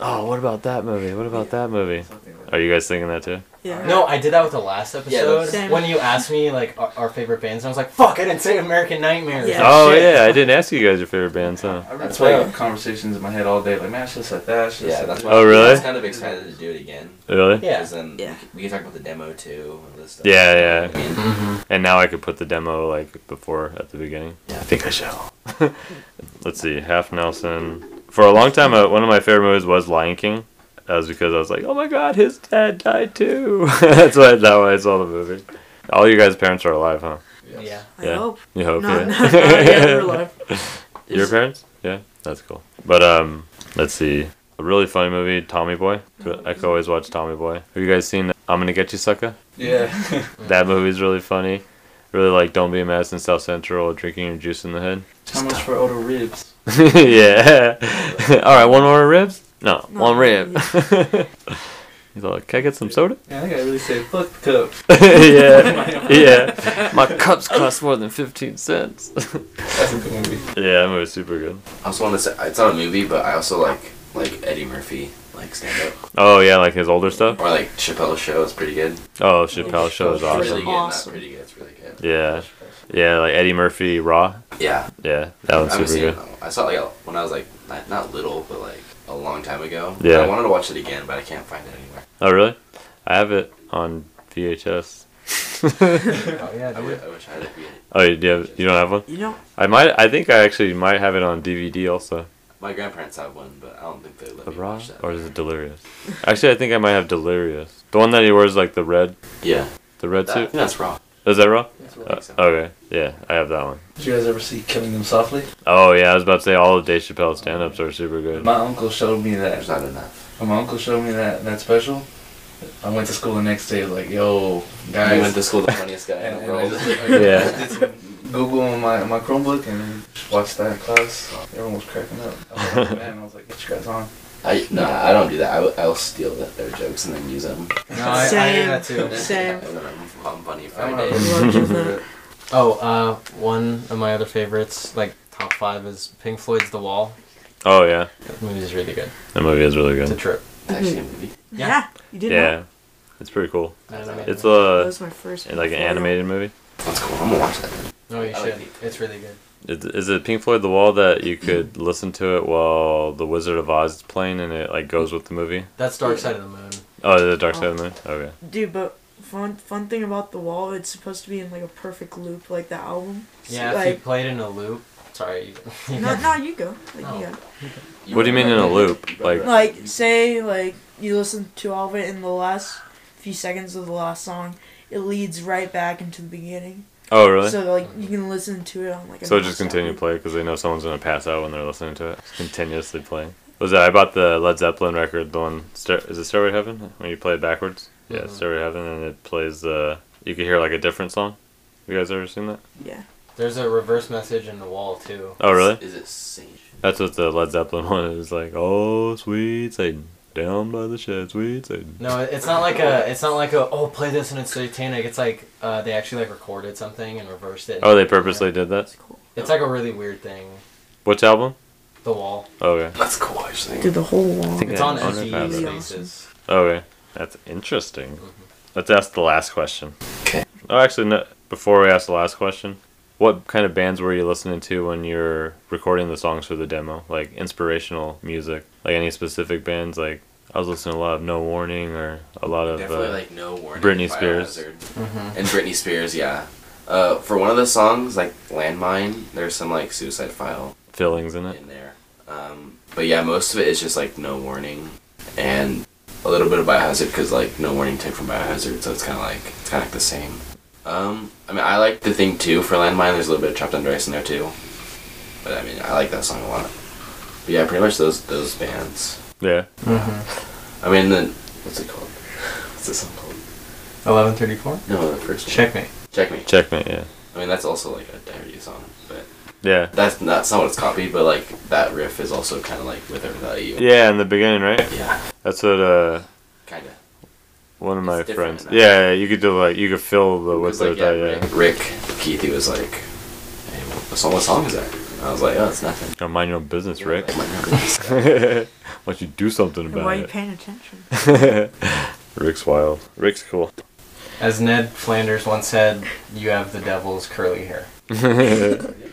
Speaker 3: oh, what about that movie? What about that movie? Are you guys thinking that too?
Speaker 7: Yeah.
Speaker 9: No, I did that with the last episode
Speaker 7: that's-
Speaker 9: when you asked me like our, our favorite bands, and I was like, "Fuck, I didn't say American Nightmare."
Speaker 7: Yeah.
Speaker 3: Oh yeah, I didn't ask you guys your favorite bands, huh?
Speaker 5: I've been
Speaker 10: That's
Speaker 5: playing
Speaker 10: why-
Speaker 5: conversations in my head all day, like, man, I should have said that. I should've
Speaker 10: Yeah,
Speaker 5: said
Speaker 10: that's
Speaker 5: that.
Speaker 10: why.
Speaker 3: Oh, really?
Speaker 10: I was kind of excited to do it again.
Speaker 3: Really?
Speaker 9: Yeah.
Speaker 10: Because then
Speaker 7: Yeah.
Speaker 10: we could- we can talk about the demo too. And all this stuff.
Speaker 3: Yeah, Mm-hmm.
Speaker 10: I mean,
Speaker 3: And now I could put the demo like before at the beginning.
Speaker 10: Yeah.
Speaker 3: I think I shall. Let's see, Half Nelson. For a long time, uh, one of my favorite movies was Lion King. That was because I was like, oh my god, his dad died too. That's why that way I saw the movie. All you guys' parents are alive, huh?
Speaker 9: Yeah.
Speaker 7: I
Speaker 3: Yeah.
Speaker 7: hope.
Speaker 3: You hope,
Speaker 7: Not,
Speaker 3: yeah.
Speaker 7: not, not yet in real life.
Speaker 3: Your parents? Yeah, that's cool. But um, let's see. A really funny movie, Tommy Boy. I could always watch Tommy Boy. Have you guys seen I'm Gonna Get You Sucker?
Speaker 5: Yeah.
Speaker 3: That movie's really funny. really like don't be a mess in South Central drinking your juice in the head.
Speaker 5: How much for auto ribs?
Speaker 3: yeah. all right, one more ribs? No, one rib. He's all like, can I get some soda?
Speaker 5: Yeah, I gotta really say, fuck the cup.
Speaker 3: yeah, yeah. My cups cost more than fifteen cents.
Speaker 5: That's a good movie.
Speaker 3: Yeah, that movie's super good.
Speaker 10: I also want to say it's not a movie, but I also like like Eddie Murphy like stand up
Speaker 3: Oh yeah, like his older stuff.
Speaker 10: or like Chappelle's Show is pretty good.
Speaker 3: Oh, Chappelle's show is
Speaker 10: It's
Speaker 3: awesome.
Speaker 10: Really good. That's pretty good. It's really good.
Speaker 3: Yeah, yeah, like Eddie Murphy Raw.
Speaker 10: Yeah.
Speaker 3: Yeah, that one's
Speaker 10: I
Speaker 3: super
Speaker 10: haven't seen it
Speaker 3: good.
Speaker 10: in a- I saw it like a- when I was like not, not little, but like a long time ago.
Speaker 3: Yeah.
Speaker 10: I wanted to watch it again, but I can't find it anywhere.
Speaker 3: Oh really? I have it on VHS.
Speaker 9: Oh yeah,
Speaker 10: I, w- I wish I had it.
Speaker 3: oh, you, do you, have, you don't have one?
Speaker 10: You don't-
Speaker 3: I might. I think I actually might have it on DVD also.
Speaker 10: My grandparents have one, but I don't think they let
Speaker 3: The
Speaker 10: me
Speaker 3: Raw,
Speaker 10: watch that.
Speaker 3: or is it Delirious? Actually, I think I might have Delirious. The one that he wears like the red.
Speaker 10: Yeah.
Speaker 3: The red
Speaker 10: That-
Speaker 3: suit.
Speaker 10: that's Raw.
Speaker 3: Is that Raw?
Speaker 10: That's Raw, I
Speaker 3: Uh,
Speaker 10: think so.
Speaker 3: okay. Yeah, I have that one.
Speaker 5: Did you guys ever see Killing Them Softly?
Speaker 3: Oh yeah, I was about to say all of Dave Chappelle's stand-ups are super good.
Speaker 5: My uncle showed me
Speaker 10: There's
Speaker 5: that.
Speaker 10: not enough.
Speaker 5: When my uncle showed me that that special, I went to school the next day. Like, yo, guys.
Speaker 10: You went to school the funniest guy in
Speaker 5: And,
Speaker 10: the
Speaker 5: and I
Speaker 10: world.
Speaker 5: just, like,
Speaker 3: Yeah.
Speaker 5: did some Google on my, my Chromebook and watched that in class. Everyone was cracking up. I was like, man, I was like, get you guys on.
Speaker 10: I no, I don't do that. I w- I'll steal the, their jokes and then use them.
Speaker 9: No, I, I do
Speaker 7: Same.
Speaker 9: that too.
Speaker 7: Same.
Speaker 10: And then I'm, I'm funny
Speaker 5: I
Speaker 10: Friday.
Speaker 7: love doing that.
Speaker 9: Oh, uh, one of my other favorites, like top five, is Pink Floyd's The Wall.
Speaker 3: Oh yeah,
Speaker 9: That movie's really good.
Speaker 3: that movie is really
Speaker 9: It's a
Speaker 3: good.
Speaker 9: trip.
Speaker 10: It's actually a movie.
Speaker 9: Yeah.
Speaker 7: Yeah. you did not.
Speaker 3: Yeah, it's pretty cool.
Speaker 9: Animated.
Speaker 3: It's
Speaker 7: That
Speaker 3: a
Speaker 7: was my first.
Speaker 3: like an
Speaker 7: portfolio.
Speaker 3: animated movie.
Speaker 10: That's cool. I'm gonna watch that. Then.
Speaker 9: no, Oh, you
Speaker 10: I
Speaker 9: should.
Speaker 10: like Pink Floyd.
Speaker 9: it's really good.
Speaker 3: Is, is it Pink Floyd The Wall that you could listen to it while The Wizard of Oz is playing and it like goes with the movie?
Speaker 9: That's Dark Side of the Moon.
Speaker 3: Oh, the Dark Side of the Moon. Okay.
Speaker 7: Dude, but fun fun thing about the wall, it's supposed to be in like a perfect loop, like the album. So,
Speaker 9: Yeah, if you
Speaker 7: like
Speaker 9: played in a loop. Sorry. you-
Speaker 7: no, no, you go. Like
Speaker 9: Oh.
Speaker 7: you go.
Speaker 3: What do you mean in a loop? Like-
Speaker 7: Like say like you listen to all of it in the last few seconds of the last song, it leads right back into the beginning.
Speaker 3: Oh really? So,
Speaker 7: So like you can listen to it on like. a
Speaker 3: just
Speaker 7: nonstop
Speaker 3: continue to
Speaker 7: loop.
Speaker 3: play because they know someone's gonna pass out when they're listening to it. Just continuously playing. Was that I bought the Led Zeppelin record? The one Star- is it Stairway to Heaven when you play it backwards? Yeah,
Speaker 9: Mhm.
Speaker 3: Stairway to Heaven, and it plays Uh, you could hear like a different song. You guys ever seen that?
Speaker 7: Yeah.
Speaker 9: There's a reverse message in the wall too.
Speaker 3: Oh really?
Speaker 10: Is it Sage?
Speaker 3: That's what the Led Zeppelin one is like. Oh sweet Satan, down by the shed, sweet Satan.
Speaker 9: No, it's not like a. It's not like a. Oh, play this and it's satanic. It's like uh, they actually like recorded something and reversed it.
Speaker 3: Oh, they purposely did that.
Speaker 7: It's cool.
Speaker 9: It's like a really weird thing.
Speaker 3: Which album? Oh,
Speaker 9: The wall.
Speaker 3: Okay.
Speaker 10: That's cool. Actually.
Speaker 7: Dude, the whole wall.
Speaker 3: think
Speaker 9: It's
Speaker 3: Yeah,
Speaker 9: on
Speaker 3: I wonder if I have
Speaker 9: empty
Speaker 3: that.
Speaker 9: spaces.
Speaker 3: Okay, that's interesting. Let's ask the last question.
Speaker 10: Okay.
Speaker 3: Oh, actually, no, before we ask the last question, what kind of bands were you listening to when you're recording the songs for the demo? Like inspirational music, like any specific bands? Like I was listening to a lot of No Warning or a lot of.
Speaker 10: Definitely
Speaker 3: uh,
Speaker 10: like no warning.
Speaker 3: Britney Spears.
Speaker 10: Biohazard. And Britney Spears, yeah. Uh, for one of the songs, like Landmine, there's some like Suicide File
Speaker 3: Feelings in it.
Speaker 10: in there. Um, but yeah, most of it is just like no warning, and a little bit of Biohazard because like no warning took from Biohazard, so it's kind of like it's kind of like the same. Um, I mean, I like the thing too for Landmine. There's a little bit of Chopped Under Ice in there too, but I mean, I like that song a lot. But yeah, pretty much those those bands.
Speaker 3: Yeah.
Speaker 10: I mean, then what's it called? What's this song called?
Speaker 9: Eleven thirty-four.
Speaker 10: No, the first one.
Speaker 9: Checkmate.
Speaker 10: Checkmate.
Speaker 3: Checkmate. Yeah.
Speaker 10: I mean, that's also like a dirty song, but
Speaker 3: Yeah.
Speaker 10: that's that's not what it's copied. But like that riff is also kind of like with or without you.
Speaker 3: Yeah, in the beginning, right?
Speaker 10: Yeah,
Speaker 3: That's what uh
Speaker 10: kind of.
Speaker 3: one of my
Speaker 10: It's different
Speaker 3: friends.
Speaker 10: in that.
Speaker 3: Yeah, yeah, you could do like you could fill the with the yeah, yeah.
Speaker 10: Rick, Rick Keith, he was like, "Hey, what song? What song is that?" And I was like, "Oh, it's nothing."
Speaker 3: Gotta mind your own business, Rick.
Speaker 10: Like,
Speaker 3: Why
Speaker 10: my nervous.
Speaker 3: don't you do something
Speaker 7: Why are you
Speaker 3: about
Speaker 7: paying attention?
Speaker 3: it? Rick's wild. Rick's cool.
Speaker 9: As Ned Flanders once said, "You have the devil's curly hair."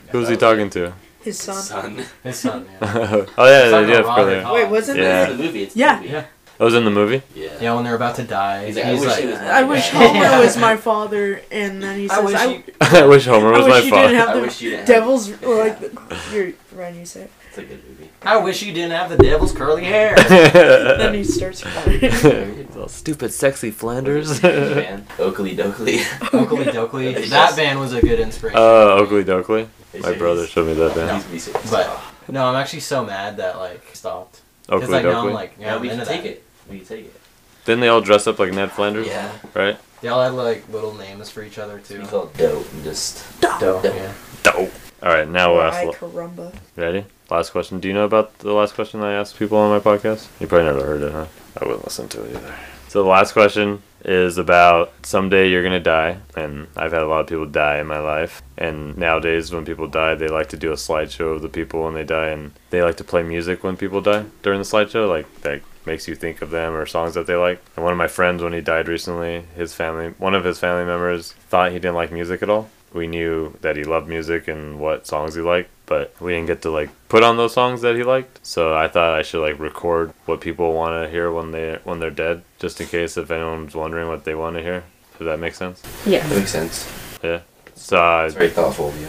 Speaker 3: Who's he talking to?
Speaker 7: His son.
Speaker 10: Son.
Speaker 9: His son. Yeah.
Speaker 3: oh yeah, they
Speaker 9: It's not
Speaker 3: do have
Speaker 9: Robert
Speaker 3: curly. hair.
Speaker 9: Hall.
Speaker 7: Wait, wasn't
Speaker 3: Yeah.
Speaker 10: It's
Speaker 7: there?
Speaker 10: the movie. It's
Speaker 7: Yeah.
Speaker 10: The movie.
Speaker 9: Yeah.
Speaker 3: That was in the movie.
Speaker 10: Yeah.
Speaker 9: Yeah. When they're about to die,
Speaker 10: He's
Speaker 9: he's
Speaker 10: like,
Speaker 9: like,
Speaker 10: "I wish he was
Speaker 7: I wish Homer was my father, and then he
Speaker 9: I
Speaker 7: says,
Speaker 9: wish
Speaker 7: "I,
Speaker 9: you-
Speaker 3: I wish Homer
Speaker 7: I
Speaker 3: was
Speaker 7: wish
Speaker 3: my
Speaker 7: you
Speaker 3: father.
Speaker 7: didn't have
Speaker 10: I
Speaker 7: the
Speaker 10: wish you didn't. have-
Speaker 7: devil's or like the, your Ryan. You say, it.
Speaker 10: It's a good movie.
Speaker 9: I wish you didn't have the devil's curly hair."
Speaker 7: then he starts crying.
Speaker 3: Little stupid, sexy Flanders.
Speaker 10: Man, Oakley Dokley.
Speaker 9: Oakley Dokley.
Speaker 10: Yes.
Speaker 9: That band was a good inspiration.
Speaker 3: Oh, Oakley Doakley. My brother showed me that
Speaker 10: He's
Speaker 3: band.
Speaker 10: he's serious.
Speaker 9: But no, I'm actually so mad that like stopped. Because
Speaker 3: Oakley
Speaker 9: like now I'm
Speaker 3: Doakley.
Speaker 9: like, yeah,
Speaker 10: yeah,
Speaker 9: I'm
Speaker 10: we can
Speaker 9: into
Speaker 10: take
Speaker 9: that.
Speaker 10: it. We can take it.
Speaker 3: Then they all dress up like Ned Flanders.
Speaker 9: Yeah.
Speaker 3: Right.
Speaker 9: They all had like little names for each other too.
Speaker 10: dope and just
Speaker 9: Dope.
Speaker 10: dope.
Speaker 9: Yeah.
Speaker 3: Dope. All right, now we'll
Speaker 7: Ay,
Speaker 3: ask.
Speaker 7: caramba.
Speaker 3: Ready? Last question. Do you know about the last question that I asked people on my podcast? You probably never heard it, huh? I wouldn't listen to it either. So the last question is about someday you're gonna die, and I've had a lot of people die in my life. And nowadays, when people die, they like to do a slideshow of the people when they die, and they like to play music when people die during the slideshow, like that makes you think of them or songs that they like. And one of my friends, when he died recently, his family, one of his family members, thought he didn't like music at all. We knew that he loved music and what songs he liked, but we didn't get to like put on those songs that he liked. So I thought I should like record what people want to hear when they when they're dead, just in case if anyone's wondering what they want to hear. Does that make sense?
Speaker 11: Yeah.
Speaker 10: That makes sense.
Speaker 3: Yeah. So I,
Speaker 10: It's very thoughtful of you.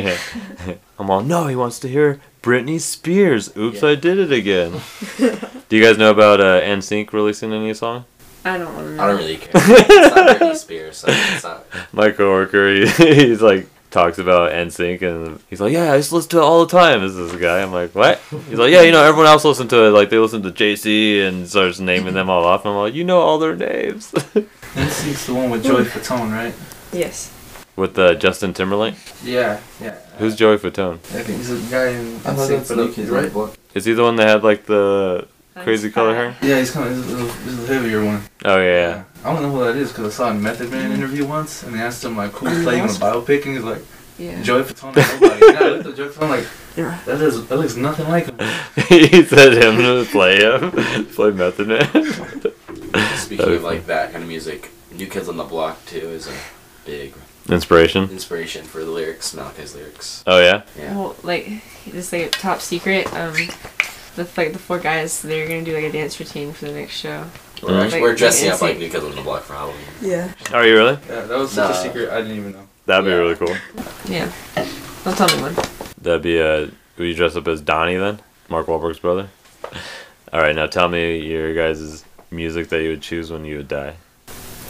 Speaker 3: I'm all no. He wants to hear Britney Spears. Oops, I did it again. Do you guys know about uh, NSYNC releasing a new song?
Speaker 11: I don't want to know.
Speaker 10: I don't really care. it's not Britney Spears, so it's not.
Speaker 3: My coworker, he, he's like talks about NSYNC and he's like, yeah, I just listen to it all the time. Is this guy? I'm like, what? He's like, yeah, you know, everyone else listens to it. Like they listen to JC and starts naming them all off. And I'm like, you know all their names.
Speaker 5: NSYNC's the one with Joey Fatone, right?
Speaker 11: Yes.
Speaker 3: With uh, Justin Timberlake.
Speaker 5: Yeah, yeah.
Speaker 3: Who's Joey Fatone?
Speaker 5: I think he's a guy in
Speaker 10: I thought
Speaker 5: NSYNC, but
Speaker 10: that's the
Speaker 5: look, he's
Speaker 10: kid,
Speaker 5: right.
Speaker 10: right? What?
Speaker 3: Is he the one that had like the crazy color hair?
Speaker 5: Yeah, he's kind of he's a little, he's a heavier one.
Speaker 3: Oh yeah.
Speaker 5: I don't know who that is because I saw a Method Man interview once, and they asked him like who's playing the biopic, and he's like,
Speaker 11: Yeah.
Speaker 5: Joey Fatone. and Nobody. and I looked at Joey Fatone like, that is that looks nothing like him.
Speaker 3: he said him to play him, play Method Man.
Speaker 10: Speaking of like that kind of music, New Kids on the Block too is a big Hmm.
Speaker 3: Inspiration.
Speaker 10: inspiration for the lyrics, Malachi's lyrics.
Speaker 3: Oh yeah.
Speaker 10: Yeah.
Speaker 11: Well, like this like top secret. Um, the like the four guys they're gonna do like a dance routine for the next show.
Speaker 10: We're,
Speaker 11: Like,
Speaker 10: actually, we're dressing up like
Speaker 11: NSYNC.
Speaker 10: New Kids on the Block for Halloween.
Speaker 7: Yeah.
Speaker 3: Are you really?
Speaker 5: Yeah, that was such a
Speaker 10: Nah.
Speaker 5: secret. I didn't even know.
Speaker 3: That'd be really cool.
Speaker 11: Yeah. Don't tell anyone.
Speaker 3: That'd be uh Will you dress up as Donnie then? Mark Wahlberg's brother. All right, now tell me your guys' music that you would choose when you would die.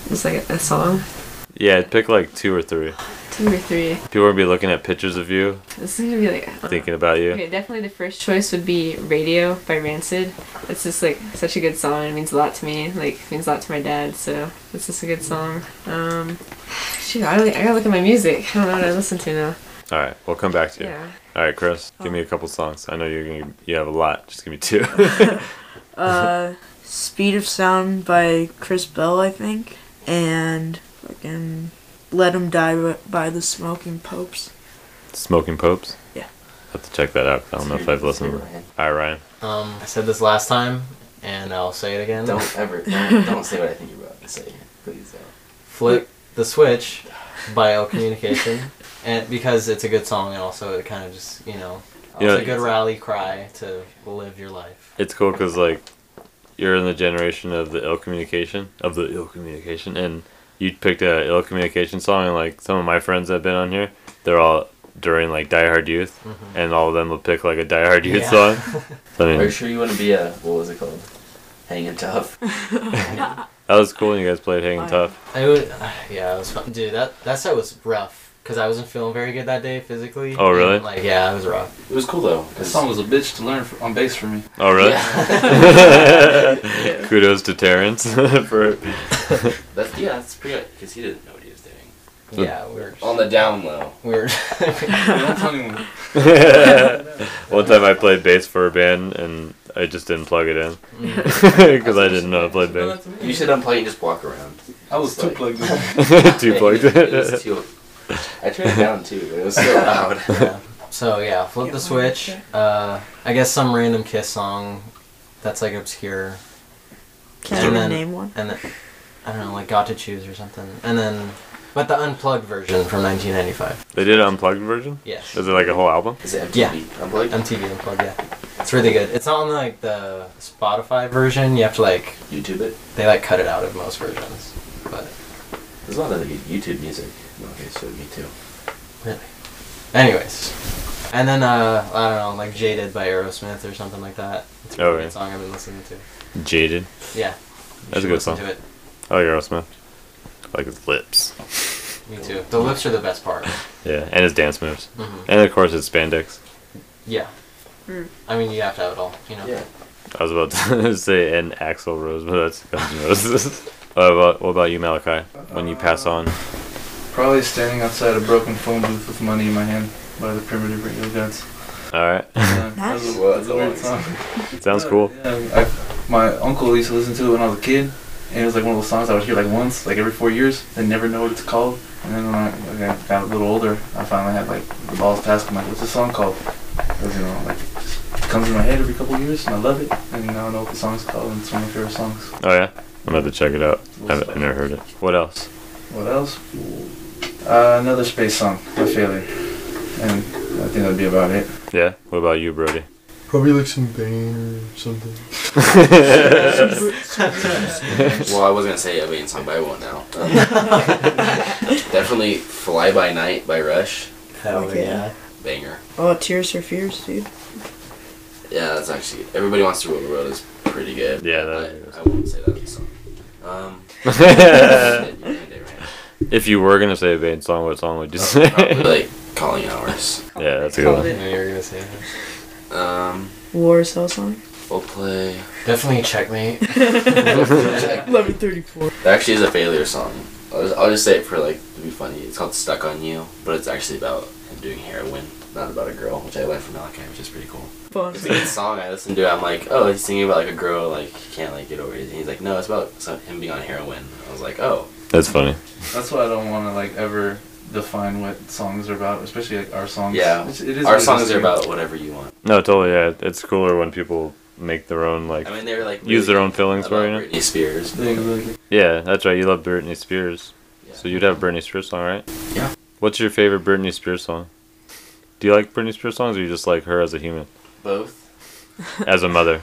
Speaker 11: It's like a, a song.
Speaker 3: Yeah, pick like two or three.
Speaker 11: Two or three.
Speaker 3: People would be looking at pictures of you,
Speaker 11: This is gonna be like.
Speaker 3: thinking about you.
Speaker 11: Okay, definitely the first choice would be "Radio" by Rancid. It's just like such a good song. It means a lot to me. Like it means a lot to my dad. So it's just a good song. Um, shoot, I, really, I gotta look at my music. I don't know what I listen to now.
Speaker 3: All right, we'll come back to you.
Speaker 11: Yeah.
Speaker 3: All right, Chris, give me a couple songs. I know you're gonna you have a lot. Just give me two.
Speaker 7: Uh, Speed of Sound by Chris Bell, I think, and fucking Let 'Em Die by- by the Smoking Popes.
Speaker 3: Smoking Popes.
Speaker 7: Yeah.
Speaker 3: Have to check that out. I don't know if I've listened. All right, Ryan.
Speaker 9: Um, I said this last time, and I'll say it again.
Speaker 10: Don't ever, don't, don't say what I think you're about to say. Please don't.
Speaker 9: Flip the Switch by L Communication, and because it's a good song, and also it kind of just you know,
Speaker 3: Yeah.
Speaker 9: it's a good rally cry to live your life.
Speaker 3: it's cool because like you're in the generation of the ill communication of the ill communication and you picked a ill communication song and like some of my friends that have been on here they're all during like die hard youth and all of them will pick like a die hard youth
Speaker 10: Mm-hmm. Yeah.
Speaker 3: song so, i
Speaker 10: Are you
Speaker 3: mean
Speaker 10: sure you want to be a what was it called? Hanging tough.
Speaker 3: that was cool when you guys played
Speaker 10: Oh,
Speaker 3: hanging tough
Speaker 9: I would, yeah, it was fun, dude. That that set was rough because I wasn't feeling very good that day physically.
Speaker 3: Oh, really?
Speaker 9: And, like yeah, it was rough.
Speaker 10: It was cool though.
Speaker 5: That
Speaker 10: 'cause-
Speaker 5: song was a bitch to learn for, on bass for me.
Speaker 3: oh really
Speaker 10: Yeah.
Speaker 3: kudos to terrence for
Speaker 10: That's yeah. That's pretty because he didn't know what he was doing.
Speaker 3: Hmm.
Speaker 9: Yeah, we were.
Speaker 10: On the down low.
Speaker 9: We were
Speaker 5: Don't tell anyone.
Speaker 3: One time I played bass for a band and I just didn't plug it in
Speaker 10: Mm.
Speaker 3: because I didn't know I played bass.
Speaker 10: You should unplug and just walk around.
Speaker 5: I was too plugged in.
Speaker 3: Too plugged
Speaker 10: It,
Speaker 3: in.
Speaker 10: was too. I turned it down too. But it was so loud.
Speaker 9: So yeah, flip the switch. Uh, I guess some random Kiss song that's like obscure.
Speaker 7: Can I name one?
Speaker 9: And then I don't know, like Got to Choose or something. And then, but the unplugged version from 1995.
Speaker 3: They did an unplugged version.
Speaker 9: Yes.
Speaker 3: Is it like a whole album?
Speaker 10: Is it MTV?
Speaker 9: Yeah.
Speaker 10: Unplugged?
Speaker 9: MTV unplugged. Yeah, it's really good. It's not on like the Spotify version. You have to like
Speaker 10: YouTube it.
Speaker 9: they like cut it out of most versions. But
Speaker 10: There's a lot of good YouTube music. Okay, so me too.
Speaker 9: really, anyways. And then uh, I don't know, like Jaded by Aerosmith or something like that. It's a
Speaker 3: Oh,
Speaker 9: good
Speaker 3: yeah.
Speaker 9: song I've been listening to.
Speaker 3: Jaded.
Speaker 9: Yeah.
Speaker 3: That's a
Speaker 9: should
Speaker 3: good
Speaker 9: listen
Speaker 3: song.
Speaker 9: To it.
Speaker 3: I like Oh, Aerosmith. I like his lips.
Speaker 9: Me too. The lips are the best part.
Speaker 3: Yeah, and his dance moves.
Speaker 9: Mhm.
Speaker 3: And of course his spandex.
Speaker 7: Mm.
Speaker 9: Yeah. I mean, you have to have it all, you know.
Speaker 10: Yeah.
Speaker 3: I was about to say an Axel Rose, but that's Guns N' Roses. what, about, what about you, Malachi? When you pass on,
Speaker 5: Probably standing outside a broken phone booth with money in my hand by the primitive radio guns.
Speaker 3: all right.
Speaker 5: Yeah, that was a- that was a weird song.
Speaker 3: Sounds cool.
Speaker 5: Yeah, I, my uncle used to listen to it when I was a kid, and it was like one of those songs I would hear like once, like every four years, and never know what it's called. And then when I, like, I got a little older, I finally had like the balls past. I'm like, what's this song called? It was, you know, like it just comes in my head every couple of years, and I love it. And now I know what the song's called, and it's one of my favorite songs.
Speaker 3: Oh yeah, I'm about to check it out. I've I've never heard it. What else?
Speaker 5: What else? Uh, another space song by Failure, and I think that'd be about it.
Speaker 3: Yeah. What about you, Brody?
Speaker 13: Probably like some Bane or something.
Speaker 10: well, I was gonna say a Bane song, but I won't now. Um, definitely "Fly by Night" by Rush.
Speaker 7: Hell Fuck yeah. yeah.
Speaker 10: banger.
Speaker 7: Oh, Tears for Fears, dude.
Speaker 10: Yeah, that's actually everybody wants to rule the world is pretty good.
Speaker 3: Yeah,
Speaker 10: that I, I won't say that song. Um,
Speaker 3: if you were gonna say a Bane song, what song would you say?
Speaker 10: probably, like, Calling Hours.
Speaker 3: Yeah, that's a good one.
Speaker 9: you were gonna say
Speaker 10: Um,
Speaker 7: War Cell song.
Speaker 10: we'll play.
Speaker 9: Definitely checkmate.
Speaker 7: 1134.
Speaker 10: That actually is a failure song. I'll just, I'll just say it for like to be funny. It's called "Stuck on You," but it's actually about him doing heroin, not about a girl, which I learned from Malachi, which is pretty cool.
Speaker 7: Fun.
Speaker 10: It's a good song. I listened to it. I'm like, oh, he's singing about like a girl, like he can't like get over it. And he's like, no, it's about some, him being on heroin. I was like, oh,
Speaker 3: That's funny.
Speaker 5: That's why I don't want to like ever define what songs are about, especially like our songs.
Speaker 10: yeah.
Speaker 5: It's- it is what
Speaker 10: Our
Speaker 5: it
Speaker 10: songs
Speaker 5: is.
Speaker 10: are about whatever you want.
Speaker 3: No, totally. Yeah, it's cooler when people make their own like.
Speaker 10: I mean, they were, like,
Speaker 3: use their
Speaker 10: really
Speaker 3: own feelings for
Speaker 10: about
Speaker 3: it, you.
Speaker 10: Britney Spears.
Speaker 5: Yeah, exactly.
Speaker 3: Yeah, that's right. You love Britney Spears, so you'd have a Britney Spears song, right?
Speaker 10: Yeah.
Speaker 3: What's your favorite Britney Spears song? Do you like Britney Spears songs, or you just like her as a human,
Speaker 10: Both.
Speaker 3: as a mother?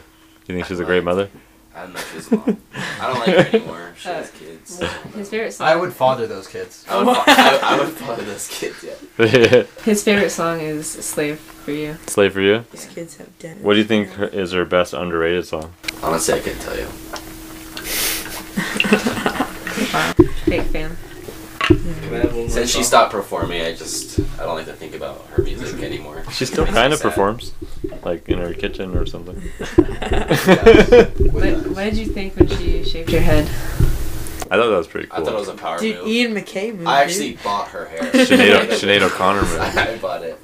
Speaker 3: Do you think she's a great mother?
Speaker 10: I don't know if she's long. I don't like her anymore. She has kids.
Speaker 11: His favorite song.
Speaker 9: I would father those kids.
Speaker 10: I would, I, I would follow those kids. Yeah.
Speaker 11: His favorite song is "Slave for You."
Speaker 3: Slave for you.
Speaker 7: These kids have dead.
Speaker 3: What do you think her, is her best underrated song?
Speaker 10: Honestly, I couldn't tell you.
Speaker 11: Wow. Big fan.
Speaker 10: Since she stopped performing, I just I don't like to think about her music anymore.
Speaker 3: She still
Speaker 10: It makes me
Speaker 3: kind of
Speaker 10: sad.
Speaker 3: performs, like in her kitchen or something.
Speaker 11: What, what did you think when she shaved your head?
Speaker 3: I thought that was pretty
Speaker 10: I
Speaker 3: cool.
Speaker 10: thought it was a power
Speaker 7: Dude,
Speaker 10: move.
Speaker 7: Ian McKay movie.
Speaker 10: I actually bought her hair.
Speaker 3: Sinead, Sinead O'Connor movie.
Speaker 10: I bought it.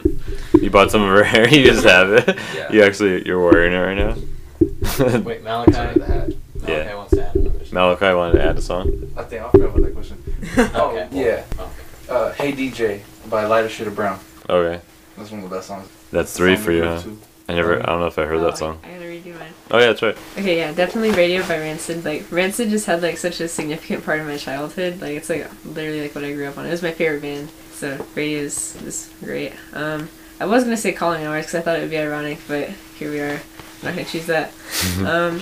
Speaker 3: You bought some of her hair. You just have it.
Speaker 10: Yeah.
Speaker 3: You actually you're wearing it right now.
Speaker 9: Wait, Malachi.
Speaker 10: The hat.
Speaker 9: Malachi
Speaker 3: Yeah.
Speaker 9: wants to add another. song.
Speaker 3: Malachi wanted to add a song.
Speaker 5: I think I forgot about that question. oh
Speaker 9: Okay.
Speaker 5: yeah.
Speaker 9: Oh.
Speaker 5: Uh, hey DJ by Lighter Shade of Brown.
Speaker 3: Okay,
Speaker 5: That's one of the best songs.
Speaker 3: that's three
Speaker 5: Song
Speaker 3: for you,
Speaker 5: number
Speaker 3: huh?
Speaker 5: two.
Speaker 3: I never. I don't know if I heard
Speaker 11: Oh,
Speaker 3: that song.
Speaker 11: I, I gotta redo mine.
Speaker 3: Oh yeah, that's right.
Speaker 11: Okay, yeah, definitely Radio by Rancid. Like Rancid just had like such a significant part of my childhood. Like it's like literally like what I grew up on. It was my favorite band. So Radio is, is great. Um, I was gonna say Calling Hours because I thought it would be ironic, but here we are. I'm not gonna choose that.
Speaker 9: Mm-hmm.
Speaker 11: um,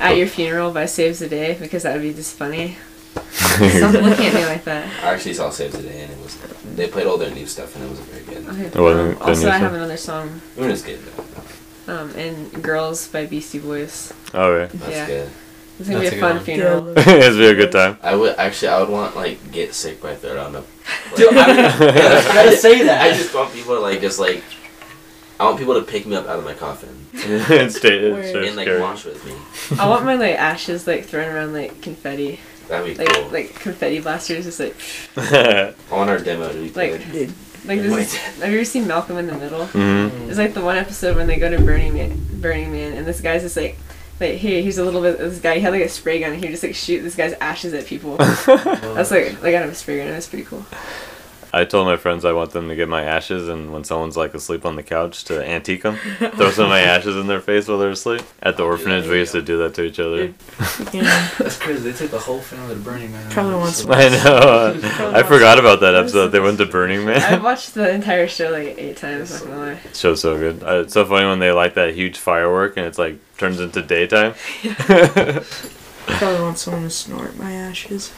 Speaker 11: At Your Funeral by Saves the Day because that would be just funny. Stop looking at me like that.
Speaker 10: I actually saw Save Today, and it was they played all their new stuff, and it wasn't very good.
Speaker 11: Okay.
Speaker 3: It wasn't
Speaker 11: um, also,
Speaker 3: Daniel's
Speaker 11: I have
Speaker 3: song?
Speaker 11: another song,
Speaker 10: It was good though.
Speaker 11: um, and Girls by Beastie Boys.
Speaker 3: All right.
Speaker 10: That's
Speaker 11: Yeah.
Speaker 10: good.
Speaker 11: It's gonna
Speaker 9: That's a good
Speaker 11: be a fun
Speaker 9: one.
Speaker 11: funeral.
Speaker 3: it's been a good time.
Speaker 10: I would actually I would want like get sick by third on the.
Speaker 9: Dude, I, was gonna say that.
Speaker 10: I just want people to like just like. I want people to pick me up out of my coffin
Speaker 3: it's stay, it's so
Speaker 10: and like
Speaker 3: scary.
Speaker 10: wash with me.
Speaker 11: I want my like ashes like thrown around like confetti.
Speaker 10: That'd be
Speaker 11: like
Speaker 10: cool.
Speaker 11: like confetti blasters just like
Speaker 10: I want our demo to be
Speaker 11: like
Speaker 10: played.
Speaker 7: Dude,
Speaker 11: like this is, have you ever seen Malcolm in the Middle?
Speaker 3: Mhm.
Speaker 11: It's like the one episode when they go to Burning Man Burning Man and this guy's just like like here here's a little bit of this guy he had like a spray gun and he would just like shoot this guy's ashes at people. That's like like I have a spray gun it was pretty cool.
Speaker 3: I told my friends I want them to get my ashes, and when someone's like asleep on the couch, to antique them, throw some of my ashes in their face while they're asleep. At
Speaker 9: Oh,
Speaker 3: the orphanage, we used to do that to each other.
Speaker 7: Yeah.
Speaker 5: That's crazy. They took the whole family to Burning Man.
Speaker 7: Probably once.
Speaker 3: I know. I forgot about that episode. They went to Burning
Speaker 11: I
Speaker 3: Man.
Speaker 11: watched the entire show like eight times. Not gonna lie.
Speaker 3: Show's so good. Uh, it's so funny when they light that huge firework and it's like turns into daytime.
Speaker 7: Probably want someone to snort my ashes.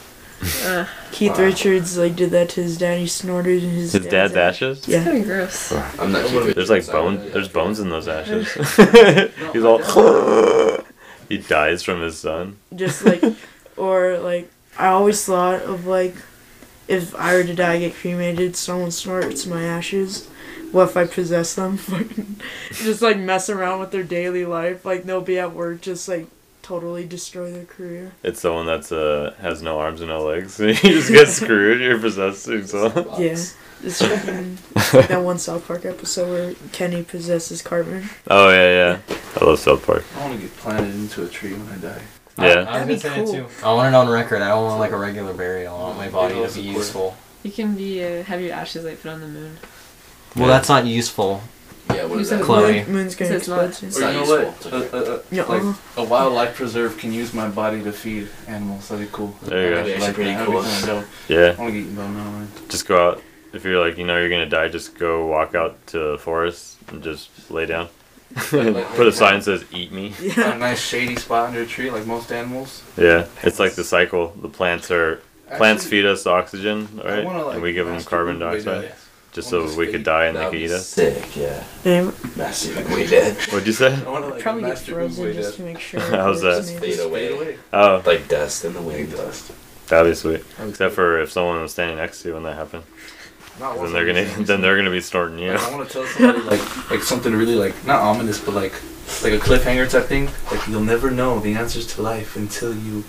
Speaker 11: Uh,
Speaker 7: Keith
Speaker 10: Wow.
Speaker 7: Richards like did that to his dad. He snorted in his,
Speaker 3: His dad's ashes.
Speaker 11: it's
Speaker 7: Yeah.
Speaker 11: kind of gross.
Speaker 10: I'm not. keeping
Speaker 3: There's like
Speaker 10: inside.
Speaker 3: bone. There's bones in those ashes. He's all. he dies from his son.
Speaker 7: Just like, or like, I always thought of like, if I were to die, get cremated, someone snorts my ashes. What if I possess them? Fucking just like mess around with their daily life. Like they'll be at work, just like totally destroy their career.
Speaker 3: It's the one that's uh has no arms and no legs. you just get screwed. You're possessing someone.
Speaker 7: Yeah. It's fucking it's like that one South Park episode where Kenny possesses Cartman.
Speaker 3: Oh yeah, yeah. I love South Park.
Speaker 5: I want to get planted into a tree when I die.
Speaker 3: Yeah.
Speaker 9: I, I
Speaker 7: That'd
Speaker 9: was
Speaker 7: be
Speaker 9: gonna say
Speaker 7: cool.
Speaker 9: it too. I want it on record. I don't want like a regular burial. I want my body to be useful.
Speaker 11: You can be uh, have your ashes like put on the moon.
Speaker 9: Well, that's not useful.
Speaker 10: Yeah, what
Speaker 11: You
Speaker 10: is
Speaker 11: said
Speaker 10: that?
Speaker 9: Chloe.
Speaker 7: Moon- moon's gonna
Speaker 11: So it's not-
Speaker 7: explode soon.
Speaker 10: It's
Speaker 5: Or
Speaker 10: not
Speaker 5: you know
Speaker 10: useful.
Speaker 5: what? A, a, a,
Speaker 7: Yeah.
Speaker 5: like, a wildlife preserve can use my body to feed animals. That'd be cool.
Speaker 3: There you go.
Speaker 5: Like,
Speaker 10: That'd be actually
Speaker 5: that'd
Speaker 10: pretty
Speaker 5: be
Speaker 10: cool.
Speaker 5: kinda dope.
Speaker 3: Yeah.
Speaker 5: I want to get eaten by a mountain.
Speaker 3: Just go out. If you're like, you know, you're gonna die, just go walk out to the forest and just lay down. Put a sign that says "Eat me."
Speaker 5: Find a nice shady spot under a tree, like most animals.
Speaker 3: Yeah, it's like the cycle. The plants are plants
Speaker 5: Actually,
Speaker 3: feed us oxygen,
Speaker 5: I
Speaker 3: right?
Speaker 5: wanna, like,
Speaker 3: and we give them
Speaker 5: master
Speaker 3: carbon
Speaker 5: the way to
Speaker 3: dioxide,
Speaker 5: die.
Speaker 3: just
Speaker 5: Wanna
Speaker 3: so
Speaker 5: Oh, just
Speaker 3: we
Speaker 5: fade.
Speaker 3: could die and they
Speaker 10: That'd
Speaker 3: could
Speaker 10: be
Speaker 3: eat us.
Speaker 10: Sick, yeah.
Speaker 7: Damn.
Speaker 10: Massively dead.
Speaker 3: What'd you say?
Speaker 5: I want to like
Speaker 7: Probably get
Speaker 5: master
Speaker 7: frozen
Speaker 5: way
Speaker 7: just
Speaker 5: to
Speaker 7: to make sure.
Speaker 3: How's
Speaker 7: it works
Speaker 3: that?
Speaker 7: maybe.
Speaker 10: Fade away.
Speaker 3: Oh,
Speaker 10: Like dust in the
Speaker 5: Big
Speaker 10: wind.
Speaker 5: dust.
Speaker 3: that'd be sweet.
Speaker 5: That was
Speaker 3: Except
Speaker 5: good.
Speaker 3: for if someone was standing next to you when that happened,
Speaker 5: Not
Speaker 3: then
Speaker 5: once
Speaker 3: they're
Speaker 5: I've seen
Speaker 3: gonna
Speaker 5: this.
Speaker 3: then they're gonna be snorting you.
Speaker 5: Like, I want to tell somebody like like something really like not ominous, but like like a cliffhanger type thing. Like you'll never know the answers to life until you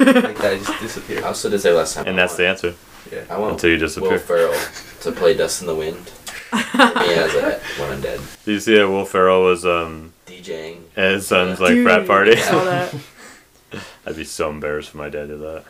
Speaker 5: like that just disappear.
Speaker 10: I also did say last time.
Speaker 3: And that's the answer.
Speaker 5: Yeah.
Speaker 10: I want
Speaker 3: Until you
Speaker 10: Will
Speaker 3: disappear.
Speaker 10: Ferrell to play Dust in the Wind. yeah, as a, when I'm dead.
Speaker 3: Did you see that Will Ferrell was um
Speaker 10: DJing.
Speaker 3: at his son's like
Speaker 7: Dude,
Speaker 3: frat party?
Speaker 7: I saw that.
Speaker 3: I'd be so embarrassed if my dad did that.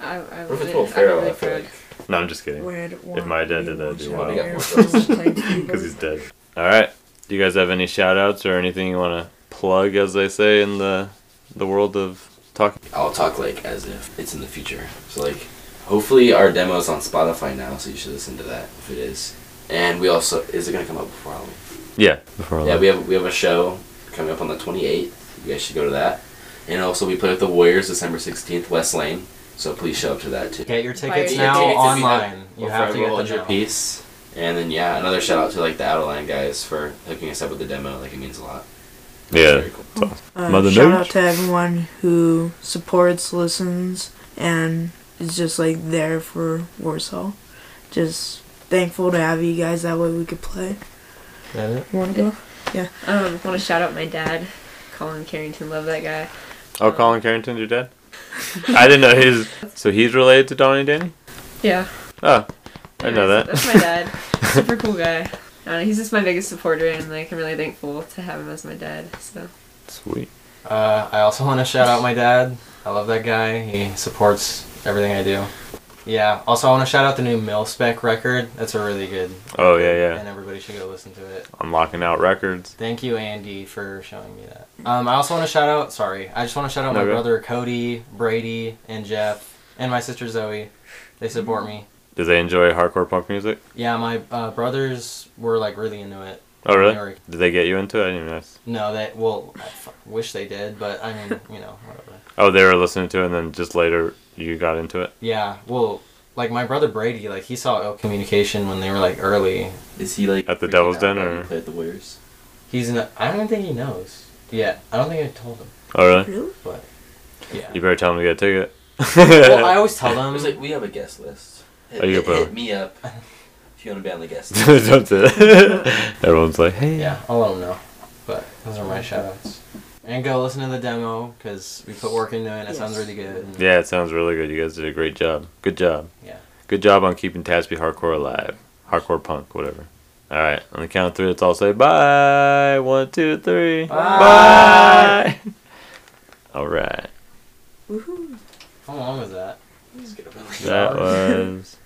Speaker 11: I, I
Speaker 10: What if it's
Speaker 11: wouldn't-
Speaker 10: Will
Speaker 11: I'd
Speaker 10: Ferrell?
Speaker 11: really
Speaker 10: I feel like
Speaker 3: No, I'm just kidding.
Speaker 7: Would
Speaker 3: If my dad did that, it'd be wild. Because he's dead. All right. Do you guys have any shout outs or anything you want to plug, as they say in the the world of talking?
Speaker 10: I'll talk like as if it's in the future. So like, hopefully our demo's on Spotify now, so you should listen to that if it is. And we also is it gonna come up before Halloween?
Speaker 3: Yeah. Before
Speaker 10: Yeah, we have we have a show coming up on the 28th. You guys should go to that. And also we play with the Warriors December 16th, West Lane. So please show up to that too.
Speaker 9: Get your
Speaker 11: Buy
Speaker 9: tickets
Speaker 11: your
Speaker 9: now
Speaker 11: tickets
Speaker 10: if you have-
Speaker 9: online. You have to
Speaker 10: hold
Speaker 9: get
Speaker 10: your
Speaker 9: them now.
Speaker 10: piece. And then yeah, another shout out to like the Out of Line guys for hooking us up with the demo. Like it means a lot. It's
Speaker 3: Yeah.
Speaker 10: very cool.
Speaker 7: Uh,
Speaker 3: Mother
Speaker 7: shout
Speaker 3: knows.
Speaker 7: out to everyone who supports, listens, and is just like there for Warsaw. Just thankful to have you guys. That way we could play.
Speaker 9: That it?
Speaker 7: Want to go?
Speaker 11: Um, want to shout out my dad, Colin Carrington. Love that guy.
Speaker 3: Oh, Colin Carrington's your dad? I didn't know his. So he's related to Donnie Danny?
Speaker 11: Yeah.
Speaker 3: Oh, I know that.
Speaker 11: Anyways, That's my dad. Super cool guy. I don't know, he's just my biggest supporter, and like I'm really thankful to have him as my dad. So
Speaker 3: Sweet.
Speaker 9: Uh, I also want to shout out my dad. I love that guy. He supports everything I do. Yeah. Also, I want to shout out the new Mill Spec record. That's a really good.
Speaker 3: Oh, yeah, yeah.
Speaker 9: And everybody should go listen to it.
Speaker 3: I'm locking out records.
Speaker 9: Thank you, Andy, for showing me that. Um, I also want to shout out. Sorry, I just want to shout out
Speaker 3: No,
Speaker 9: my
Speaker 3: go.
Speaker 9: brother Cody, Brady, and Jeff, and my sister Zoe. They support me.
Speaker 3: Do they enjoy hardcore punk music?
Speaker 9: Yeah, my uh, brothers were like really into it.
Speaker 3: Oh,
Speaker 9: They
Speaker 3: really?
Speaker 9: were-
Speaker 3: Did they get you into it? I didn't even ask.
Speaker 9: No, they well, I f- wish they did, but I mean, you know, whatever.
Speaker 3: Oh, they were listening to it, and then just later you got into it?
Speaker 9: Yeah, well, like my brother Brady, like he saw Ill Communication when they were like early.
Speaker 10: Is he like
Speaker 3: At the
Speaker 10: freaking
Speaker 3: Devil's
Speaker 10: out
Speaker 3: Den,
Speaker 10: when you
Speaker 3: or-
Speaker 10: play at the Warriors?
Speaker 9: He's in. I don't think he knows. Yeah, I don't think I told him,
Speaker 3: Oh, really?
Speaker 7: Really?
Speaker 9: but yeah.
Speaker 3: You better tell them to get a ticket.
Speaker 9: well, I always tell
Speaker 10: I
Speaker 9: them.
Speaker 10: was like, we have a guest list. Hit,
Speaker 3: Oh, you
Speaker 10: hit-
Speaker 3: can put-
Speaker 10: hit me up if you want to be on the guest list.
Speaker 3: Don't do that. Everyone's like, hey.
Speaker 9: Yeah, I'll let them know. But those are my shoutouts. And go listen to the demo because we put work into it. and It sounds really good. and-
Speaker 3: Yeah, it sounds really good. You guys did a great job. Good job.
Speaker 9: Yeah.
Speaker 3: Good job on keeping Tasby hardcore alive. Hardcore punk, whatever. All right, on the count of three, let's all say bye. One, two, three. Bye. all right.
Speaker 7: Woohoo!
Speaker 9: How long was that?
Speaker 3: That was